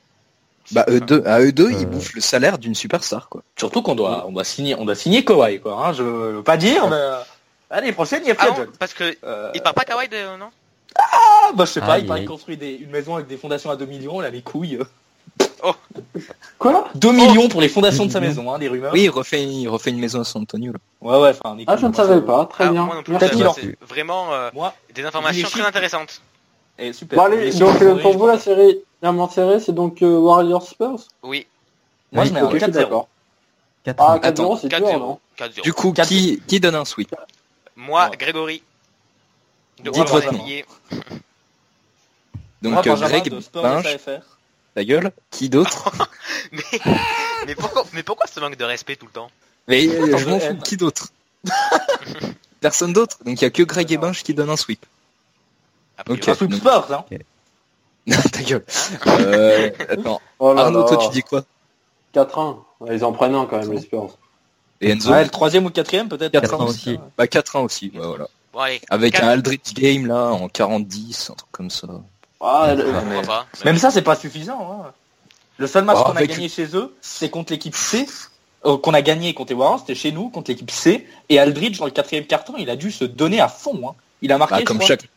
S4: Bah, eux deux, à eux deux,
S5: Euh.
S4: ils bouffent le salaire d'une superstar, quoi.
S2: Surtout qu'on doit, on doit signer, on doit signer Kawhi, quoi. hein, je veux pas dire, mais euh, l'année prochaine, il y a
S1: Ah
S2: free
S1: non,
S2: agent.
S1: parce que
S2: Euh,
S1: il part pas Kawhi, de- non
S2: ah, bah, je sais pas,
S5: Ah,
S2: il paraît
S5: il-
S2: construit des, une maison avec des fondations à 2 millions, là, les couilles.
S3: Quoi
S2: 2 millions pour les fondations de sa
S5: Mhm.
S2: maison, hein, des rumeurs.
S4: Oui, il refait, il refait une maison à San Antonio, là.
S2: Ouais, ouais, enfin, les
S3: Ah,
S2: couilles,
S3: je ne
S2: moi,
S3: savais pas. Très
S1: Ah,
S3: bien.
S1: moi non plus,
S3: Merci.
S2: Peut-être qu'il en-
S1: ça, c'est Vraiment euh,
S2: Moi,
S1: des informations
S2: chiffres-
S1: très intéressantes.
S2: et super.
S3: Bon,
S2: Les
S3: allez,
S2: chiffres
S3: donc
S2: sont
S3: euh,
S2: riches,
S3: pour vous,
S2: moi.
S3: la série clairement serrée, c'est donc euh, Warriors Spurs
S1: Oui,
S2: Moi, je mets un
S3: Ok, je suis
S2: 4-0.
S3: d'accord.
S5: Quatre
S3: Ah,
S5: ans.
S3: 4-0, c'est dur,
S1: 4-0.
S3: non
S1: 4-0.
S4: Du coup, qui, qui donne un sweep
S1: Moi,
S2: Ouais.
S1: Grégory. De
S2: Dites
S1: quoi
S2: votre
S1: vous êtes
S4: Donc,
S2: Moi,
S4: euh,
S2: Benjamin
S4: Greg,
S2: de Spurs
S4: Binge,
S2: SAFR.
S4: ta gueule. Qui d'autre
S1: *laughs* mais, mais pourquoi, mais pourquoi ce manque de respect tout le temps
S4: Mais euh, je
S2: Attends,
S4: m'en
S2: je
S4: fous,
S2: haine.
S4: qui d'autre *laughs* Personne d'autre. Donc, il y a que Greg et Binge qui donnent un sweep. *laughs*
S1: a priori.
S4: Ok.
S2: Un sweep Spurs, hein.
S4: Non, ta gueule. Euh, attends,
S3: Oh là
S4: Arnaud,
S3: là.
S4: toi, tu dis quoi
S3: 4-1. Ouais, Ils en prennent un quand même, les Spurs.
S4: Et Enzo
S2: Ouais, le troisième ou le quatrième, peut-être.
S5: Quatre
S2: par
S5: ans
S2: exemple.
S5: aussi.
S4: Bah, 4-1 aussi, ouais, voilà.
S1: Bon, allez.
S4: Avec
S1: Quatre.
S4: un Aldrich Game, là, en 40-10, un truc comme ça.
S3: Ah, le-
S1: Pourquoi
S2: mais-
S1: pas
S2: Même ça, c'est pas suffisant. hein. Le seul match
S4: Oh,
S2: qu'on a
S4: avec-
S2: gagné chez eux, c'est contre l'équipe C. euh, qu'on a gagné contre les Warriors, c'était chez nous, contre l'équipe C. Et Aldridge, dans le quatrième carton, il a dû se donner à fond. hein. Il a marqué
S4: Bah,
S2: je
S4: comme
S2: crois,
S4: chaque.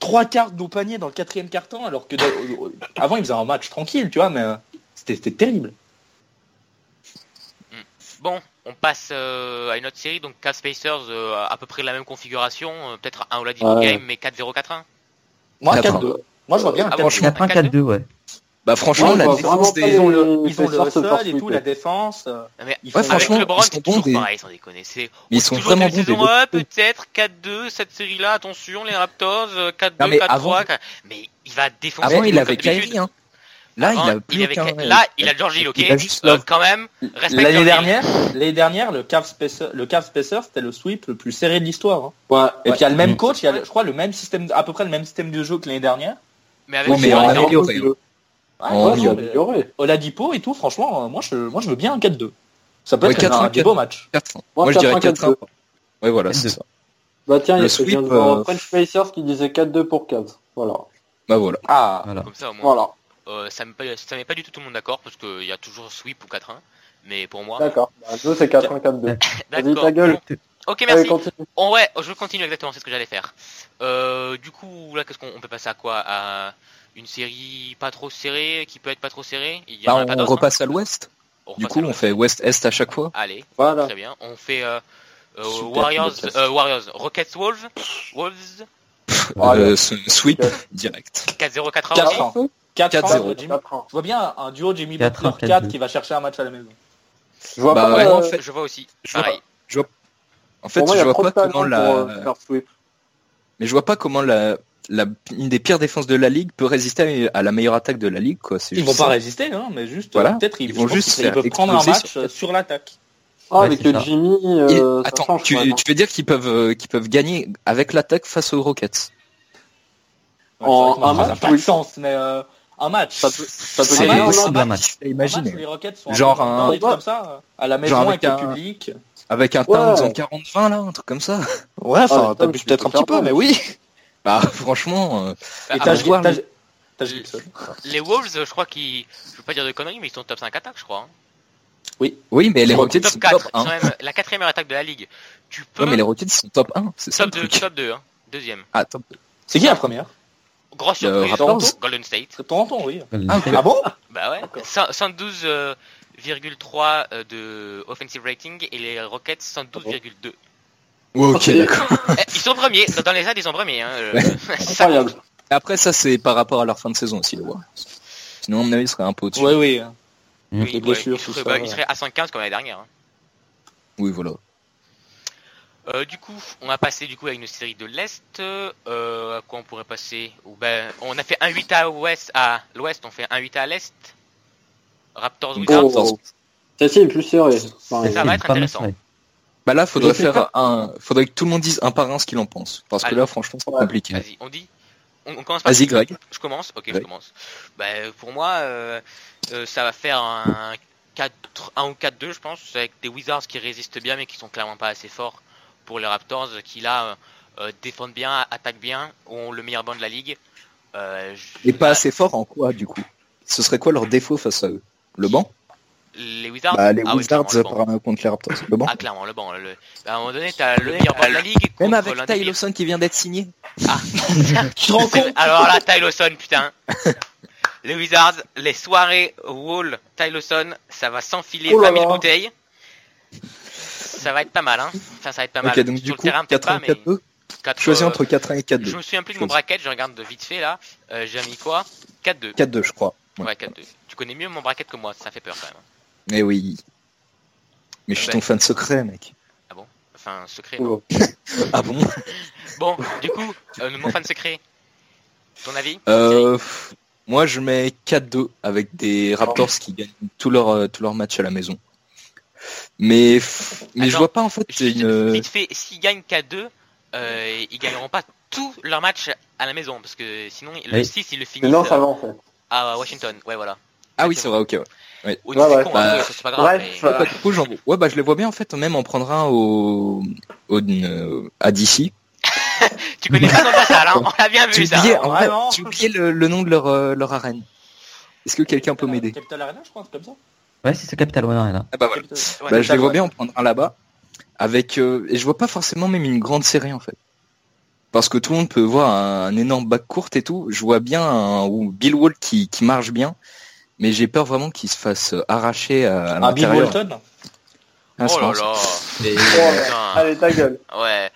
S2: trois quarts de nos paniers dans le quatrième carton, alors que dans- avant, il faisait un match tranquille, tu vois, mais euh, c'était c'était terrible.
S1: Bon, on passe euh, à une autre série, donc Cat Spacers, euh, à peu près la même configuration, euh, peut-être un Oladipo
S3: Ouais.
S1: Game, mais 4-0-4-1.
S2: Moi,
S4: D'accord.
S2: 4-2. Moi, je vois bien.
S1: Ah,
S2: un 4-2.
S1: franchement,
S5: Quatre un, quatre deux, ouais.
S4: Bah,
S3: Ouais,
S4: franchement,
S3: on
S4: la
S3: voit
S4: défense
S3: vraiment pas
S4: des.
S3: les-
S2: ils ont le, ils
S3: les
S2: ont le
S3: Spurs se faire
S2: sol et tout,
S3: sweeper.
S2: la défense. euh,
S1: Non, mais
S2: Ils
S4: Ouais,
S2: font-
S1: avec
S4: franchement,
S1: le Brown,
S4: ils sont
S1: c'est
S4: bons
S1: toujours
S4: des-
S1: pareil, sans déconner. C'est...
S4: Mais
S1: on
S4: ils sont
S1: dit toujours
S4: vraiment
S1: cette
S4: bons,
S1: saison,
S4: des deux.
S1: ouais, peut-être 4-2, cette série-là, attention, les Raptors, euh, 4-2,
S4: Non, mais
S1: 4-3.
S4: avant-
S1: quatre- Mais il va défoncer.
S4: Avant,
S1: tout
S4: il
S1: comme
S4: avait
S1: d'habitude.
S4: Kyrie, hein. Là,
S1: Avant,
S4: il a plus
S1: il avait
S4: aucun-
S1: Kyrie. Là, il a George Hill, ok
S4: Il a juste
S1: Euh,
S4: Love.
S1: Quand même, respecte
S2: L'année
S1: George Hill.
S2: dernière, l'année dernière, le Cavs Spacer, le Cavs Spacer, c'était le sweep le plus serré de l'histoire. hein.
S3: Ouais.
S2: Et puis il y a le même
S4: Mm.
S2: coach, il y a, le- je crois, le même système, à peu près le même système de jeu que l'année dernière.
S1: Mais avec
S4: Oui, mais
S1: George
S4: en
S1: Hill,
S4: année-
S1: non.
S4: amélioré, hein.
S2: Ouais,
S4: En
S2: ouais,
S4: mieux.
S2: non, mais Oladipo et tout, franchement, euh, moi je, moi je veux bien un 4-2. Ça peut
S4: Ouais,
S2: être un,
S4: 4-1,
S2: un beau match.
S4: 4-1.
S3: Moi,
S4: Moi, je dirais
S3: 4-1,
S4: 4-1. Ouais, voilà, c'est ça.
S3: Bah tiens, il y
S4: Le
S3: a quelqu'un
S4: sweep,
S3: devant
S4: euh,
S3: French Pacers qui disait 4-2 pour 4. Voilà.
S4: Bah voilà.
S2: Ah,
S5: Voilà.
S1: Comme ça, au moins,
S3: Voilà.
S1: euh, ça, me, pa- ça met pas du tout tout le monde d'accord, parce qu'il y a toujours sweep ou 4-1. Mais pour moi,
S3: D'accord. Bah, 2 c'est 4 1 4 2. Vas-y
S1: *laughs* d'accord.
S3: ta gueule.
S1: Ok,
S3: Allez,
S1: merci.
S3: continue.
S1: Oh, ouais, je continue exactement, c'est ce que j'allais faire. Euh, du coup, là, qu'est-ce qu'on on peut passer à quoi À une série pas trop serrée, qui peut être pas trop serrée Il y en
S4: Bah,
S1: a pas
S4: on
S1: d'autres, hein
S4: repasse à l'ouest.
S1: On
S4: Du
S1: repasse
S4: coup,
S1: à
S4: on
S1: l'ouest.
S4: fait ouest-est à chaque fois.
S1: Allez,
S3: Voilà.
S1: très bien. On fait euh, euh,
S4: Super
S1: Warriors,
S4: podcast.
S1: euh, Warriors, Rockets, Wolves, Wolves,
S3: Voilà.
S4: Euh, ce- sweep direct.
S1: 4-0, 4-1.
S2: 4
S4: 4-0.
S2: 4-0. Jimmy.
S3: 4 1.
S2: Je vois bien un duo Jimmy
S5: Quatre,
S2: Butler
S5: quatre,
S2: 4
S5: deux.
S2: qui va chercher un match à la maison.
S3: Je vois
S4: Bah,
S3: pas
S4: ouais.
S3: euh,
S4: en
S1: Je- Je vois aussi.
S4: Je vois,
S1: Pareil.
S4: en fait,
S3: pour moi,
S4: je
S3: il y a
S4: vois
S3: trop de
S4: pas
S3: talent
S4: comment
S3: pour
S4: la,
S3: euh, faire sweep.
S4: mais je vois pas comment la, la, une des pires défenses de la ligue peut résister à la meilleure attaque de la ligue, quoi. C'est
S2: Ils
S4: juste
S2: vont pas
S4: ça.
S2: résister, hein, mais juste
S4: Voilà.
S2: euh, peut-être ils,
S4: Ils
S2: je
S4: vont
S2: pense
S4: juste
S2: qu'ils- ils
S4: faire
S2: peuvent prendre un
S4: exploser
S2: match
S4: sur-
S2: euh, sur l'attaque.
S3: Ah,
S5: Ouais,
S3: avec
S5: c'est ça.
S3: Jimmy,
S4: Et-
S3: euh, ça
S4: attends,
S3: change,
S4: tu,
S3: ouais, non.
S4: tu veux dire qu'ils peuvent, euh, qu'ils peuvent gagner avec l'attaque face aux Rockets
S2: Ouais, c'est vrai que
S3: En
S2: ma
S3: un
S2: phrase
S3: match,
S2: a pas de
S3: oui.
S2: sens, mais euh, un match.
S3: Ça peut- ça peut
S4: C'est
S3: gagner.
S4: possible
S3: Non, non,
S5: un match.
S4: à
S2: Un match
S4: imaginer.
S2: où les Rockets sont
S4: Bah, Genre
S2: peu
S4: un-
S2: dans des trucs comme ça, euh, à la maison
S4: Genre
S2: avec,
S4: avec
S2: le
S4: un-
S2: public.
S4: Avec un
S3: Ouais.
S4: Towns en 40-20 là, un truc comme ça.
S2: Ouais,
S3: enfin, mais t'abuses peut-être un petit peu, mais
S2: oui.
S4: Bah *laughs* franchement,
S1: Bah,
S4: euh,
S2: Et
S1: après,
S2: t'as
S4: t'as- voir,
S2: t'as-
S4: mais-
S2: t'as Gibson.
S1: les Wolves, euh, je crois qu'ils. Je veux pas dire de conneries, mais ils sont top 5 attaques, je crois. hein.
S4: oui mais les
S1: Ils sont
S4: Rockets sont
S1: top 4,
S4: top
S1: ils sont
S4: 1.
S1: même la quatrième meilleure attaque de la ligue. Tu peux.
S4: Non mais les Rockets sont top 1, c'est ça
S1: Top
S4: le
S1: 2,
S4: truc.
S1: top 2, hein. Deuxième.
S4: Ah, top-
S2: C'est qui la première
S1: Grosse
S4: Le
S1: surprise,
S4: Raptors.
S1: Golden State.
S2: C'est Toronto, oui.
S4: Ah,
S2: Ah bon
S1: Bah ouais. 112,3 euh, de offensive rating et les Rockets
S2: Ah
S1: 112,2.
S4: Ouais, Ah, ok d'accord.
S1: Eh, ils sont premiers. Dans- Dans les aides, ils sont premiers. Hein.
S2: *laughs*
S1: euh,
S3: Oh,
S1: ça-
S3: Incroyable.
S4: Après ça c'est par rapport à leur fin de saison aussi les Warriors. Sinon à mon avis ils seraient un peu au-dessus.
S2: Oui, oui.
S1: oui,
S2: les
S1: ouais,
S2: blessures,
S1: ils
S2: tout
S1: seraient-
S2: ça,
S1: bah,
S2: ouais.
S1: ils seraient à 115 comme l'année dernière. hein.
S4: Oui voilà.
S1: Euh, du coup, on a passé du coup à une série de l'Est. Euh, à quoi on pourrait passer Ou ben, On a fait 1-8 à l'Ouest, à l'ouest on fait 1-8 à l'Est. Raptors Wizards.
S4: Raptors.
S3: Celle-ci est plus serrée. Enfin,
S1: ça va être intéressant.
S4: Bah là faudrait
S3: Je sais
S4: faire un, faudrait que tout le monde dise un par un ce qu'il en pense, parce que
S1: Allez.
S4: là franchement c'est
S3: Ouais.
S4: compliqué.
S1: Vas-y, on dit on, on commence par
S4: Vas-y Greg.
S1: Je commence Ok, je
S4: Oui.
S1: commence. Bah, euh, pour moi, euh, euh, ça va faire un 4, 1 ou 4-2, je pense, avec des Wizards qui résistent bien, mais qui sont clairement pas assez forts pour les Raptors, qui là euh, euh, défendent bien, attaquent bien, ont le meilleur banc de la ligue. Euh, je-
S4: Et pas assez fort en quoi du coup Ce serait quoi leur défaut face à eux Le banc
S1: Les Wizards
S4: Bah les
S1: Ah oui,
S4: Wizards
S1: clairement, le banc.
S4: par- contre les Raptors. Le banc.
S1: Ah, clairement, le banc. le- À un moment donné, t'as le meilleur banc de la ligue.
S4: Même
S1: contre
S4: avec
S1: l'un
S4: Ty
S1: des
S4: Lawson qui vient d'être signé.
S2: Tu te
S1: *laughs*
S2: rends
S1: C'est-
S2: *laughs* compte
S1: Alors là, Ty Lawson, putain. Les Wizards, les soirées Wall, Ty Lawson, ça va s'enfiler
S3: Oh là
S1: 20 000
S3: là.
S1: bouteilles. Ça va être pas mal, hein. Enfin, ça va être pas mal.
S4: Ok donc
S1: Sur
S4: du
S1: le
S4: coup
S1: terrain,
S4: 4
S1: peut-être pas,
S4: 1
S1: mais
S4: 4 2
S1: quatre,
S4: Choisis
S1: euh,
S4: entre 4 1 et 4
S1: Je
S4: 2.
S1: me souviens plus de
S4: Je
S1: mon
S4: sais.
S1: bracket, je regarde de vite fait là. Euh, J'ai mis quoi 4-2.
S4: 4 2 je crois. Ouais.
S1: Ouais, 4-2. Tu connais mieux mon bracket que moi, ça fait peur quand même.
S4: Eh oui. Mais je suis
S1: Ouais.
S4: ton fan secret mec.
S1: Enfin, secret.
S3: Oh.
S4: Ah bon
S1: Bon, du coup, euh, mon fan secret. Ton avis
S4: Euh, pff, moi, je mets 4-2 avec des Raptors qui gagnent tous leurs euh, tous leurs matchs à la maison. Mais pff, mais je
S1: Attends,
S4: vois pas en fait
S1: Juste,
S4: une. euh,
S1: Vite fait, s'ils gagnent K2, euh, ils gagneront pas tous leurs matchs à la maison parce que sinon le
S5: Oui.
S1: 6 ils le
S3: Mais
S1: finissent
S3: non, ça va en fait.
S1: à Washington. Ouais, voilà.
S4: Ah oui, c'est vrai, ok. Ouais.
S1: Au
S3: Ouais, ouais.
S1: con,
S4: Bah,
S1: hein, c'est pas grave.
S3: bref,
S1: mais-
S3: euh,
S4: Bah, du coup, j'en- ouais, bah je les vois bien en fait même en prendre un au, au euh, à DC.
S1: Tu connais pas ton passage, hein, on l'a bien
S4: J'ai
S1: vu ça.
S4: oublié, en vrai,
S2: vraiment
S4: j'ai oublié le, le nom de leur euh, leur arène. Est-ce que quelqu'un peut m'aider
S2: Capital Arena, je crois, c'est comme ça.
S5: Ouais, c'est ce Capital One là.
S4: Ah bah voilà.
S2: Capital-
S1: Ouais,
S4: Bah, je les vois
S2: ouais.
S4: bien en prendre un là-bas. Avec euh, et je vois pas forcément même une grande série en fait. Parce que tout le monde peut voir un, un énorme bac courte et tout. Je vois bien un, ou Bill Wall qui, qui marche bien, mais j'ai peur vraiment qu'il se fasse euh, arracher à, à
S2: Un Bill
S4: l'intérieur.
S2: Walton.
S4: Ah, c'est
S1: Oh là
S4: marrant,
S1: là.
S4: Et-
S1: Putain.
S3: Allez, ta gueule.
S1: Ouais.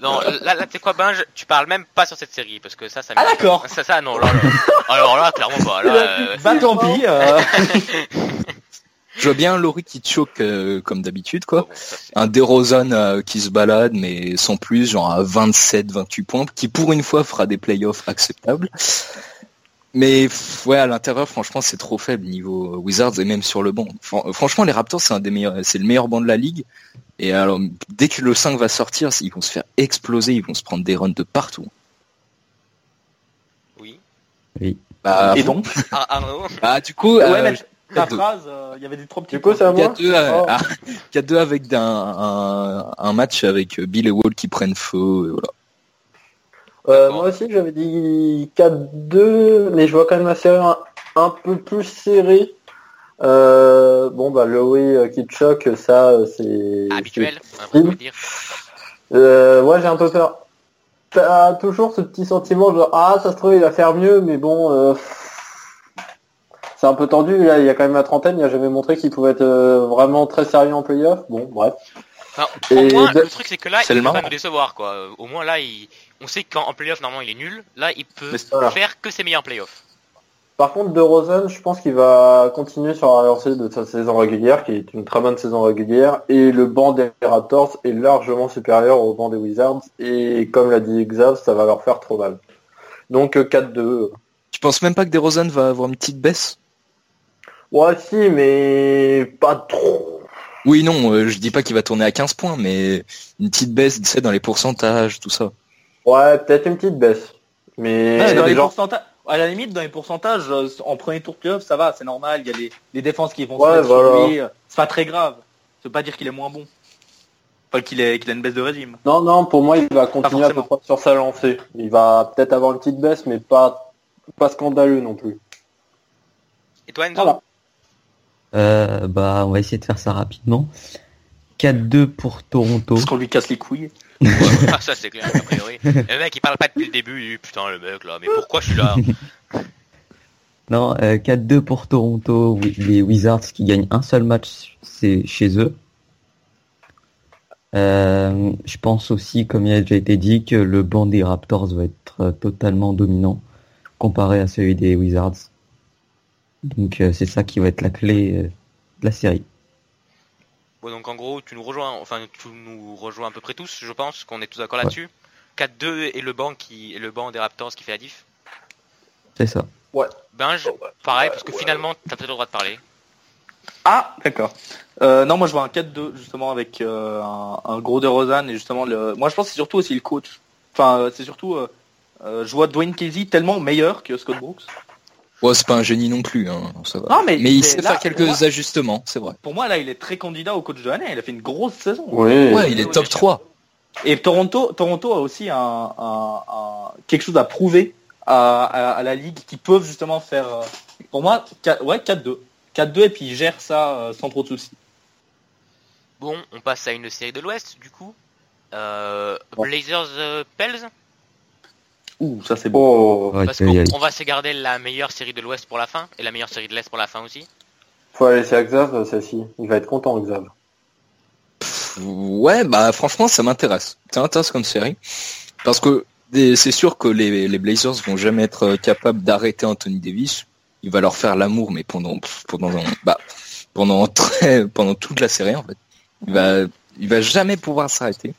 S1: Non, là, là tu sais quoi, Binge Tu parles même pas sur cette série parce que ça, ça.
S2: Ah
S1: m'énerve.
S2: d'accord.
S1: Ça, ça, non. Là, là. Alors là, clairement pas. Là, euh,
S2: Bah tant pis. euh,
S4: je vois bien un Laurie qui choque euh, comme d'habitude quoi.
S1: bon, ça, c'est-
S4: Un DeRozan euh, qui se balade mais sans plus, genre à 27-28 points, qui pour une fois fera des playoffs acceptables. Mais pff, ouais, à l'intérieur, franchement, c'est trop faible niveau euh, Wizards et même sur le banc. Fran- euh, franchement, les Raptors, c'est un des meilleurs, c'est le meilleur banc de la ligue. Et alors, dès que le 5 va sortir, ils vont se faire exploser, ils vont se prendre des runs de partout.
S1: Oui.
S5: Oui.
S4: Bah,
S2: Et donc.
S1: Ah, Arnaud.
S4: bah, du coup,
S1: Ah,
S2: Ouais,
S4: euh,
S2: mais-
S4: je-
S2: La
S4: deux.
S2: phrase, euh, il y avait des trois petits
S3: Du coup, c'est à
S4: Il y a
S3: moi
S4: deux, euh,
S3: Oh.
S4: ah, il y a deux avec d'un- un, un match avec Bill et Wall qui prennent feu. et voilà.
S3: Euh,
S1: D'accord.
S3: Moi aussi, j'avais dit 4-2, mais je vois quand même la série un, un peu plus serrée. Euh, bon, bah, Loé euh, Kitschok, ça, euh, c'est...
S1: Habituel, hein, on peut dire.
S3: c'est- Euh, ouais, j'ai un peu peur. T'as toujours ce petit sentiment, genre, ah, ça se trouve, il va faire mieux, mais bon... euh, C'est un peu tendu, là, il y a quand même la trentaine, il a jamais montré qu'il pouvait être euh, vraiment très sérieux en playoff. Bon, bref.
S1: Enfin, au
S3: Et
S1: moins,
S3: de-
S1: le truc c'est que là, il
S4: Seulement.
S1: peut pas nous décevoir quoi. Euh, Au moins là, il... on sait qu'en en playoff normalement il est nul. Là, il peut
S2: Mais
S3: Voilà.
S1: faire que ses meilleurs playoffs.
S3: Par contre, De Rosen, je pense qu'il va continuer sur la lancée de sa saison régulière, qui est une très bonne saison régulière, et le banc des Raptors est largement supérieur au banc des Wizards, et comme l'a dit Xav, ça va leur faire trop mal. Donc euh, 4-2.
S4: Tu penses même pas que DeRozan va avoir une petite baisse
S3: Ouais, si, mais pas trop.
S4: Oui, non, euh, je dis pas qu'il va tourner à 15 points, mais une petite baisse, tu sais, dans les pourcentages, tout ça.
S3: Ouais, peut-être une petite baisse. Mais
S2: Ouais, dans les
S3: genre-
S2: pourcentages, à la limite, dans les pourcentages, euh, en premier tour de playoff, ça va, c'est normal. Il y a les, les défenses qui vont
S3: Ouais,
S2: se mettre sur
S3: voilà.
S2: lui, euh, C'est pas très grave. Ça veut pas dire qu'il est moins bon. Enfin, qu'il est- qu'il a une baisse de régime.
S3: Non, non, pour moi, il va continuer à peu
S2: forcément.
S3: près sur sa lancée. Il va peut-être avoir une petite baisse, mais pas, pas scandaleux non plus.
S1: Et toi, Enzo
S3: Voilà.
S5: Euh, bah, on va essayer de faire ça rapidement. 4-2 pour Toronto.
S2: Parce qu'on lui casse les couilles.
S1: Ah, ça c'est clair, a *laughs* priori. le mec il parle pas depuis le début, il dit, putain le mec là, mais pourquoi je suis *laughs* là
S5: Non, euh, 4-2 pour Toronto. Wi- Les Wizards qui gagnent un seul match, c'est chez eux. Euh, je pense aussi, comme il a déjà été dit, que le banc des Raptors va être euh, totalement dominant comparé à celui des Wizards. Donc euh, c'est ça qui va être la clé euh, de la série.
S1: Bon, donc en gros, tu nous rejoins, enfin tu nous rejoins à peu près tous, je pense qu'on est tous d'accord
S5: Ouais.
S1: là-dessus. 4-2 et le banc qui et le banc des Raptors qui fait la diff.
S5: C'est ça.
S1: Binge, pareil parce que finalement t'as peut-être le droit de parler.
S2: Ah, d'accord. Euh, non, moi je vois un 4-2 justement avec euh, un, un gros de Rosanne et justement le. Moi je pense que c'est surtout aussi le coach. Enfin, euh, c'est surtout. euh, euh, je vois Dwayne Casey tellement meilleur que Scott Brooks.
S4: Ouais, c'est pas un génie non plus, hein, ça va.
S2: Non, mais- mais
S4: il sait
S2: là,
S4: faire
S2: pour moi-
S4: quelques ajustements, c'est vrai.
S2: Pour moi, là, il est très candidat au coach de l'année. Il a fait une grosse saison.
S3: Oui.
S4: Ouais, il
S1: oui, bien
S4: est top
S1: sûr.
S4: 3.
S2: Et Toronto, Toronto a aussi un, un- un- quelque chose à prouver à, à- à la ligue qui peuvent justement faire. euh, Pour moi, qua- ouais, 4-2. 4-2 et puis ils gèrent ça euh, sans trop de soucis.
S1: Bon, on passe à une série de l'Ouest du coup. Euh, Blazers euh, Pels
S2: Ouh, ça c'est bon.
S3: Oh,
S5: Ouais,
S1: parce
S5: tu vas y
S1: qu'on
S5: aller.
S1: on va se garder la meilleure série de l'Ouest pour la fin et la meilleure série de l'Est pour la fin aussi.
S3: faut aller laisser à Xav, euh, celle-ci. Il va être content, Xav.
S4: Ouais, bah franchement, ça m'intéresse. Ça m'intéresse comme série. Parce que des- c'est sûr que les, les Blazers vont jamais être euh, capables d'arrêter Anthony Davis. Il va leur faire l'amour, mais pendant pendant bah pendant très- pendant toute la série en fait. Il va il va jamais pouvoir s'arrêter.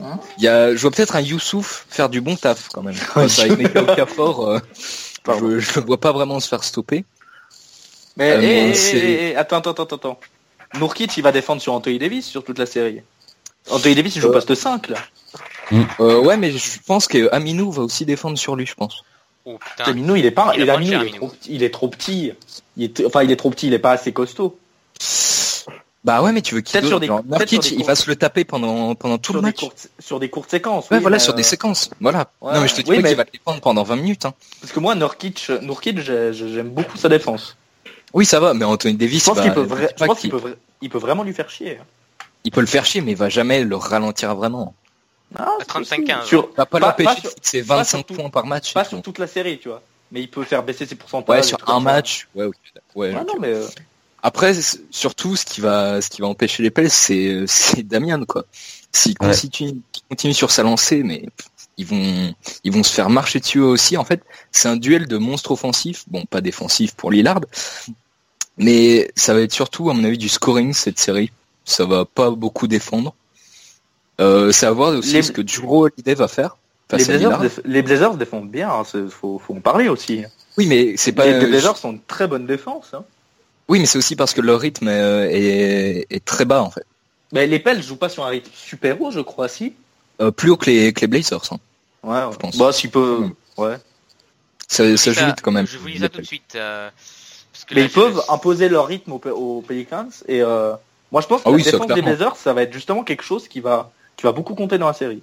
S4: Il y a, je vois peut-être un Youssouf faire du bon taf quand même. Parce qu'avec Mika Okafor, euh, je, je le vois pas vraiment se faire stopper.
S2: Mais eh,
S4: Euh,
S2: hé,
S4: moi,
S2: hé,
S4: c'est-
S2: hé, hé, attends, attends, attends, attends. Nourkic, il va défendre sur Anthony Davis sur toute la série. Anthony Davis, il joue
S3: Ouais.
S2: poste 5 là.
S4: Euh, ouais, mais je pense que Aminou va aussi défendre sur lui, je pense.
S1: Oh putain.
S2: Amino, il est pas.
S1: Il
S2: Il,
S1: a
S2: Aminu,
S1: mangé,
S2: il est trop, petit- il est trop petit. Il est, enfin, il est trop petit. Il est pas assez costaud.
S4: Bah ouais, mais tu veux qu'il
S2: Peut-être sur des-
S4: genre,
S2: peut-être sur
S4: Nurkic,
S2: des
S4: il va
S2: courtes-
S4: se le taper pendant pendant tout
S2: Sur
S4: le
S2: des,
S4: match.
S2: courtes, sur des courtes séquences.
S4: Ouais,
S2: oui,
S4: voilà,
S2: mais,
S4: sur des
S2: euh,
S4: séquences. Voilà.
S2: ouais,
S4: non, mais je te dis
S2: oui,
S4: pas
S2: mais-
S4: qu'il va te défendre pendant 20 minutes. Hein.
S2: Parce que moi, Nurkic, Nurkic, j'ai- j'ai- j'aime beaucoup sa défense.
S4: Oui, ça va, mais Anthony Davis,
S2: Je pense
S4: bah,
S2: qu'il peut,
S4: je
S2: vra-
S4: dis
S2: je
S4: pas
S2: pense
S4: qu'il-
S2: qu'il peut vra- il peut vraiment lui faire chier. hein.
S4: il peut le faire chier, mais il va jamais le ralentir vraiment.
S2: Ah, c'est
S1: 35-15,
S2: possible. Sur,
S4: Il va pas
S2: Pas-
S4: l'empêcher
S2: pas
S4: de
S2: sur-
S4: fixer
S2: pas
S4: 25
S2: sur tout-
S4: points par match.
S2: pas
S4: et
S2: sur
S4: tout.
S2: toute la série, tu vois. Mais il peut faire baisser ses pourcentages.
S4: Ouais,
S2: et
S4: sur
S2: tout
S4: un
S2: comme ça.
S4: match. Ouais, ok, ouais,
S2: Ah
S4: ok.
S2: non, mais euh,
S4: Après, c'est- surtout, ce qui va, ce qui va empêcher les Pels, c'est, c'est Damian, quoi. S'il
S5: Ouais.
S4: continue, continue sur sa lancée, mais pff, ils vont, ils vont se faire marcher dessus eux aussi. En fait, c'est un duel de monstres offensifs. Bon, pas défensif pour Lillard. Mais ça va être surtout, à mon avis, du scoring, cette série. Ça va pas beaucoup défendre. Euh, c'est à voir aussi
S2: Les-
S4: ce que Juro Holiday va faire.
S2: les
S4: Face à
S2: Blazers,
S4: Lillard.
S2: déf- les Blazers défendent bien. hein, c'est- faut, faut en parler aussi.
S4: Oui, mais c'est pas,
S2: Les, les Blazers sont une très bonne défense. hein.
S4: oui, mais c'est aussi parce que leur rythme euh, est, est très bas, en fait.
S2: Mais les Pels jouent pas sur un rythme super haut, je crois, si.
S4: Euh, plus haut que les, que les Blazers, hein.
S2: Ouais, ouais.
S4: Je pense.
S2: Bah, s'il peut. Ouais.
S4: Ça, ça
S1: Je vous bah,
S4: joue
S1: lis
S4: vite quand même.
S1: Je vous lis ça tout de suite. euh, Parce que
S2: Mais
S1: là,
S2: ils
S1: je-
S2: peuvent imposer leur rythme aux, Pe- aux Pelicans et euh, moi je pense que
S4: Ah oui,
S2: la
S4: ça,
S2: défense des
S4: clairement.
S2: Blazers ça va être justement quelque chose qui va qui va beaucoup compter dans la série.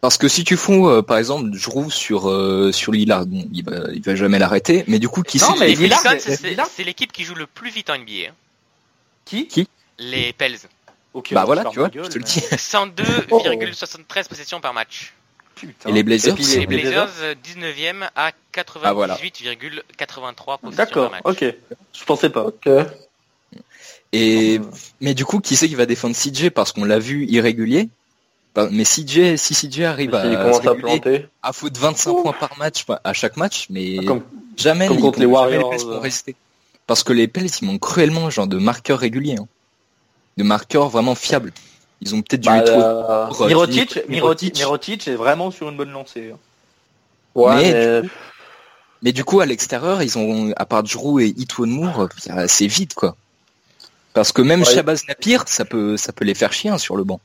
S4: Parce que si tu fous, euh, par exemple, Drew sur euh, sur Lillard, bon, il va il va jamais l'arrêter, mais du coup, qui
S2: Non,
S4: c'est
S2: mais
S1: les
S4: qui-
S2: Lillard,
S1: Pelicans,
S2: mais-
S1: c'est-
S2: Lillard-
S1: c'est l'équipe qui joue le plus vite en NBA. hein.
S2: Qui
S1: Les
S2: *laughs*
S1: Pels.
S2: Ok,
S4: Bah
S2: on
S4: voilà,
S2: ferme
S4: tu vois,
S2: ma gueule, euh,
S4: je te le
S2: mais-
S4: dis.
S1: 102,73 possessions par match.
S2: Putain.
S4: Et les Blazers,
S2: Et puis
S1: Les
S2: les Blazers
S1: Blazers, euh, 19e à 98,83
S4: Ah, voilà.
S1: possessions par
S2: D'accord,
S1: match.
S2: ok. Je pensais pas.
S3: Ok.
S2: euh,
S4: Et mais du coup, qui c'est qui va défendre CJ parce qu'on l'a vu irrégulier. Bah, Mais CJ, si CJ arrive à,
S3: S'il
S2: ben,
S4: se
S3: commence à
S4: réguler,
S3: planter, Ah,
S4: à foutre 25 points par match bah, à chaque match, mais
S3: comme
S4: jamais
S3: comme
S4: ils-
S3: contre les
S4: jamais
S3: Warriors,
S4: Pels vont
S3: euh.
S4: rester. Parce que les Pels, ils manquent cruellement genre de marqueurs réguliers, hein. de marqueurs vraiment fiables. Ils ont peut-être dû
S3: bah,
S4: lui trouver
S3: euh,
S4: Rocky,
S2: Mirotic, Mirotic,
S4: Mirotic.
S2: Mirotic est vraiment sur une bonne lancée. hein.
S3: ouais,
S4: Mais
S3: mais-
S4: Mais du coup, à l'extérieur, ils ont, à part Drew et Itwan Moore, c'est vide, quoi. Parce que même
S3: Ouais.
S4: Shabazz Napier, ça peut, ça peut les faire chier hein, sur le banc.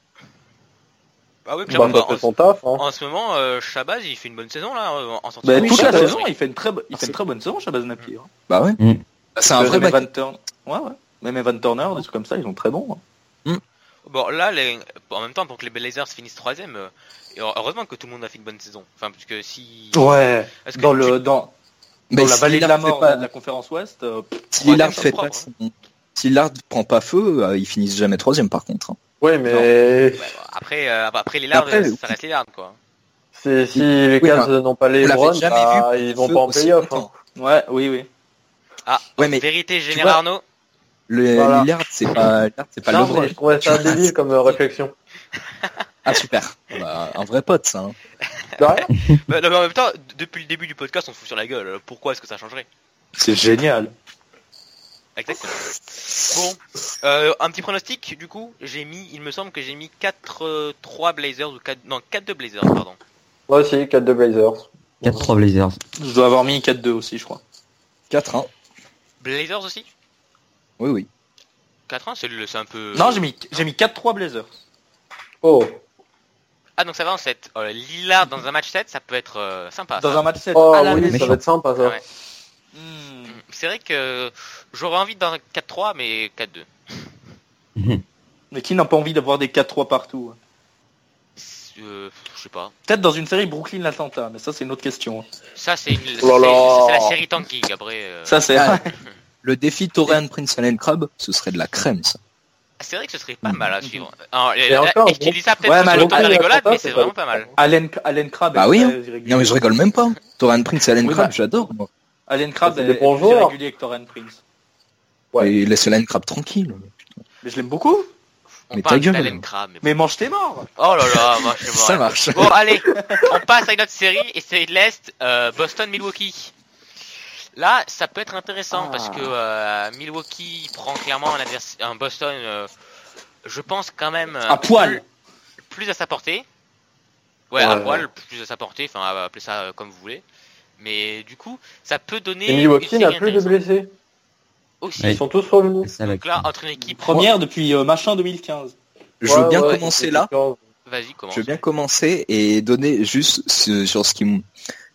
S1: Ah oui,
S3: bah,
S1: clairement,
S3: ça
S1: en,
S3: fait son taf. Hein.
S1: en ce moment, euh, Shabazz, il fait une bonne saison là. euh, En sortie
S2: Bah,
S1: de
S4: oui,
S2: toute la
S4: Shabazz,
S2: saison,
S1: oui.
S2: il fait une très, bo- il fait
S4: Parce-
S2: une très bonne saison, Shabazz Napier. hein.
S4: Bah ouais.
S5: Mm.
S4: C'est un vrai
S2: Même
S4: bac.
S2: Evan Turner, ouais, ouais. Même Evan Turner, des trucs comme ça, ils sont très bons. hein.
S1: Bon, là, les- en même temps, pour que les Blazers finissent troisième, euh, et heureusement que tout le monde a fait une bonne saison. Enfin, parce que si.
S2: Ouais.
S1: parce que
S2: hein. Dans
S1: tu-
S2: le, dans,
S4: Mais
S2: dans la
S4: si
S2: vallée de la
S4: Lillard
S2: mort
S4: fait pas-
S2: de la conférence Ouest, euh,
S4: si Lillard
S1: troisième,
S4: fait
S1: c'est
S4: pas
S1: propre,
S4: son- si Lillard prend pas feu, euh, ils finissent jamais troisième par contre. hein.
S3: Ouais, mais
S1: Ouais, bon, après, euh, après les larves,
S4: Après,
S1: ça reste les larves quoi.
S3: c'est- si les
S4: Oui,
S3: Cavs n'ont pas les
S4: on l'avait
S3: Browns,
S4: jamais
S3: bah,
S4: vu
S3: ils vont
S4: Feu
S3: pas en
S4: aussi
S3: playoff. Hein.
S4: longtemps.
S2: ouais, oui, oui.
S4: Ouais, mais
S1: Vérité, Général
S4: vois-
S1: Arnaud.
S4: le,
S3: Voilà.
S4: Lillard, c'est
S3: *laughs*
S4: pas, Lillard, c'est pas
S3: Non,
S4: l'œuvre.
S3: mais je trouvais ça débile comme euh, réflexion.
S4: Ah super. Bah, un vrai pote, ça. hein.
S3: De rien.
S1: Bah, non, mais en même temps, d- depuis le début du podcast, on se fout sur la gueule. Alors, Pourquoi est-ce que ça changerait
S2: C'est génial.
S1: Exactement. Bon, euh, un petit pronostic du coup. J'ai mis, il me semble que j'ai mis 4-3 Blazers ou 4, non 4-2 Blazers, pardon.
S3: Moi aussi, 4 de Blazers.
S5: 4-3 Blazers.
S2: Je dois avoir mis 4-2 aussi, je crois.
S4: 4 1
S1: Blazers aussi
S4: hein. Oui oui.
S1: 4 1 c'est le- c'est un peu.
S2: Non, j'ai mis, j'ai mis 4-3 Blazers.
S3: Oh,
S1: Ah, donc ça va en 7. Euh, Lillard dans un match 7, ça peut être euh, sympa.
S2: Dans
S1: ça.
S2: un match 7.
S3: oh
S2: à la
S3: oui, ça
S2: maison.
S3: va être sympa ça.
S1: Ouais.
S2: Hmm.
S1: C'est vrai que j'aurais envie d'un 4-3, mais 4-2.
S2: Mais qui n'a pas envie d'avoir des 4-3 partout hein
S1: Euh, je sais pas.
S2: Peut-être dans une série Brooklyn-Atlanta, mais ça, c'est une autre question. hein.
S1: Ça, c'est une...
S3: Oh là là.
S1: c'est- c'est la série tanking après. euh.
S2: Ça, c'est...
S4: Ah, le défi Torian Prince and Crab, ce serait de la crème, ça.
S1: Ah, C'est vrai que ce serait pas mal à suivre.
S4: Mm.
S1: Ah,
S3: Et
S1: Alors,
S3: encore,
S1: et je te dis ça peut-être
S2: Ouais,
S1: sur
S2: mais
S1: le ton de
S3: Brooklyn,
S1: la rigolade,
S3: Atlanta,
S1: mais c'est
S3: c'est
S1: vraiment
S3: pas-
S1: pas mal.
S2: *laughs* Allen, Allen Crabbe
S4: Bah
S2: est
S4: oui,
S2: très
S4: hein.
S2: irrégulier.
S4: Non mais je rigole même pas. Torian Prince and
S2: Oui,
S4: Crab,
S2: bah-
S4: j'adore. moi.
S2: Allen Crabbe
S3: Ça
S2: est
S3: fait des bons
S2: plus
S3: joueurs.
S2: irrégulier que Torren Prince.
S3: Ouais.
S4: Et laisse Alan Crab tranquille.
S2: Mais je l'aime beaucoup.
S1: On
S4: Mais
S1: parle
S4: ta gueule.
S1: d'Allen Crabbe, mais bon.
S2: Mais mange tes morts.
S1: Oh là là, moi je suis mort.
S4: Ça marche.
S1: Bon, allez, on passe à une autre série, et c'est de l'Est, euh, Boston-Milwaukee. Là, ça peut être intéressant parce que euh, Milwaukee prend clairement un, advers- un Boston, euh, je pense quand même, euh,
S2: À poil.
S1: plus, plus à sa portée. Ouais, à poil, plus à sa portée, enfin, appelez ça euh, comme vous voulez. Mais du coup, ça peut donner.
S3: Et
S1: une
S3: Milwaukee n'a
S1: série
S3: plus de
S1: intéressante
S3: blessés.
S1: aussi.
S5: Ouais.
S3: Ils sont tous revenus.
S5: C'est ça, la
S1: Donc là, entre une équipe,
S2: Première depuis euh, machin 2015.
S4: Je veux
S3: Ouais,
S4: bien
S3: ouais,
S4: commencer
S3: ils
S4: là.
S3: sont
S1: vas-y, commence.
S4: Je veux bien commencer et donner juste ce- sur ce qui m-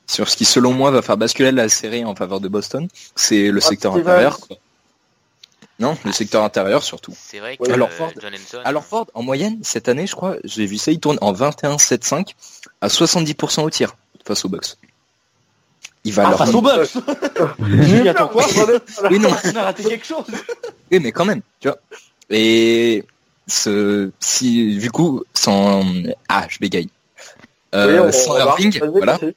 S4: sur ce qui selon moi va faire basculer la série en faveur de Boston, c'est le
S3: Ah,
S4: secteur
S3: Stevens.
S4: intérieur. quoi. Non, le secteur intérieur surtout.
S1: C'est vrai que
S3: Ouais.
S4: Alors,
S1: euh,
S4: Ford-
S1: John Henson-
S4: Alors Ford, en moyenne, cette année, je crois, j'ai vu ça, il tourne en 21-7-5 à 70% au tir face aux Bucks. Il va
S2: Ah,
S4: leur...
S2: face
S4: *laughs*
S2: aux Bucks.
S3: J'ai
S2: Julie,
S3: eu
S2: attends
S3: peur,
S2: quoi
S4: Euh,
S3: voilà.
S4: Oui, non,
S2: On a raté quelque chose.
S4: Oui, mais quand même, tu vois. Et ce, si, du coup, sans, ah, je bégaye. Euh,
S3: Oui, on- on
S4: sans
S3: va
S4: Irving,
S3: regarder
S4: voilà.
S3: là-dessus.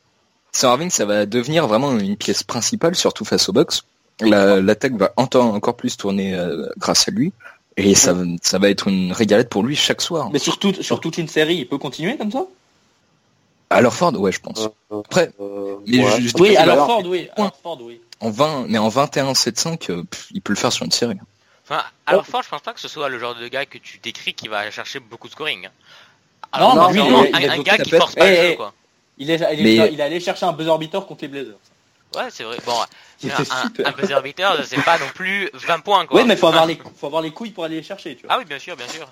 S4: Sans Irving, ça va devenir vraiment une pièce principale, surtout face aux Bucks. La- L'attaque va enten- encore plus tourner euh, grâce à lui. Et ça, va- ça va être une régalette pour lui chaque soir.
S2: Mais sur, toute- sur toute une série, il peut continuer comme ça
S4: Alors Ford, ouais, je pense.
S3: Euh,
S4: Après,
S3: euh,
S4: mais
S3: ouais.
S4: je- je-
S2: Oui,
S4: bah,
S2: alors
S4: alors,
S2: Ford, oui.
S4: point.
S2: Alors Ford, oui.
S4: en 20, mais en 21-7-5, euh, pff, il peut le faire sur une série.
S1: Enfin, alors Ford, je pense pas que ce soit le genre de gars que tu décris qui va chercher beaucoup de scoring. hein. Alors,
S2: Non,
S1: c'est
S2: lui,
S1: vraiment
S2: il a-
S1: un,
S2: il a
S1: un
S4: d'autres
S1: gars qui
S4: tapettes.
S1: force pas le
S2: Eh,
S1: jeu,
S2: eh.
S1: quoi.
S2: Il est, il, est,
S4: Mais-
S2: il est allé chercher un buzzer beater contre les Blazers. Ah,
S1: Ouais, c'est vrai. Bon,
S2: C'était
S1: un, un,
S2: super.
S1: un buzzer beater, c'est pas non plus 20 points, quoi.
S2: Oui, mais faut avoir les, faut avoir les couilles pour aller les chercher, tu vois.
S1: Ah oui, bien sûr, bien sûr.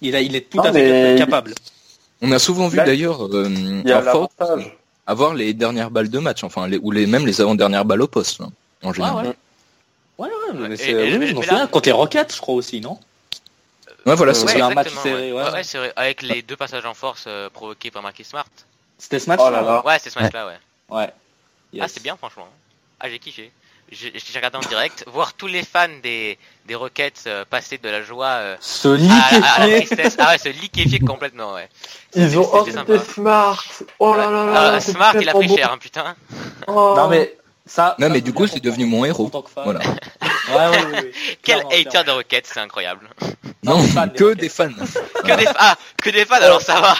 S2: Il, a, il est tout
S3: Non,
S2: à fait
S3: mais-
S2: capable.
S4: On a souvent vu
S3: Là,
S4: d'ailleurs euh,
S3: Il y a
S4: alors, Ford
S3: l'avantage.
S4: avoir les dernières balles de match, enfin, les- ou les, même les avant-dernières balles au poste, hein, en
S2: Ouais,
S4: général.
S2: ouais. Ouais, ouais, mais
S1: Ouais,
S2: c'est-
S1: et- et-
S2: oui,
S1: mais-
S2: ils ont
S1: mais
S2: fait
S1: là-
S2: un contre les Rockets, je crois aussi, non
S4: Ouais, voilà,
S2: Ouais,
S4: c'est
S2: ouais.
S4: ça.
S2: un match
S1: exactement,
S2: serré, ouais.
S1: Ouais, ouais, serré, avec les deux passages en force euh, provoqués par Marquis Smart.
S2: C'était ce match
S3: Oh là là.
S1: Ouais, c'est ce match-là, ouais.
S2: Ouais. Yes.
S1: Ah, c'est bien, franchement. Ah, j'ai kiffé. J'ai j'ai regardé en direct. *laughs* Voir tous les fans des, des Rockets euh, passer de la joie euh,
S2: Se
S1: à, à- à la
S2: liquéfier
S1: tristesse. Ah ouais, se liquéfier complètement, ouais.
S3: Ils ont
S1: C'était
S3: oh,
S1: sympa.
S3: c'était smart. Oh là là là.
S1: Ah,
S3: c'est
S1: Smart, il a
S3: tellement
S1: pris
S3: beau.
S1: cher, hein, putain.
S3: Oh.
S2: Non, mais ça.
S4: Non,
S2: ça,
S4: mais
S2: je
S4: du
S2: veux
S4: coup,
S2: bien
S4: c'est
S2: comprendre.
S4: devenu mon héros.
S2: En tant que fan.
S4: Voilà.
S2: Ouais, ouais, ouais, ouais.
S1: Quel
S2: Clairement,
S1: hater
S2: clairement.
S1: de Rockets, c'est incroyable.
S2: Non,
S4: Non,
S2: des fans, des
S4: que
S2: Rockets.
S4: des fans.
S1: Que des, ah, que des fans, alors ça va.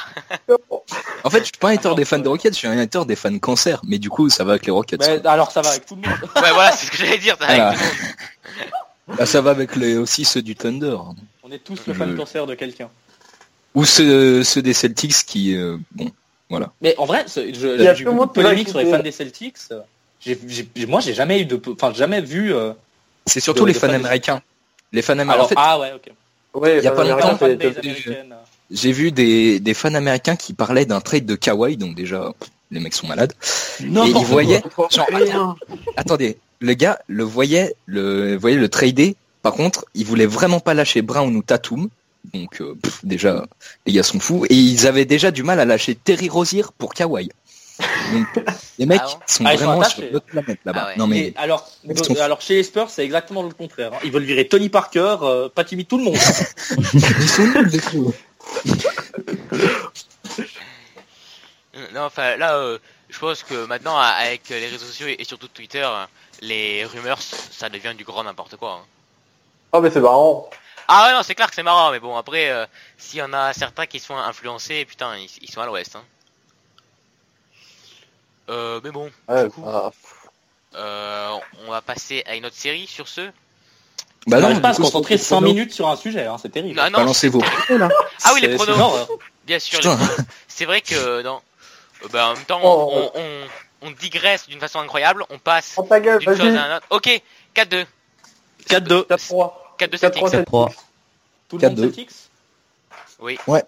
S4: En fait, je suis pas un hater des fans de Rockets, je suis un hater des fans cancer. Mais du coup, ça va avec les Rockets.
S2: Mais alors, ça va avec tout le monde.
S1: Ouais, voilà, c'est ce que j'allais dire. ça,
S4: Voilà.
S1: avec tout le monde.
S4: Bah, ça va avec les, aussi ceux du Thunder.
S2: On est tous le
S4: Je-
S2: fan cancer de quelqu'un.
S4: Ou ceux, ceux des Celtics qui... euh, bon,
S2: Mais en vrai, ce- je-
S3: y a plus
S2: j'ai beaucoup
S3: monde
S2: de
S3: qui va
S2: polémiques sur les
S3: écouter.
S2: fans des Celtics. J'ai- j'ai- moi, j'ai jamais eu de, enfin, jamais vu. euh,
S4: C'est surtout
S2: De-
S4: les
S2: de
S4: fans
S2: fans.
S4: américains. Les fans américains. Ah,
S2: Alors,
S4: en fait,
S2: ah ouais, ok.
S3: Ouais,
S4: Il y a pas
S3: enfin,
S4: longtemps,
S3: c'est-
S2: Fan
S4: des-
S2: base américaine.
S4: j'ai vu des, des fans américains qui parlaient d'un trade de Kawhi, donc déjà, pff, les mecs sont malades.
S2: Non,
S4: et ils voyaient,
S3: Oh,
S4: genre,
S3: rien.
S4: attendez, le gars le voyait, le voyait le trader. Par contre, il voulait vraiment pas lâcher Brown ou Tatum. Donc euh, pff, déjà, les gars sont fous. Et ils avaient déjà du mal à lâcher Terry Rozier pour Kawhi.
S1: *laughs*
S4: Donc, les mecs
S1: Ah ouais
S4: sont
S2: Ah, ils sont
S4: vraiment
S2: attachés.
S4: sur notre planète là-bas.
S1: Ah ouais.
S4: Non mais
S2: Et alors,
S4: Ils
S2: donc,
S4: sont fous.
S2: alors chez les Spurs, c'est exactement le contraire. hein. Ils veulent virer Tony Parker, euh, pas Timmy, tout le monde.
S4: ils sont nuls les fous.
S1: Non, enfin, là, euh, je pense que maintenant, avec les réseaux sociaux et et surtout Twitter, les rumeurs, ça devient du grand n'importe quoi. hein.
S3: Oh, mais c'est marrant.
S1: Ah ouais, non, c'est clair que c'est marrant, mais bon, après, euh, s'il y en a certains qui se font influencer, putain, ils, ils sont à l'ouest. Hein. Euh, mais bon,
S3: Ouais,
S1: du coup,
S3: bah,
S1: euh, on va passer à une autre série sur ce.
S4: *laughs* Bah non,
S2: Ils n'arrivent pas à
S4: du
S2: se
S4: coup,
S2: concentrer
S4: c'est
S2: 5
S4: chrono.
S2: minutes sur un sujet, hein, c'est terrible.
S1: Non, non,
S4: Balancez-vous.
S1: Ah oui, les
S2: C'est-
S1: pronos.
S2: c'est une horreur.
S1: Bien sûr, les
S4: Putain.
S1: pronos. c'est vrai que non. Euh, bah, en même temps,
S3: Oh.
S1: on, on, on digresse d'une façon incroyable, on passe
S2: Oh,
S3: Prends ta gueule,
S1: d'une chose
S3: vas-y.
S1: à un autre. Ok, 4-2, 4-2
S3: 4-3.
S2: 4-2.
S1: Celtics.
S3: 4-3 Celtics.
S5: 4-3.
S2: Tout le monde
S4: 4-2.
S2: Celtics
S1: Oui.
S4: Ouais.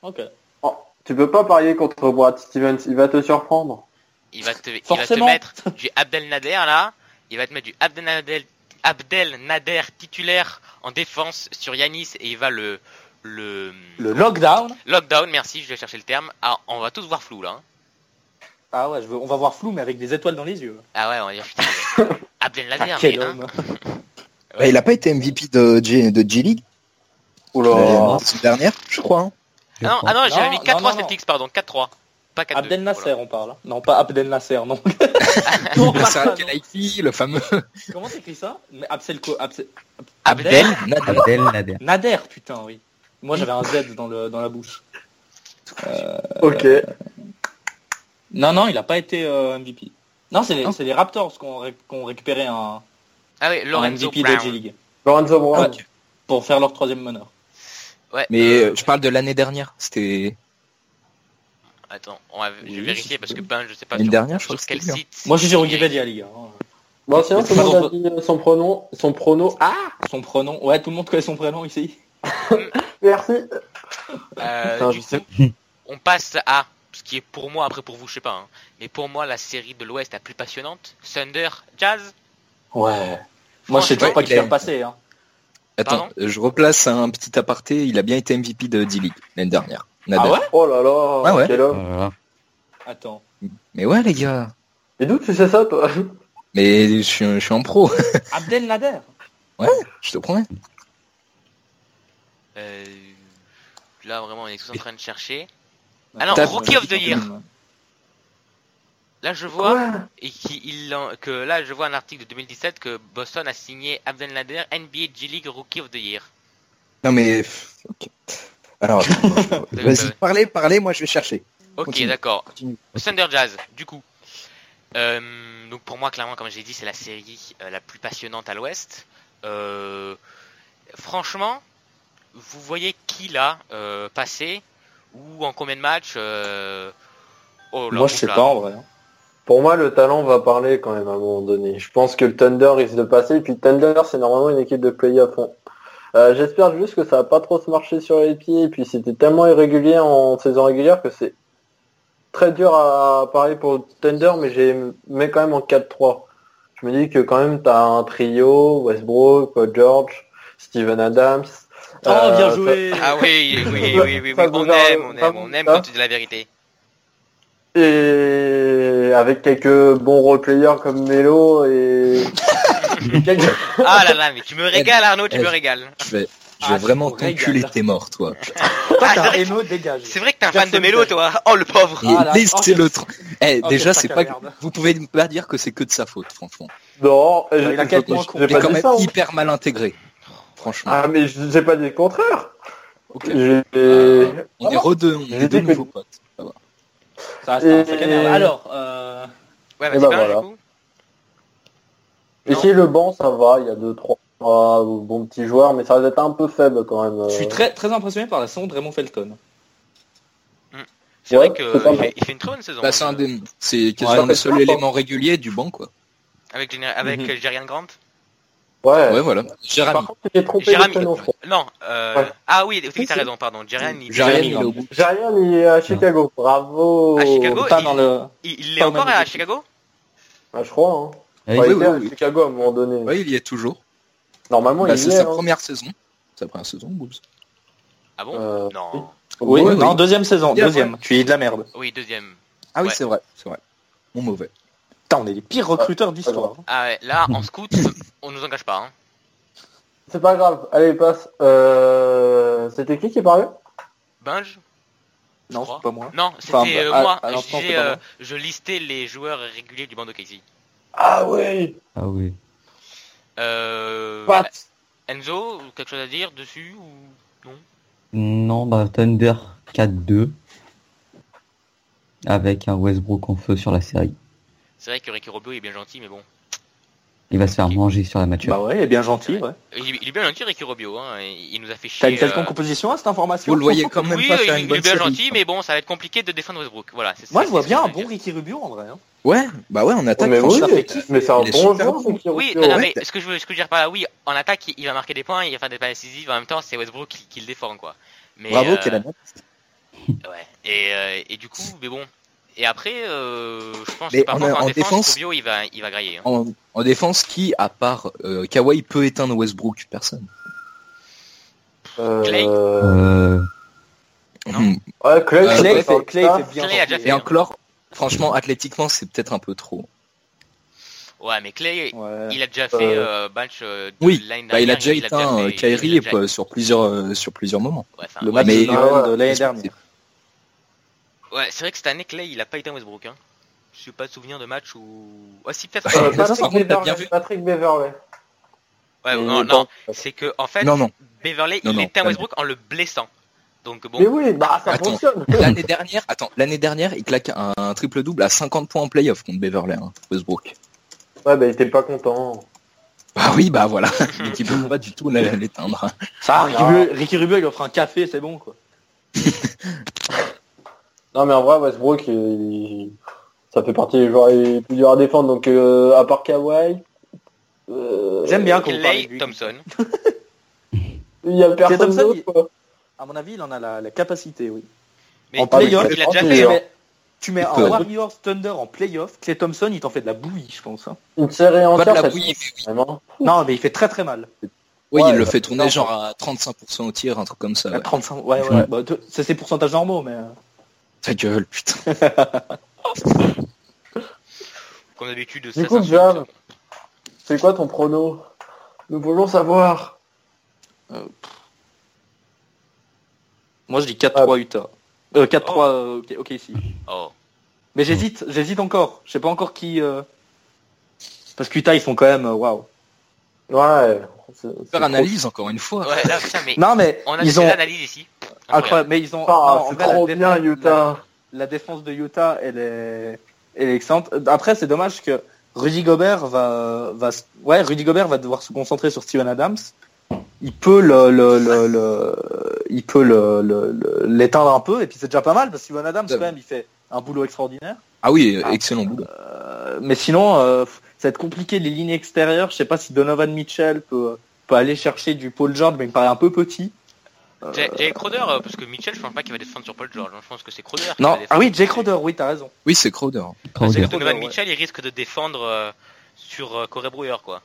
S2: Ok.
S3: Oh, tu peux pas parier contre Brad Stevens, il va te surprendre.
S1: Il va te, il va te
S2: Forcément.
S1: mettre du Abdel Nader là. Il va te mettre du Abdel Nader, Abdel Nader titulaire en défense sur Yanis et il va le le,
S2: *laughs* Le lockdown.
S1: lockdown. Merci, je vais chercher le terme. Ah, on va tous voir flou là. hein.
S2: Ah ouais, je veux- on va voir flou, mais avec des étoiles dans les yeux.
S1: Ah ouais, on va dire
S2: *laughs*
S1: putain. Abdel Nader.
S2: Ah,
S1: mais,
S2: quel
S1: hein.
S2: homme.
S4: Bah, il a pas été MVP de G, de G League Oh. euh,
S3: Oula.
S4: la saison dernière, je crois. *laughs* hein.
S5: je
S1: Ah non,
S5: crois.
S1: ah non, j'avais
S2: Non,
S1: mis
S2: non,
S1: 4-3
S2: non, non.
S1: Celtics, pardon, 4-3. Pas 4-2. voilà.
S2: Abdel Nasser, on parle. hein. Non, pas Abdel Nasser,
S1: *laughs*
S2: non. Non, pas ça,
S4: Nasser
S2: non.
S4: Al-Khelaifi, le fameux
S2: Comment t'écris ça Mais Abdel quoi Abse-
S4: Abdel Nader.
S5: Abdel Nader.
S2: Nader, putain, oui. Moi, j'avais un Z dans, le, dans la bouche.
S3: Ok.
S2: Non, non, il a pas été euh, MVP. Non, c'est les,
S4: Non.
S2: c'est les Raptors qui ont ré- qui ont récupéré un,
S1: Ah oui,
S2: un
S1: Lorenzo
S2: MVP de
S1: Brown.
S2: G-League
S3: Lorenzo Brown.
S2: Ah Ouais. pour faire leur troisième meneur.
S1: Ouais.
S4: Mais euh, je parle de l'année dernière. C'était
S1: Attends, on va, je vais
S4: Oui,
S1: vérifier
S4: c'est
S1: parce que
S4: possible.
S1: ben je sais pas
S4: L'année
S1: sur,
S4: dernière, je
S1: sur
S4: crois que
S1: quel
S4: c'était
S1: site.
S2: Moi, je suis sur Wikipédia, les gars. hein.
S3: Bon, sinon, tout le
S2: Pas
S3: monde a
S2: dans-
S3: dit euh, son pronom, son pronom. Ah,
S2: Son prénom, ouais, tout le monde connaît son prénom ici.
S3: merci.
S1: Euh,
S3: Putain,
S1: du
S3: je sais.
S1: coup, *laughs* on passe à ce qui est pour moi, après pour vous, je sais pas, hein, mais pour moi, la série de l'Ouest la plus passionnante, Thunder, Jazz.
S2: Ouais. Moi, je sais toujours
S1: Franchement,
S2: pas qui
S4: il a-
S2: faire passer. Hein.
S4: Attends,
S1: Pardon
S4: euh, je replace un petit aparté. Il a bien été MVP de D-League l'année dernière. Nader.
S2: Ah ouais
S3: Oh là là.
S4: Ouais, ouais.
S3: Quel
S5: Oh
S3: homme.
S5: là là.
S2: Attends.
S4: Mais ouais, les gars.
S3: Et d'où tu sais ça, toi
S4: Mais je suis, je suis en pro, *laughs*
S2: Abdel Nader.
S4: je te promets.
S1: Euh, là, vraiment, on est tous en train de chercher. Ah non,
S2: T'as-
S1: Rookie of the Year.
S2: Mmh.
S1: Là, je vois
S3: Ouais.
S1: et qui, il, en- que là, je vois un article de 2017 que Boston a signé Abdel Nader NBA G League Rookie of the Year.
S4: Non mais. pff, ok. Alors, attends, je- vas-y, *laughs*
S1: Ouais.
S4: parlez, parlez. Moi, je vais chercher.
S1: Ok,
S4: Continue.
S1: d'accord.
S4: Continue.
S1: Thunder Jazz, du coup. Euh, donc pour moi, clairement, comme j'ai dit, c'est la série euh, la plus passionnante à l'Ouest. Euh, franchement, vous voyez qui là euh, passer ou en combien de matchs euh, oh là,
S2: Moi, je
S1: ouf
S2: sais
S1: là.
S2: pas en vrai. hein.
S3: Pour moi, le talent va parler quand même à un moment donné. Je pense que le Thunder risque de passer. Et puis le Thunder, c'est normalement une équipe de play-off. On- Euh, J'espère juste que ça va pas trop se marcher sur les pieds. Et puis c'était tellement irrégulier en saison régulière que c'est très dur à parler pour le Thunder, mais j'ai mets quand même en 4-3. je me dis que quand même, tu as un trio, Westbrook, Paul George, Steven Adams.
S2: Oh, bien joué
S1: Ah oui, oui, oui, oui, oui,
S3: Ça vous
S1: on
S3: a-
S1: aime, on
S3: ça
S1: aime,
S3: vous
S1: on aime
S3: a-
S1: quand tu dis la vérité.
S3: Et avec quelques bons role-players comme Melo et... *laughs* quelques-
S1: Ah là là, mais tu me régales Arnaud, tu
S4: Eh,
S1: me régales.
S4: Je vais, je
S2: Ah,
S4: vais vraiment
S2: tu régales.
S4: t'enculer tes morts, toi.
S1: Ah, c'est vrai que-
S2: Emo, dégage.
S1: c'est vrai que t'es un fan de
S2: Personne
S1: Mélo,
S2: ne-
S1: toi. Oh le pauvre.
S4: Et
S2: Ah, là,
S4: laissez le tr- Eh,
S2: oh,
S4: déjà,
S2: quel
S4: c'est
S2: sac à
S4: pas,
S2: merde.
S4: vous pouvez pas dire que c'est que de sa faute, franchement.
S3: Non, j'ai-
S2: il a
S3: j'ai-
S2: quatre points
S3: j'ai
S4: Il est
S3: pas
S4: quand
S3: dit
S4: même
S3: ça. hein.
S4: hyper mal intégré. Franchement.
S3: Ah, mais je- j'ai pas dit le contraire.
S4: Ok.
S3: J'ai-
S4: Euh, on est
S3: Ah,
S4: redeux, on
S3: j'ai
S4: est de
S3: dit que-
S4: nouveaux potes. Ça va.
S2: Ça reste un
S3: Et-
S2: sac à merde. Alors, euh,
S1: Ouais, vas-y,
S3: Eh ben,
S1: Benjamin,
S3: voilà.
S1: du coup.
S3: Et
S4: hein.
S3: si le banc, ça va, il y a deux, trois trois bons petits joueurs, mais ça va être un peu faible quand même. euh.
S2: je suis très, très impressionné par la saison de Raymond Felton.
S1: C'est
S3: Ouais,
S1: vrai que
S3: c'est pas
S1: il
S3: mal.
S1: fait, il fait une très bonne saison.
S4: Bah, c'est un
S1: euh,
S4: des- c'est quasiment
S3: Ouais.
S4: le seul élément régulier du banc, quoi.
S1: Avec, Jenny- avec
S2: Mhm.
S1: euh, Jerian Grant.
S3: euh, Ouais.
S4: Ouais, voilà. Jérémy.
S3: Par contre, j'ai trompé
S1: Jérémy.
S3: le prénom, je crois.
S1: Non, euh...
S3: Ouais.
S1: ah oui, oui, t'as raison, pardon. Jerian, il,
S4: Jérémy,
S2: Jérémy,
S4: il est au bout.
S3: J'ai rien, il est à Chicago. Bravo.
S1: À Chicago
S2: Pas
S1: il-
S2: dans le...
S1: il- il est encore à Chicago
S3: Ah, je crois. Hein.
S4: Eh
S5: Oui,
S3: Enfin,
S4: oui,
S3: il était à
S4: oui, oui.
S3: Chicago à un moment donné.
S4: Ouais, il y est toujours.
S3: Normalement,
S4: Bah,
S3: il
S4: c'est
S3: y est.
S4: sa
S3: hein.
S4: première saison. Sa première saison, Boobs.
S1: Ah bon
S3: Euh, oui.
S1: Non.
S2: Oui,
S4: Ouais,
S2: non,
S4: oui.
S2: deuxième saison,
S4: Il y a
S2: deuxième. Tu es de la merde.
S1: Oui, deuxième.
S4: Ah oui,
S1: Ouais.
S4: c'est vrai, c'est vrai. Mon mauvais.
S2: Putain, on est les pires recruteurs d'histoire. hein.
S1: Ah ouais, là,
S2: *laughs*
S1: en scout, on nous engage pas. Hein.
S3: C'est pas grave. Allez, passe. Euh... C'était qui qui parlait
S1: Binge
S2: Non,
S1: crois.
S2: c'est pas moi.
S1: Non, c'était
S2: Enfin,
S1: euh,
S2: à-
S1: moi.
S2: à
S1: je,
S2: l'instant,
S1: disais,
S2: c'est pas
S1: euh,
S2: moi.
S1: je listais les joueurs réguliers du bandeau Casey.
S3: Ah oui.
S5: Ah oui.
S1: Euh,
S3: Pat.
S1: Enzo, quelque chose à dire dessus ou non
S5: Non, bah Thunder 4-2. Avec un Westbrook en feu sur la série.
S1: C'est vrai que Ricky Rubio il est bien gentil, mais bon.
S5: Il va se faire manger sur la match-up.
S2: Bah ouais, il est bien gentil, ouais.
S1: Il, il est bien gentil, Ricky Rubio. Hein. Il il nous a fait chier.
S2: T'as une quelconque
S1: euh,
S2: composition à cette information
S4: Vous le voyez quand même
S1: Oui,
S4: pas
S1: euh,
S4: faire
S1: il,
S4: une
S1: il est
S4: bonne
S1: bien
S4: série.
S1: gentil, mais bon, ça va être compliqué de défendre Westbrook. Voilà, c'est-
S2: Moi,
S1: c'est-
S2: je vois
S1: c'est
S2: bien
S1: ce
S2: un
S1: que je
S2: bon
S1: veux dire.
S2: Ricky Rubio, en vrai. hein.
S4: Ouais, bah ouais, on attaque.
S3: Oh, mais oui,
S4: franchement, ça fait kiffer.
S3: mais c'est un
S4: Il est
S3: bon
S4: super
S3: joueur,
S4: bon.
S3: Ricky
S1: Oui,
S3: Rubio.
S1: non,
S4: ouais.
S1: mais ce que je veux, ce que je veux dire par là, oui, en attaque, il, il va marquer des points, il va faire des passes décisives. En même temps, c'est Westbrook qui, qui le défend, quoi. Mais,
S4: Bravo,
S1: euh,
S4: quelle année.
S1: Ouais. Et, euh, et du coup, mais bon. Et après, euh, je pense
S4: Mais
S1: que par
S4: en-
S1: contre, en,
S4: en
S1: défense,
S4: défense-
S1: Rubio, il va, il va grailler. hein.
S4: En, en défense, qui, à part euh, Kawhi, peut éteindre Westbrook Personne.
S3: Euh,
S1: Clay.
S5: Euh,
S1: bah, Non.
S4: Hmm.
S3: Ouais, Clay,
S4: Euh,
S3: c'est
S2: Clay
S3: pas
S2: fait,
S3: ça.
S2: Clay fait bien.
S1: Clay a
S2: gentil. hein.
S1: déjà
S4: Et encore, franchement, athlétiquement, c'est peut-être un peu trop.
S1: Ouais, mais Clay,
S2: Ouais.
S1: il a déjà fait
S3: Euh,
S1: euh, match euh, de
S4: Oui,
S1: l'année
S4: Bah, il a
S1: dernière,
S4: déjà éteint euh,
S1: fait- il a
S4: Kyrie
S1: déjà-
S4: euh, sur plusieurs euh, sur plusieurs moments.
S1: ouais, enfin,
S2: Le
S1: ouais,
S2: match
S4: mais-
S2: de
S3: Ah
S2: Noël
S3: Euh,
S2: de
S4: Ouais.
S2: l'année dernière.
S1: ouais, c'est vrai que cette année, Clay, il a pas éteint Westbrook. Hein. Je n'ai pas de souvenir de match où. Ouais, si, peut-être.
S4: *laughs*
S3: Euh,
S4: Mais ça, par
S3: Patrick
S4: contre, t'as bien
S3: Beverley.
S4: vu.
S3: Patrick Beverley.
S1: ouais,
S3: Mais
S1: non,
S3: il est
S1: non.
S3: pas-
S1: C'est que, en fait,
S4: Euh, Non, non.
S1: Beverley,
S4: Non,
S1: il
S4: non,
S1: éteint
S4: pas
S1: Westbrook en le blessant. Donc bon.
S3: Mais oui, bah ça
S4: Attends.
S2: *laughs*
S3: fonctionne.
S4: L'année dernière, attends, l'année dernière, il claque un, triple double à 50 points en playoff contre Beverly, hein, Westbrook.
S3: Ouais, bah il était pas content.
S4: Bah oui, bah voilà. Donc il peut pas du tout la- l'éteindre.
S2: Ça, Ricky
S3: Non.
S2: Rubio, Ricky Rubio, il offre un café, c'est bon, quoi.
S3: Non mais en vrai Westbrook il- ça fait partie des joueurs les plus durs à défendre donc euh, à part Kawhi euh,
S2: J'aime bien qu'on parle de
S1: Clay
S2: lui.
S1: Thompson.
S3: Il y a personne
S2: Thompson,
S3: d'autre
S2: il-
S3: quoi.
S2: À mon avis, il en a la, la capacité, oui.
S1: Mais
S2: En
S1: Clay,
S2: playoff,
S1: il a déjà
S3: en
S2: Tu
S1: fait.
S3: playoff.
S1: hein.
S2: mets, tu mets un
S4: Peur.
S2: Warriors Thunder en playoff, Clay Thompson, il t'en fait de la bouillie, je pense. hein.
S3: Une série
S4: Pas
S3: entière
S4: de la
S3: ça hein.
S4: bouillie.
S3: fait vraiment.
S2: Non, mais il fait très très mal.
S4: Oui,
S3: Ouais,
S4: il le
S3: bah,
S4: fait tourner
S3: non.
S4: genre à 35% au tir, un truc comme ça.
S2: À
S1: Ah
S4: Ouais.
S2: 35, ouais, ouais.
S5: Ouais.
S2: Bah, te- c'est ses pourcentages normaux, mais... euh,
S4: Ta gueule, putain.
S1: Comme d'habitude,
S3: Du coup, Jam. C'est quoi ton prono Nous voulons savoir.
S2: Moi, je dis 4-3
S1: hein.
S2: Utah. Ah, Euh, 4-3, euh, ok, ok, si.
S1: Oh.
S2: Mais j'hésite, j'hésite encore. Je sais pas encore qui... euh, Parce qu'Utah, ils sont quand même... euh, Waouh.
S3: Ouais. c'est- c'est
S4: Super
S3: trop-
S4: analyse encore une fois.
S1: Ouais, là, putain, mais
S2: Non, mais
S1: on a
S2: ils
S1: des
S2: ont...
S1: analyses ici. Incroyable.
S2: Incroyable, mais ils ont...
S3: Ah,
S2: non, en
S3: c'est
S2: vrai, la
S3: trop
S2: défense-
S3: bien
S2: la-
S3: Utah.
S2: la défense de Utah, elle est, elle est excellente. Après, c'est dommage que Rudy Gobert va, va, s- ouais, Rudy Gobert va devoir se concentrer sur Steven Adams. Il peut le, le, le, le- il peut le, le- le- l'éteindre un peu, et puis c'est déjà pas mal parce que Steven Adams
S4: Ouais.
S2: quand même, il fait un boulot extraordinaire.
S4: Ah oui,
S2: Ah.
S4: excellent boulot.
S2: Euh, mais sinon, euh, ça va être compliqué les lignes extérieures. Je sais pas si Donovan Mitchell peut, peut aller chercher du Paul George, mais il me paraît un peu petit.
S1: Jay Jay Crowder, euh, parce que Mitchell, je pense pas qu'il va défendre sur Paul George. Je pense que c'est Crowder. qui va
S2: Non,
S1: défendre.
S2: ah oui, Jay Crowder, oui, t'as raison.
S4: Oui, c'est Crowder.
S1: Parce que
S5: Crowder.
S1: Donovan
S2: Crowder, ouais.
S1: Mitchell, il risque de défendre euh, sur euh, Corey Brewer, quoi.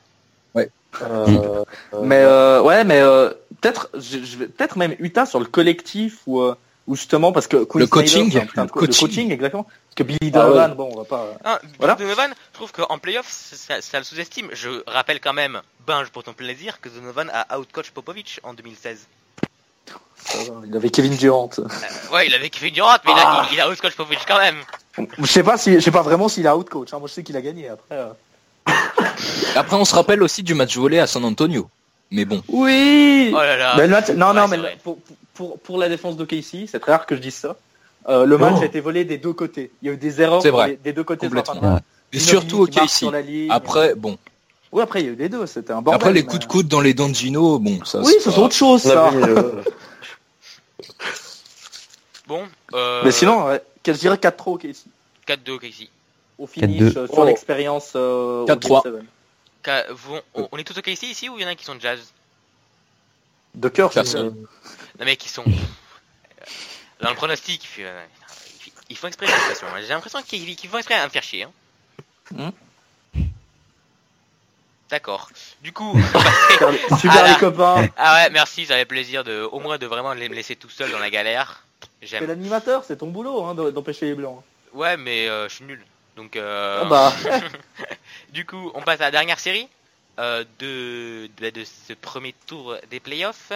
S3: Euh, euh,
S2: Mais euh, ouais, mais euh, peut-être, je, je vais- peut-être même Utah sur le collectif ou euh, ou justement parce que Quinn
S4: Le
S2: Snyder,
S4: coaching,
S2: c'est un putain de co- le
S4: coaching.
S2: coaching, exactement. Parce que Billy
S3: Ah
S2: Donovan,
S3: ouais.
S2: bon, on va pas.
S1: Ah,
S2: Voilà.
S1: Donovan, je trouve qu'en playoff, ça, ça le sous-estime. Je rappelle quand même, binge pour ton plaisir, que Donovan a outcoach Popovic en 2016.
S2: Il avait Kevin Durant.
S1: Euh, ouais, il avait fait une Durant, mais il
S2: Ah.
S1: a- il, il a outcoach Popovic quand même.
S2: Je sais pas si, je sais pas vraiment s'il a outcoach. Hein. Moi, je sais qu'il a gagné après. euh.
S4: Après, on se rappelle aussi du match volé à San Antonio. Mais bon.
S2: Oui.
S1: Oh là là.
S2: Mais ben- le match- non,
S1: Ouais,
S2: non,
S1: c'est
S2: mais le-
S1: vrai.
S2: pour, pour, pour la défense de Casey, c'est très rare que je dise ça. Euh, le match
S6: Non.
S2: a été volé des deux côtés. Il y a eu des erreurs
S4: C'est
S2: pour
S4: vrai.
S2: les- des deux côtés. sur la
S4: Complètement.
S2: fin de match.
S4: Et
S2: Ginobili
S4: surtout au
S2: qui marche
S4: Casey.
S2: sur la ligne.
S4: Après, bon.
S2: Oui, après, il y a eu les deux. C'était un bordel.
S4: Après, les
S2: mais- euh,
S4: coups de coude dans les dents de Gino, bon, ça.
S2: Oui,
S4: c'est
S2: ce
S4: pas-
S2: sont autre chose,
S6: On a
S2: ça.
S6: vu, euh,
S1: Bon, euh,
S2: *laughs* Mais sinon, ouais, que- je dirais 4-3 au Casey.
S1: 4-2 Casey.
S2: Au finish,
S5: 4-2.
S2: euh, sur
S3: Oh.
S2: l'expérience. euh, au
S4: 4-3.
S2: Game seven.
S1: Ca- vous- on, on est tous au Casey ici ou il y en a qui sont jazz
S2: De cœur, je
S4: Personne.
S2: dirais.
S1: Non mais qui sont... Euh, Dans le pronostic, il fait- euh, il fait- ils font exprès cette situation. hein. J'ai l'impression qu'ils qu'ils font exprès à me faire chier. hein.
S2: Hmm.
S1: D'accord. Du coup, on va passer- *laughs*
S2: Super
S1: Ah là.
S2: les copains.
S1: Ah ouais, merci, j'avais plaisir de, au moins de vraiment les me laisser tout seul dans la galère.
S2: C'est
S1: J'aime.
S2: l'animateur, c'est ton boulot hein, de- d'empêcher les blancs.
S1: Ouais, mais euh, je suis nul. Donc, euh,
S2: Ah bah,
S1: du coup, on passe à la dernière série euh, de, de, de ce premier tour des playoffs.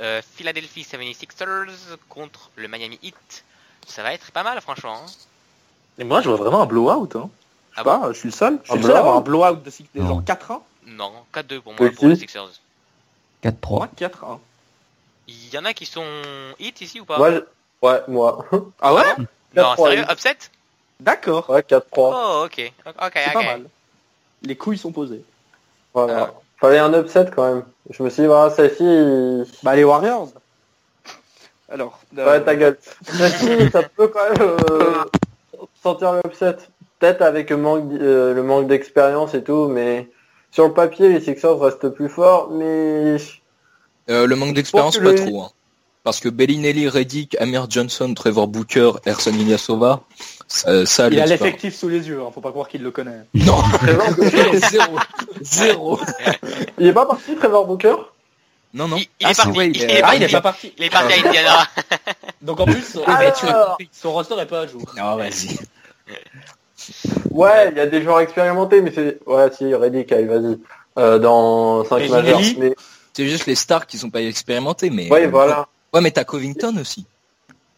S1: Euh, Philadelphie 76ers contre le Miami Heat. Ça va être pas mal, franchement. hein.
S2: Et moi, je vois vraiment un blowout. Hein. Je sais
S1: Ah
S2: pas, je suis le seul. Je suis
S3: Un
S2: le seul à avoir un blowout de des
S5: Non.
S2: gens 4-1.
S1: Non, 4-2 pour moi,
S3: Aussi.
S1: pour les Sixers.
S5: 4-3.
S2: Moi, 4-1.
S1: Il y en a qui sont Heat ici ou pas
S3: Moi, je- ouais, moi. *laughs*
S2: Ah ouais Ah,
S1: Non,
S3: 4-3,
S1: sérieux,
S3: oui.
S1: upset
S2: D'accord.
S3: Ouais, 4-3.
S1: Oh, ok. Ok, ok.
S2: C'est pas mal. Les couilles sont posées.
S3: Voilà. Fallait un upset quand même. Je me suis dit, voilà, Safi, il-
S2: Bah les Warriors. Alors. euh,
S3: ouais, ta gueule.
S2: *laughs*
S3: Safi, ça peut quand même euh, sentir l'upset. Peut-être avec le manque, d- euh, le manque d'expérience et tout, mais sur le papier, les Sixers restent plus forts, mais...
S4: Euh, le manque d'expérience,
S3: que
S4: pas
S3: le-
S4: trop. hein. Parce que Bellinelli, Reddick, Amir Johnson, Trevor Booker, Erson Ilyasova, ça, ça
S2: Il a
S4: l'expérience.
S2: l'effectif sous les yeux, hein, faut pas croire qu'il le *laughs* connaît.
S4: Non,
S3: *laughs* Trevor Booker-
S4: zéro,
S2: *laughs*
S4: zéro.
S3: il est pas parti, Trevor Booker
S4: Non, non.
S1: Il- il est
S4: c'est
S1: parti,
S4: vrai,
S1: il est
S2: Ah, il
S1: parti.
S2: Ah, est pas parti.
S1: Il est parti à Indiana.
S2: Donc en plus, euh,
S4: mais tu as
S3: Alors
S2: son roster est pas à jour.
S4: Ah, vas-y.
S3: Ouais, il y a des joueurs expérimentés, mais c'est... Ouais, si, Reddick, allez, vas-y. Euh, dans 5
S2: Mais
S3: majeurs.
S2: Ginelli
S3: Mais...
S4: C'est juste les stars qui sont pas expérimentés, mais. euh,
S3: Ouais, voilà.
S4: Ouais, mais t'as Covington aussi.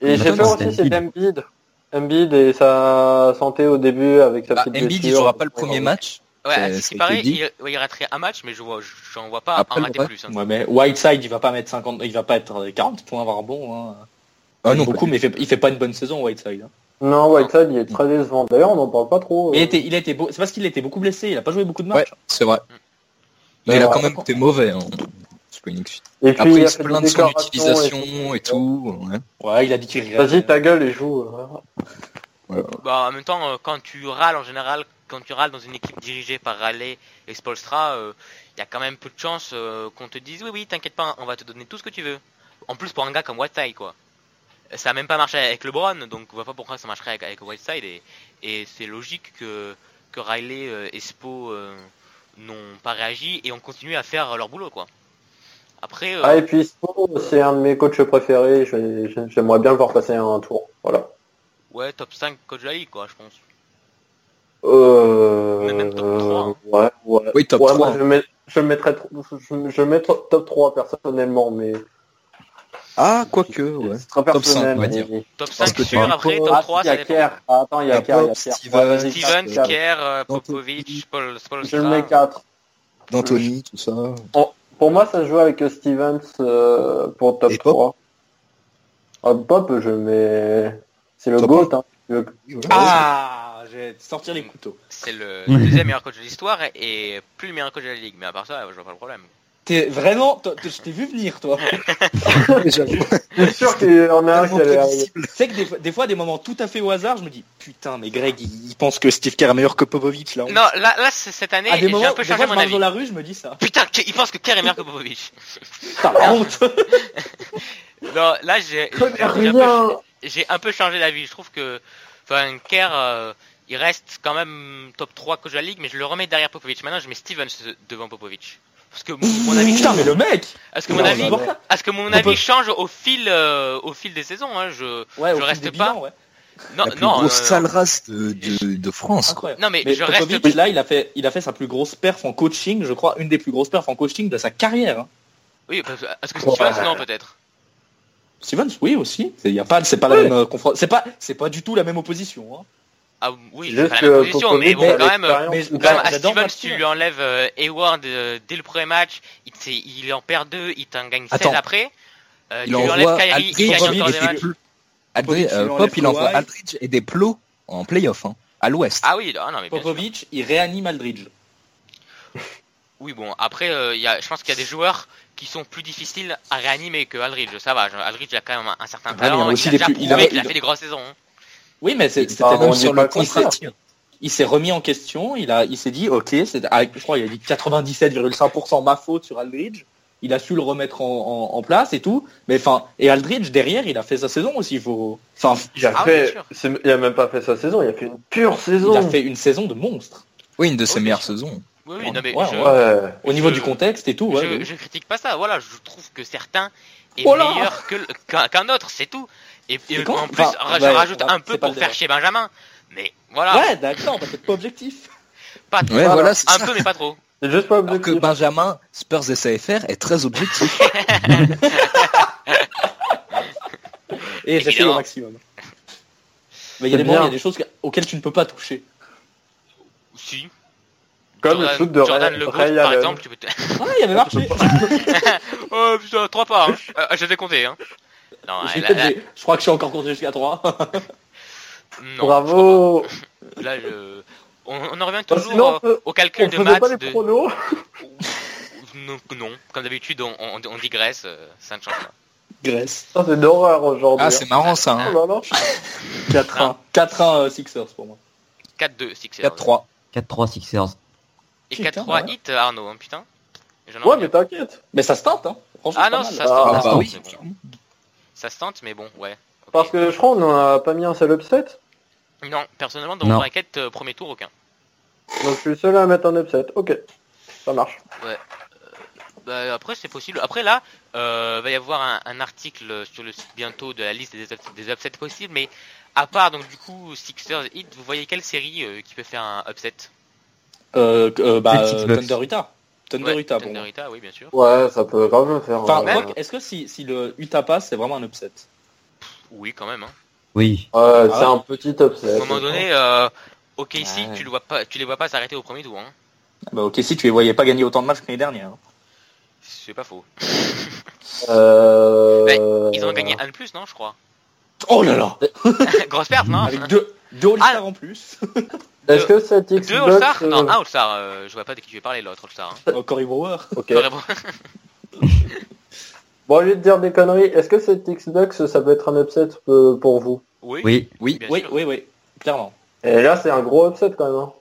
S3: Et j'ai peur
S5: Maintenant,
S3: aussi,
S5: c'est
S3: c'est Embiid. Embiid et sa santé au début avec sa
S4: Bah,
S3: petite
S4: Embiid, il
S3: blessure.
S4: jouera pas le premier match.
S1: Ouais,
S4: Ça-
S1: à ce
S4: ça
S1: qui
S4: a été
S1: paraît,
S4: dit.
S1: il, ouais, il raterait un match, mais je vois, j'en vois pas
S4: Après,
S1: un
S4: le
S1: raté
S4: vrai-
S1: plus. hein.
S2: Ouais mais Whiteside il va pas mettre 50, il va pas être 40 points par bon. Hein.
S4: Ah non,
S2: beaucoup mais il fait, il fait pas une bonne saison Whiteside. hein.
S3: Non, Whiteside, il est très décevant. D'ailleurs, on n'en parle pas trop.
S2: Mais il
S3: euh.
S2: était, il était beau, c'est parce qu'il était beaucoup blessé, il a pas joué beaucoup de
S4: Ouais,
S2: matchs.
S4: c'est vrai. Mais
S3: Ouais,
S4: il a quand
S3: ouais.
S4: même été mauvais. hein. C'est pas une excuse.
S3: Et puis,
S4: Après, il
S3: a
S4: se
S3: fait des
S4: plaint de son
S3: déclarations
S4: utilisation et tout. ouais.
S2: Ouais, il a dit qu'il regrettait.
S3: Vas-y, ta gueule et joue. hein.
S1: Bah, en même temps, euh, quand tu râles en général, quand tu râles dans une équipe dirigée par Raleigh et Spolstra, il y a quand même peu de chances euh, qu'on te dise oui, oui, t'inquiète pas, on va te donner tout ce que tu veux. En plus, pour un gars comme Whiteside, quoi. Ça a même pas marché avec LeBron, donc on voit pas pourquoi ça marcherait avec, avec Whiteside. Et, et c'est logique que, que Riley euh, et Spo euh, n'ont pas réagi et ont continué à faire leur boulot, quoi. Après, euh,
S3: Ah, et puis Spo, c'est un de mes coachs préférés. Je- je- J'aimerais bien le voir passer un tour. Voilà.
S1: ouais, top 5 coach de la ligue, quoi, je pense.
S3: Euh...
S1: Mais même top trois, hein.
S3: Ouais, ouais.
S4: Oui, top
S3: Ouais,
S4: 3.
S3: moi, je, mets- je le mettrais, tro- je, je le mets tro- top 3 personnellement, mais
S4: Ah, quoique, ouais.
S3: c'est très
S4: Top cinq,
S3: personnel.
S4: on va
S3: mais-
S4: dire.
S1: Top
S4: Parce
S1: 5
S4: que
S1: sûr,
S4: tu-
S1: après
S3: Ah,
S1: top
S3: si,
S1: 3
S3: il y
S1: ça
S3: a
S1: dépend.
S3: Kerr. Ah, attends, il y a
S4: Il y a
S3: Kerr, il y a
S4: Pop,
S3: Kerr.
S4: Stevens,
S3: Ouais, vas-y,
S1: Stevens,
S3: Kerr.
S1: Kerr, euh,
S4: Anthony.
S1: Popovic, Paul,
S3: Je le mets
S1: Spolstra.
S3: 4.
S4: D'Anthony, tout ça.
S3: Pour moi, ça se joue avec Stevens euh, pour top
S4: Et Pop
S3: 3. Ah, Pop, je le mets... C'est le
S4: Top
S3: GOAT. Hein. Le-
S4: *laughs*
S2: Ah, je vais sortir les couteaux.
S1: C'est
S2: *laughs*
S1: le deuxième meilleur coach de l'histoire et et plus le meilleur coach de la ligue. Mais à part ça, je vois pas le problème.
S2: T'es vraiment, t'as- t'as- je t'ai vu venir toi.
S3: Je suis sûr qu'il y en
S2: Ah,
S3: a un
S4: Tellement
S3: qui allait
S4: prévisible.
S3: arriver.
S2: C'est que des, fois- des fois, des moments tout à fait au hasard, je me dis putain, mais Greg, il, il pense que Steve Kerr est meilleur que Popovic là.
S1: Non, là, là c'est- cette année,
S2: à des
S1: j'ai
S2: moments,
S1: un peu
S2: des fois,
S1: changé
S2: je
S1: mon
S2: marche
S1: avis.
S2: dans la rue, je me dis ça.
S1: Putain, que- il pense que Kerr est meilleur que Popovic.
S2: Putain, la honte.
S1: Non, là, j'ai j'ai un,
S3: Rien.
S1: peu- j'ai un peu changé d'avis. Je trouve que, enfin, Kerr, euh, Il reste quand même top 3 coach de la ligue, mais je le remets derrière Popovic. Maintenant, je mets Stevens devant Popovic. Parce que mon mon avis,
S2: Putain, mais le mec
S1: parce que mon
S2: Non,
S1: avis,
S2: non, non.
S1: parce que mon
S2: On peut-
S1: avis change au fil, euh, au fil des saisons. Hein. Je,
S2: Ouais, au
S1: je
S2: fil
S1: reste
S2: des
S1: pas.
S2: bilans, ouais.
S1: Non,
S4: la plus
S1: non,
S4: grosse
S1: euh,
S4: sale race de, de, de France. quoi.
S2: Incroyable.
S1: non, mais,
S2: Mais
S1: je reste
S2: Popovic, là, il a, fait, il a fait sa plus grosse perf en coaching, je crois, une des plus grosses perfs en coaching de sa carrière. hein.
S1: Oui, parce parce que
S2: Ouais.
S1: Stevens, non, peut-être.
S2: Stevens, oui aussi. C'est il y a pas, c'est pas la
S3: Oui.
S2: même euh, confron- C'est pas, c'est pas du tout la même opposition. hein.
S1: Ah oui, c'est
S3: Juste
S1: pas
S3: que
S1: la même position, mais
S3: Popovic,
S1: bon,
S3: a
S1: quand même,
S3: l'expérience.
S2: mais-
S1: quand même, à
S2: j'adore
S1: Stevens,
S2: Matt
S1: tu
S2: Stevens.
S1: lui enlèves euh, Hayward euh, dès le premier match, il, t'sais, il en perd deux, il t'en gagne 16
S4: Attends.
S1: après. Euh,
S4: Il
S1: tu lui
S4: envoie
S1: enlèves Kyrie, il
S4: Aldridge
S1: gagne
S2: Popovic
S1: encore
S4: et
S1: des matchs.
S4: des plots. Aldridge,
S2: Popovic,
S4: euh,
S2: il
S4: Pop,
S2: enlève
S4: il envoie
S2: Kawhi.
S4: Aldridge et des plots en playoff hein, à l'ouest.
S1: Ah oui, ah non, mais bien sûr.
S2: Popovic, il réanime Aldridge.
S1: Oui, bon, après, euh, il y a, je pense qu'il y a des joueurs qui sont plus difficiles à réanimer que Aldridge, ça va. je- Aldridge, il a quand même un, un certain
S2: Ah, mais il y a
S1: talent, il
S2: aussi
S1: a
S2: des
S1: déjà
S2: plus-
S1: prouvé
S2: il
S1: qu'il
S2: a-
S1: a,
S2: il-
S1: fait des grosses saisons. hein.
S2: Oui, mais c'est-
S4: C'était
S2: c'était
S3: on
S4: même
S2: même
S3: dit
S4: sur
S3: pas
S4: le
S3: le contraire.
S4: contraire.
S2: il s'est remis en question, il a, il s'est dit, ok, c'est, ah, je crois, il a dit 97,5% ma faute sur Aldridge. Il a su le remettre en, en- en place et tout. Mais enfin, et Aldridge derrière, il a fait sa saison aussi. il Faut, enfin,
S3: Il a,
S1: Ah,
S3: fait-
S1: bien sûr.
S3: c'est- il a même pas fait sa saison, il a fait une pure
S2: il
S3: saison.
S2: a fait une saison de monstre.
S4: Oui, une de ses
S1: Oui,
S4: meilleures saisons.
S1: Oui, oui, non, mais
S2: Ouais,
S1: je,
S2: ouais.
S3: Ouais.
S2: Au niveau
S1: Je-
S2: du contexte et tout.
S1: je,
S2: Ouais, de ouf.
S1: je critique pas ça. Voilà, je trouve que certains est
S2: Oh là
S1: meilleur que le- qu'un qu'un autre, c'est tout. Et, et
S2: C'est con.
S1: en plus,
S2: Enfin,
S1: ra- je
S2: ouais,
S1: rajoute
S2: on va-
S1: un peu
S2: c'est pas
S1: pour
S2: le
S1: faire
S2: débat.
S1: chez Benjamin. Mais voilà,
S2: Ouais, d'accord, bah, c'est pas objectif.
S1: pas
S4: Ouais,
S3: Voilà.
S4: voilà, c'est
S1: un
S4: ça.
S1: peu, mais pas trop.
S3: C'est juste pas
S4: Alors que
S3: objectif.
S4: Benjamin, Spurs et SAFR est très objectif. *laughs*
S2: Et j'essaie
S1: Évidemment.
S2: au maximum. Mais il y a
S3: C'est
S2: des moments, il y
S3: bien.
S2: a des choses que- auxquelles tu ne peux pas toucher.
S1: Si.
S3: Comme le
S1: Jordan-
S3: shoot de
S1: Jordan
S3: Ray-
S1: Le Goat,
S3: Ray
S1: par
S3: Allen.
S1: exemple, tu peux. te- *laughs*
S2: Ah, il avait marché.
S1: oh putain, trois pas. Hein. Euh, je vais compter. Hein. Non,
S2: J'ai
S1: là,
S2: peut-être
S1: là-
S2: des- *laughs* Je crois que je suis encore compté jusqu'à 3.
S1: non,
S3: Bravo.
S1: là, je- on, on en revient
S3: Bah,
S1: toujours
S3: sinon,
S1: euh,
S3: on peut-
S1: au
S3: on
S1: calcul de
S3: faisait
S1: match.
S3: pas les
S1: de-
S3: pronos. *laughs*
S1: Non, non, comme d'habitude, on, on- on digresse, euh, ça ne change pas.
S2: Grèce.
S3: Putain, C'est d'horreur aujourd'hui.
S4: ah, c'est marrant ça. hein.
S3: Oh là là.
S2: 4-1.
S1: Ah.
S2: 4-1 euh, Sixers pour moi.
S1: 4-2, Sixers.
S4: 4-3.
S5: 4-3 Sixers.
S1: Et
S2: Putain,
S1: 4-3
S2: ouais.
S1: hit, Arnaud, hein, putain. J'en ai
S3: Ouais,
S1: envie.
S3: mais t'inquiète.
S2: Mais ça se tente, hein. Franchement,
S1: Ah
S2: pas
S1: non,
S2: mal.
S1: ça se tente.
S3: Ah,
S1: ça se
S4: bah
S1: tente,
S4: oui.
S1: mais bon. Ça se tente, mais bon, ouais. Ok.
S3: Parce que je crois qu'on n'a pas mis un seul upset.
S1: Non, personnellement, dans
S5: Non.
S1: mon bracket, euh, premier tour, aucun.
S3: Donc je suis le seul à mettre un upset. Ok. Ça marche.
S1: Bah, après, c'est possible. Après, là, euh, va y avoir un, un article sur le site bientôt de la liste des, ups- des upsets possibles, mais à part, donc, du coup, Sixers hit, vous voyez quelle série euh, qui peut faire un upset
S2: Euh, euh, bah,
S5: Celtics
S2: euh,
S5: Bucks.
S2: Thunder Utah. Thunder
S1: Ouais,
S2: Utah pour
S1: Thunder
S2: moi.
S1: Utah, oui, bien sûr.
S3: Ouais, ça peut grave le faire.
S2: Enfin,
S3: ouais.
S2: quoique, est-ce que si, si le Utah passe, c'est vraiment un upset
S1: Oui, quand même. Hein.
S5: Oui.
S3: Ouais,
S2: Ah
S3: c'est
S2: ouais.
S3: un petit upset.
S1: À un moment donné, euh, ok, si,
S2: Ouais.
S1: tu, le vois pas, tu les vois pas s'arrêter au premier tour. Hein.
S2: Bah ok, si tu les voyais pas gagner autant de matchs que l'année dernière. hein.
S1: C'est pas faux.
S3: Euh...
S1: Ils ont gagné un de plus, non, je crois. *laughs*
S2: Oh là là
S1: Grosse perte, non hein.
S2: Avec deux, deux All-Stars
S1: Ah.
S2: en plus. *laughs*
S3: Est-ce que cette
S1: Deux All-Star
S3: Xbox...
S1: Non,
S3: euh,
S1: un All-Star. euh, je vois pas de qui tu veux parler, l'autre All-Star. hein.
S2: Euh, Corey Brewer.
S3: ok.
S1: Vraiment.
S3: Bon, au lieu de dire des conneries, est-ce que cette Xbox, ça peut être un upset euh, pour vous
S1: Oui.
S5: Oui.
S4: Oui.
S1: Bien
S2: Oui,
S1: sûr.
S2: oui, oui. Clairement.
S3: Et là, c'est un gros upset quand même. hein.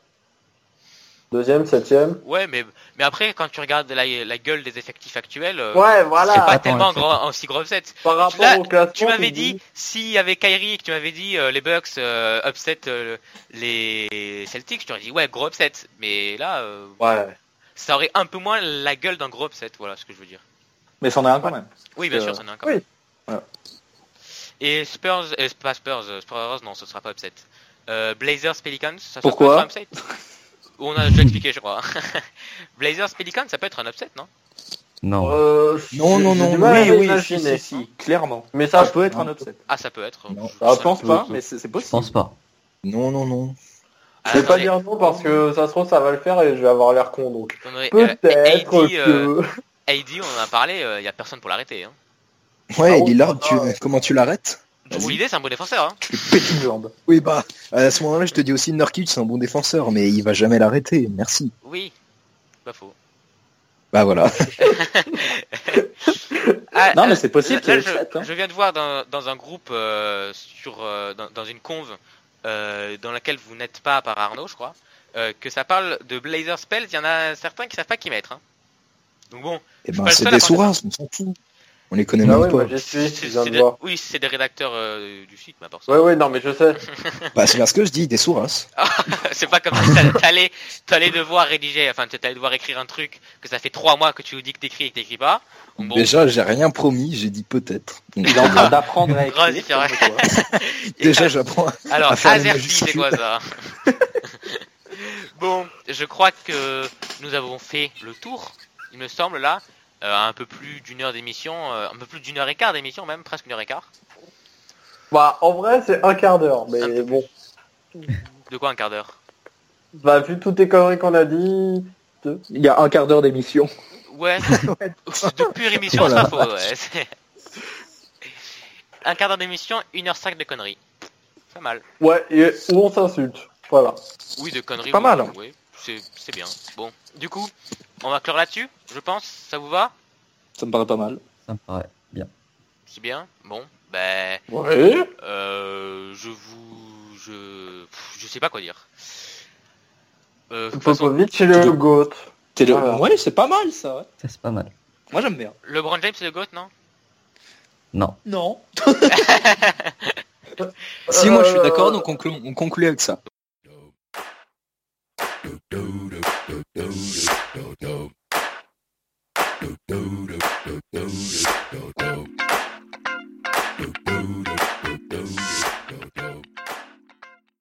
S3: Deuxième, septième.
S1: Ouais, mais, mais après, quand tu regardes la, la gueule des effectifs actuels, euh,
S3: Ouais,
S1: c'est pas
S3: voilà.
S5: Attends,
S1: tellement
S5: attends.
S1: grand, aussi gros upset.
S3: Par rapport
S1: Là,
S3: au classement,
S1: Tu m'avais
S3: te
S1: dit,
S3: dis,
S1: s'il y avait Kyrie et que tu m'avais dit euh, les Bucks euh, upset euh, les Celtics, je t'aurais dit ouais, gros upset. Mais là, euh,
S3: Ouais.
S1: ça aurait un peu moins la gueule d'un gros upset, voilà ce que je veux dire.
S2: Mais c'en a un quand même.
S1: Oui, bien
S2: Euh,
S1: sûr, ça en est un quand
S3: oui.
S1: même.
S2: Voilà.
S1: Et Spurs, euh, pas Spurs, euh, Spurs, non, ce sera pas upset. Euh, Blazers Pelicans, ça
S2: Pourquoi
S1: ça peut être un upset On a déjà expliqué, je crois. *laughs* Blazers Pelicans, ça peut être un upset, non
S5: Non.
S3: Euh,
S4: Non,
S3: j'ai-
S4: non,
S3: j'ai
S4: non,
S3: du mal à
S2: Oui, oui, si,
S3: l'imaginer.
S2: si, si, clairement.
S3: Mais ça,
S2: Ça peut être un upset.
S1: Ah, ça peut être.
S4: Non.
S2: Ah, je pense pas,
S3: je-
S2: mais c'est c'est
S5: Je
S2: possible.
S5: pense pas.
S4: Non, non, non.
S1: Ah,
S3: je vais pas
S1: attendez,
S3: dire non parce que ça se trouve, ça va le faire et je vais avoir l'air con donc.
S1: attendez, euh,
S3: Peut-être
S1: AD, euh,
S3: que...
S1: AD, on en a parlé, il n'y a personne pour l'arrêter. Hein.
S4: Ouais,
S3: Ah,
S4: Lillard,
S3: on-
S4: tu- comment tu l'arrêtes Vas-y.
S1: Drew Holiday, c'est un bon défenseur. Hein.
S4: Tu lui pètes une jambe. Oui, bah, à ce moment-là, je te dis aussi Nurkic, c'est un bon défenseur, mais il va jamais l'arrêter. Merci.
S1: Oui, pas faux.
S4: Bah voilà.
S1: Ah,
S2: Non, mais
S1: euh,
S2: c'est possible qu'il y
S1: là,
S2: ait
S1: je,
S2: le chat, hein.
S1: je viens de voir dans, dans un groupe, euh, sur, euh, dans, dans une conve, euh, dans laquelle vous n'êtes pas par Arnaud, je crois, euh, que ça parle de Blazer Spells. Il y en a certains qui savent pas qui mettre. hein. Donc bon,
S4: *laughs* Eh
S1: pas
S4: ben,
S1: le
S4: c'est
S1: seul à
S4: des
S1: penser ça.
S4: sourds, on s'en fout. On les connaît
S3: Ah
S4: même
S3: ouais, moi
S4: pas.
S3: j'ai suivi, tu
S1: C'est-
S3: viens
S1: c'est
S3: de
S1: des-
S3: voir.
S1: Oui, c'est des rédacteurs euh, du site, mais à part ça.
S3: Ouais, ouais, non, mais je sais.
S4: Bah, c'est bien ce que je dis, des sources.
S1: *laughs* Ah, c'est pas comme si t'allais- t'allais, t'allais devoir rédiger, enfin t'allais devoir écrire un truc que ça fait trois mois que tu nous dis que t'écris et que t'écris pas. Bon,
S4: Déjà, j'ai rien promis, j'ai dit peut-être. Donc,
S2: Il est en train *laughs* d'apprendre à
S1: Grosse
S2: écrire.
S1: différence.
S2: comme toi.
S4: *laughs* déjà, j'apprends.
S1: alors
S4: à faire les
S1: Azerty, c'est
S4: majuscules.
S1: quoi ça Bon, je crois que nous avons fait le tour, il me semble là, euh, un peu plus d'une heure d'émission, euh, un peu plus d'une heure et quart d'émission même, presque une heure et quart.
S3: Bah, en vrai, c'est un quart d'heure,
S1: Un
S3: mais
S1: peu
S3: bon.
S1: De quoi un quart d'heure
S3: Bah, vu toutes les conneries qu'on a dit,
S2: Il y a un quart d'heure d'émission.
S1: Ouais, de pure émission,
S4: Oh
S1: c'est
S4: la
S1: pas faux. Ouais. c'est- Un quart d'heure d'émission, 1h05 de conneries. Pas mal.
S3: ouais, et où on s'insulte. Voilà.
S1: Oui, de conneries.
S2: Pas
S1: oui,
S2: mal.
S1: Oui, c'est c'est bien. Bon, du coup, on va clore là-dessus, je pense. Ça vous va
S2: Ça me paraît pas mal.
S5: Ça me paraît.
S1: C'est bien. Bon, ben,
S3: Ouais.
S1: euh, je vous, je, pff, je sais pas quoi dire. Euh, de toute façon,
S3: Popovic, c'est le
S2: Tout-
S3: GOAT.
S2: C'est le-
S3: Voilà.
S2: Ouais, c'est pas mal ça. ouais.
S5: Ça, c'est pas mal.
S2: Moi j'aime bien.
S1: LeBron James, c'est le GOAT, non
S5: Non.
S2: Non.
S4: Si, moi, je suis
S3: Euh,
S4: d'accord, donc on conclut, on conclut avec ça.
S6: do do do do do do do do do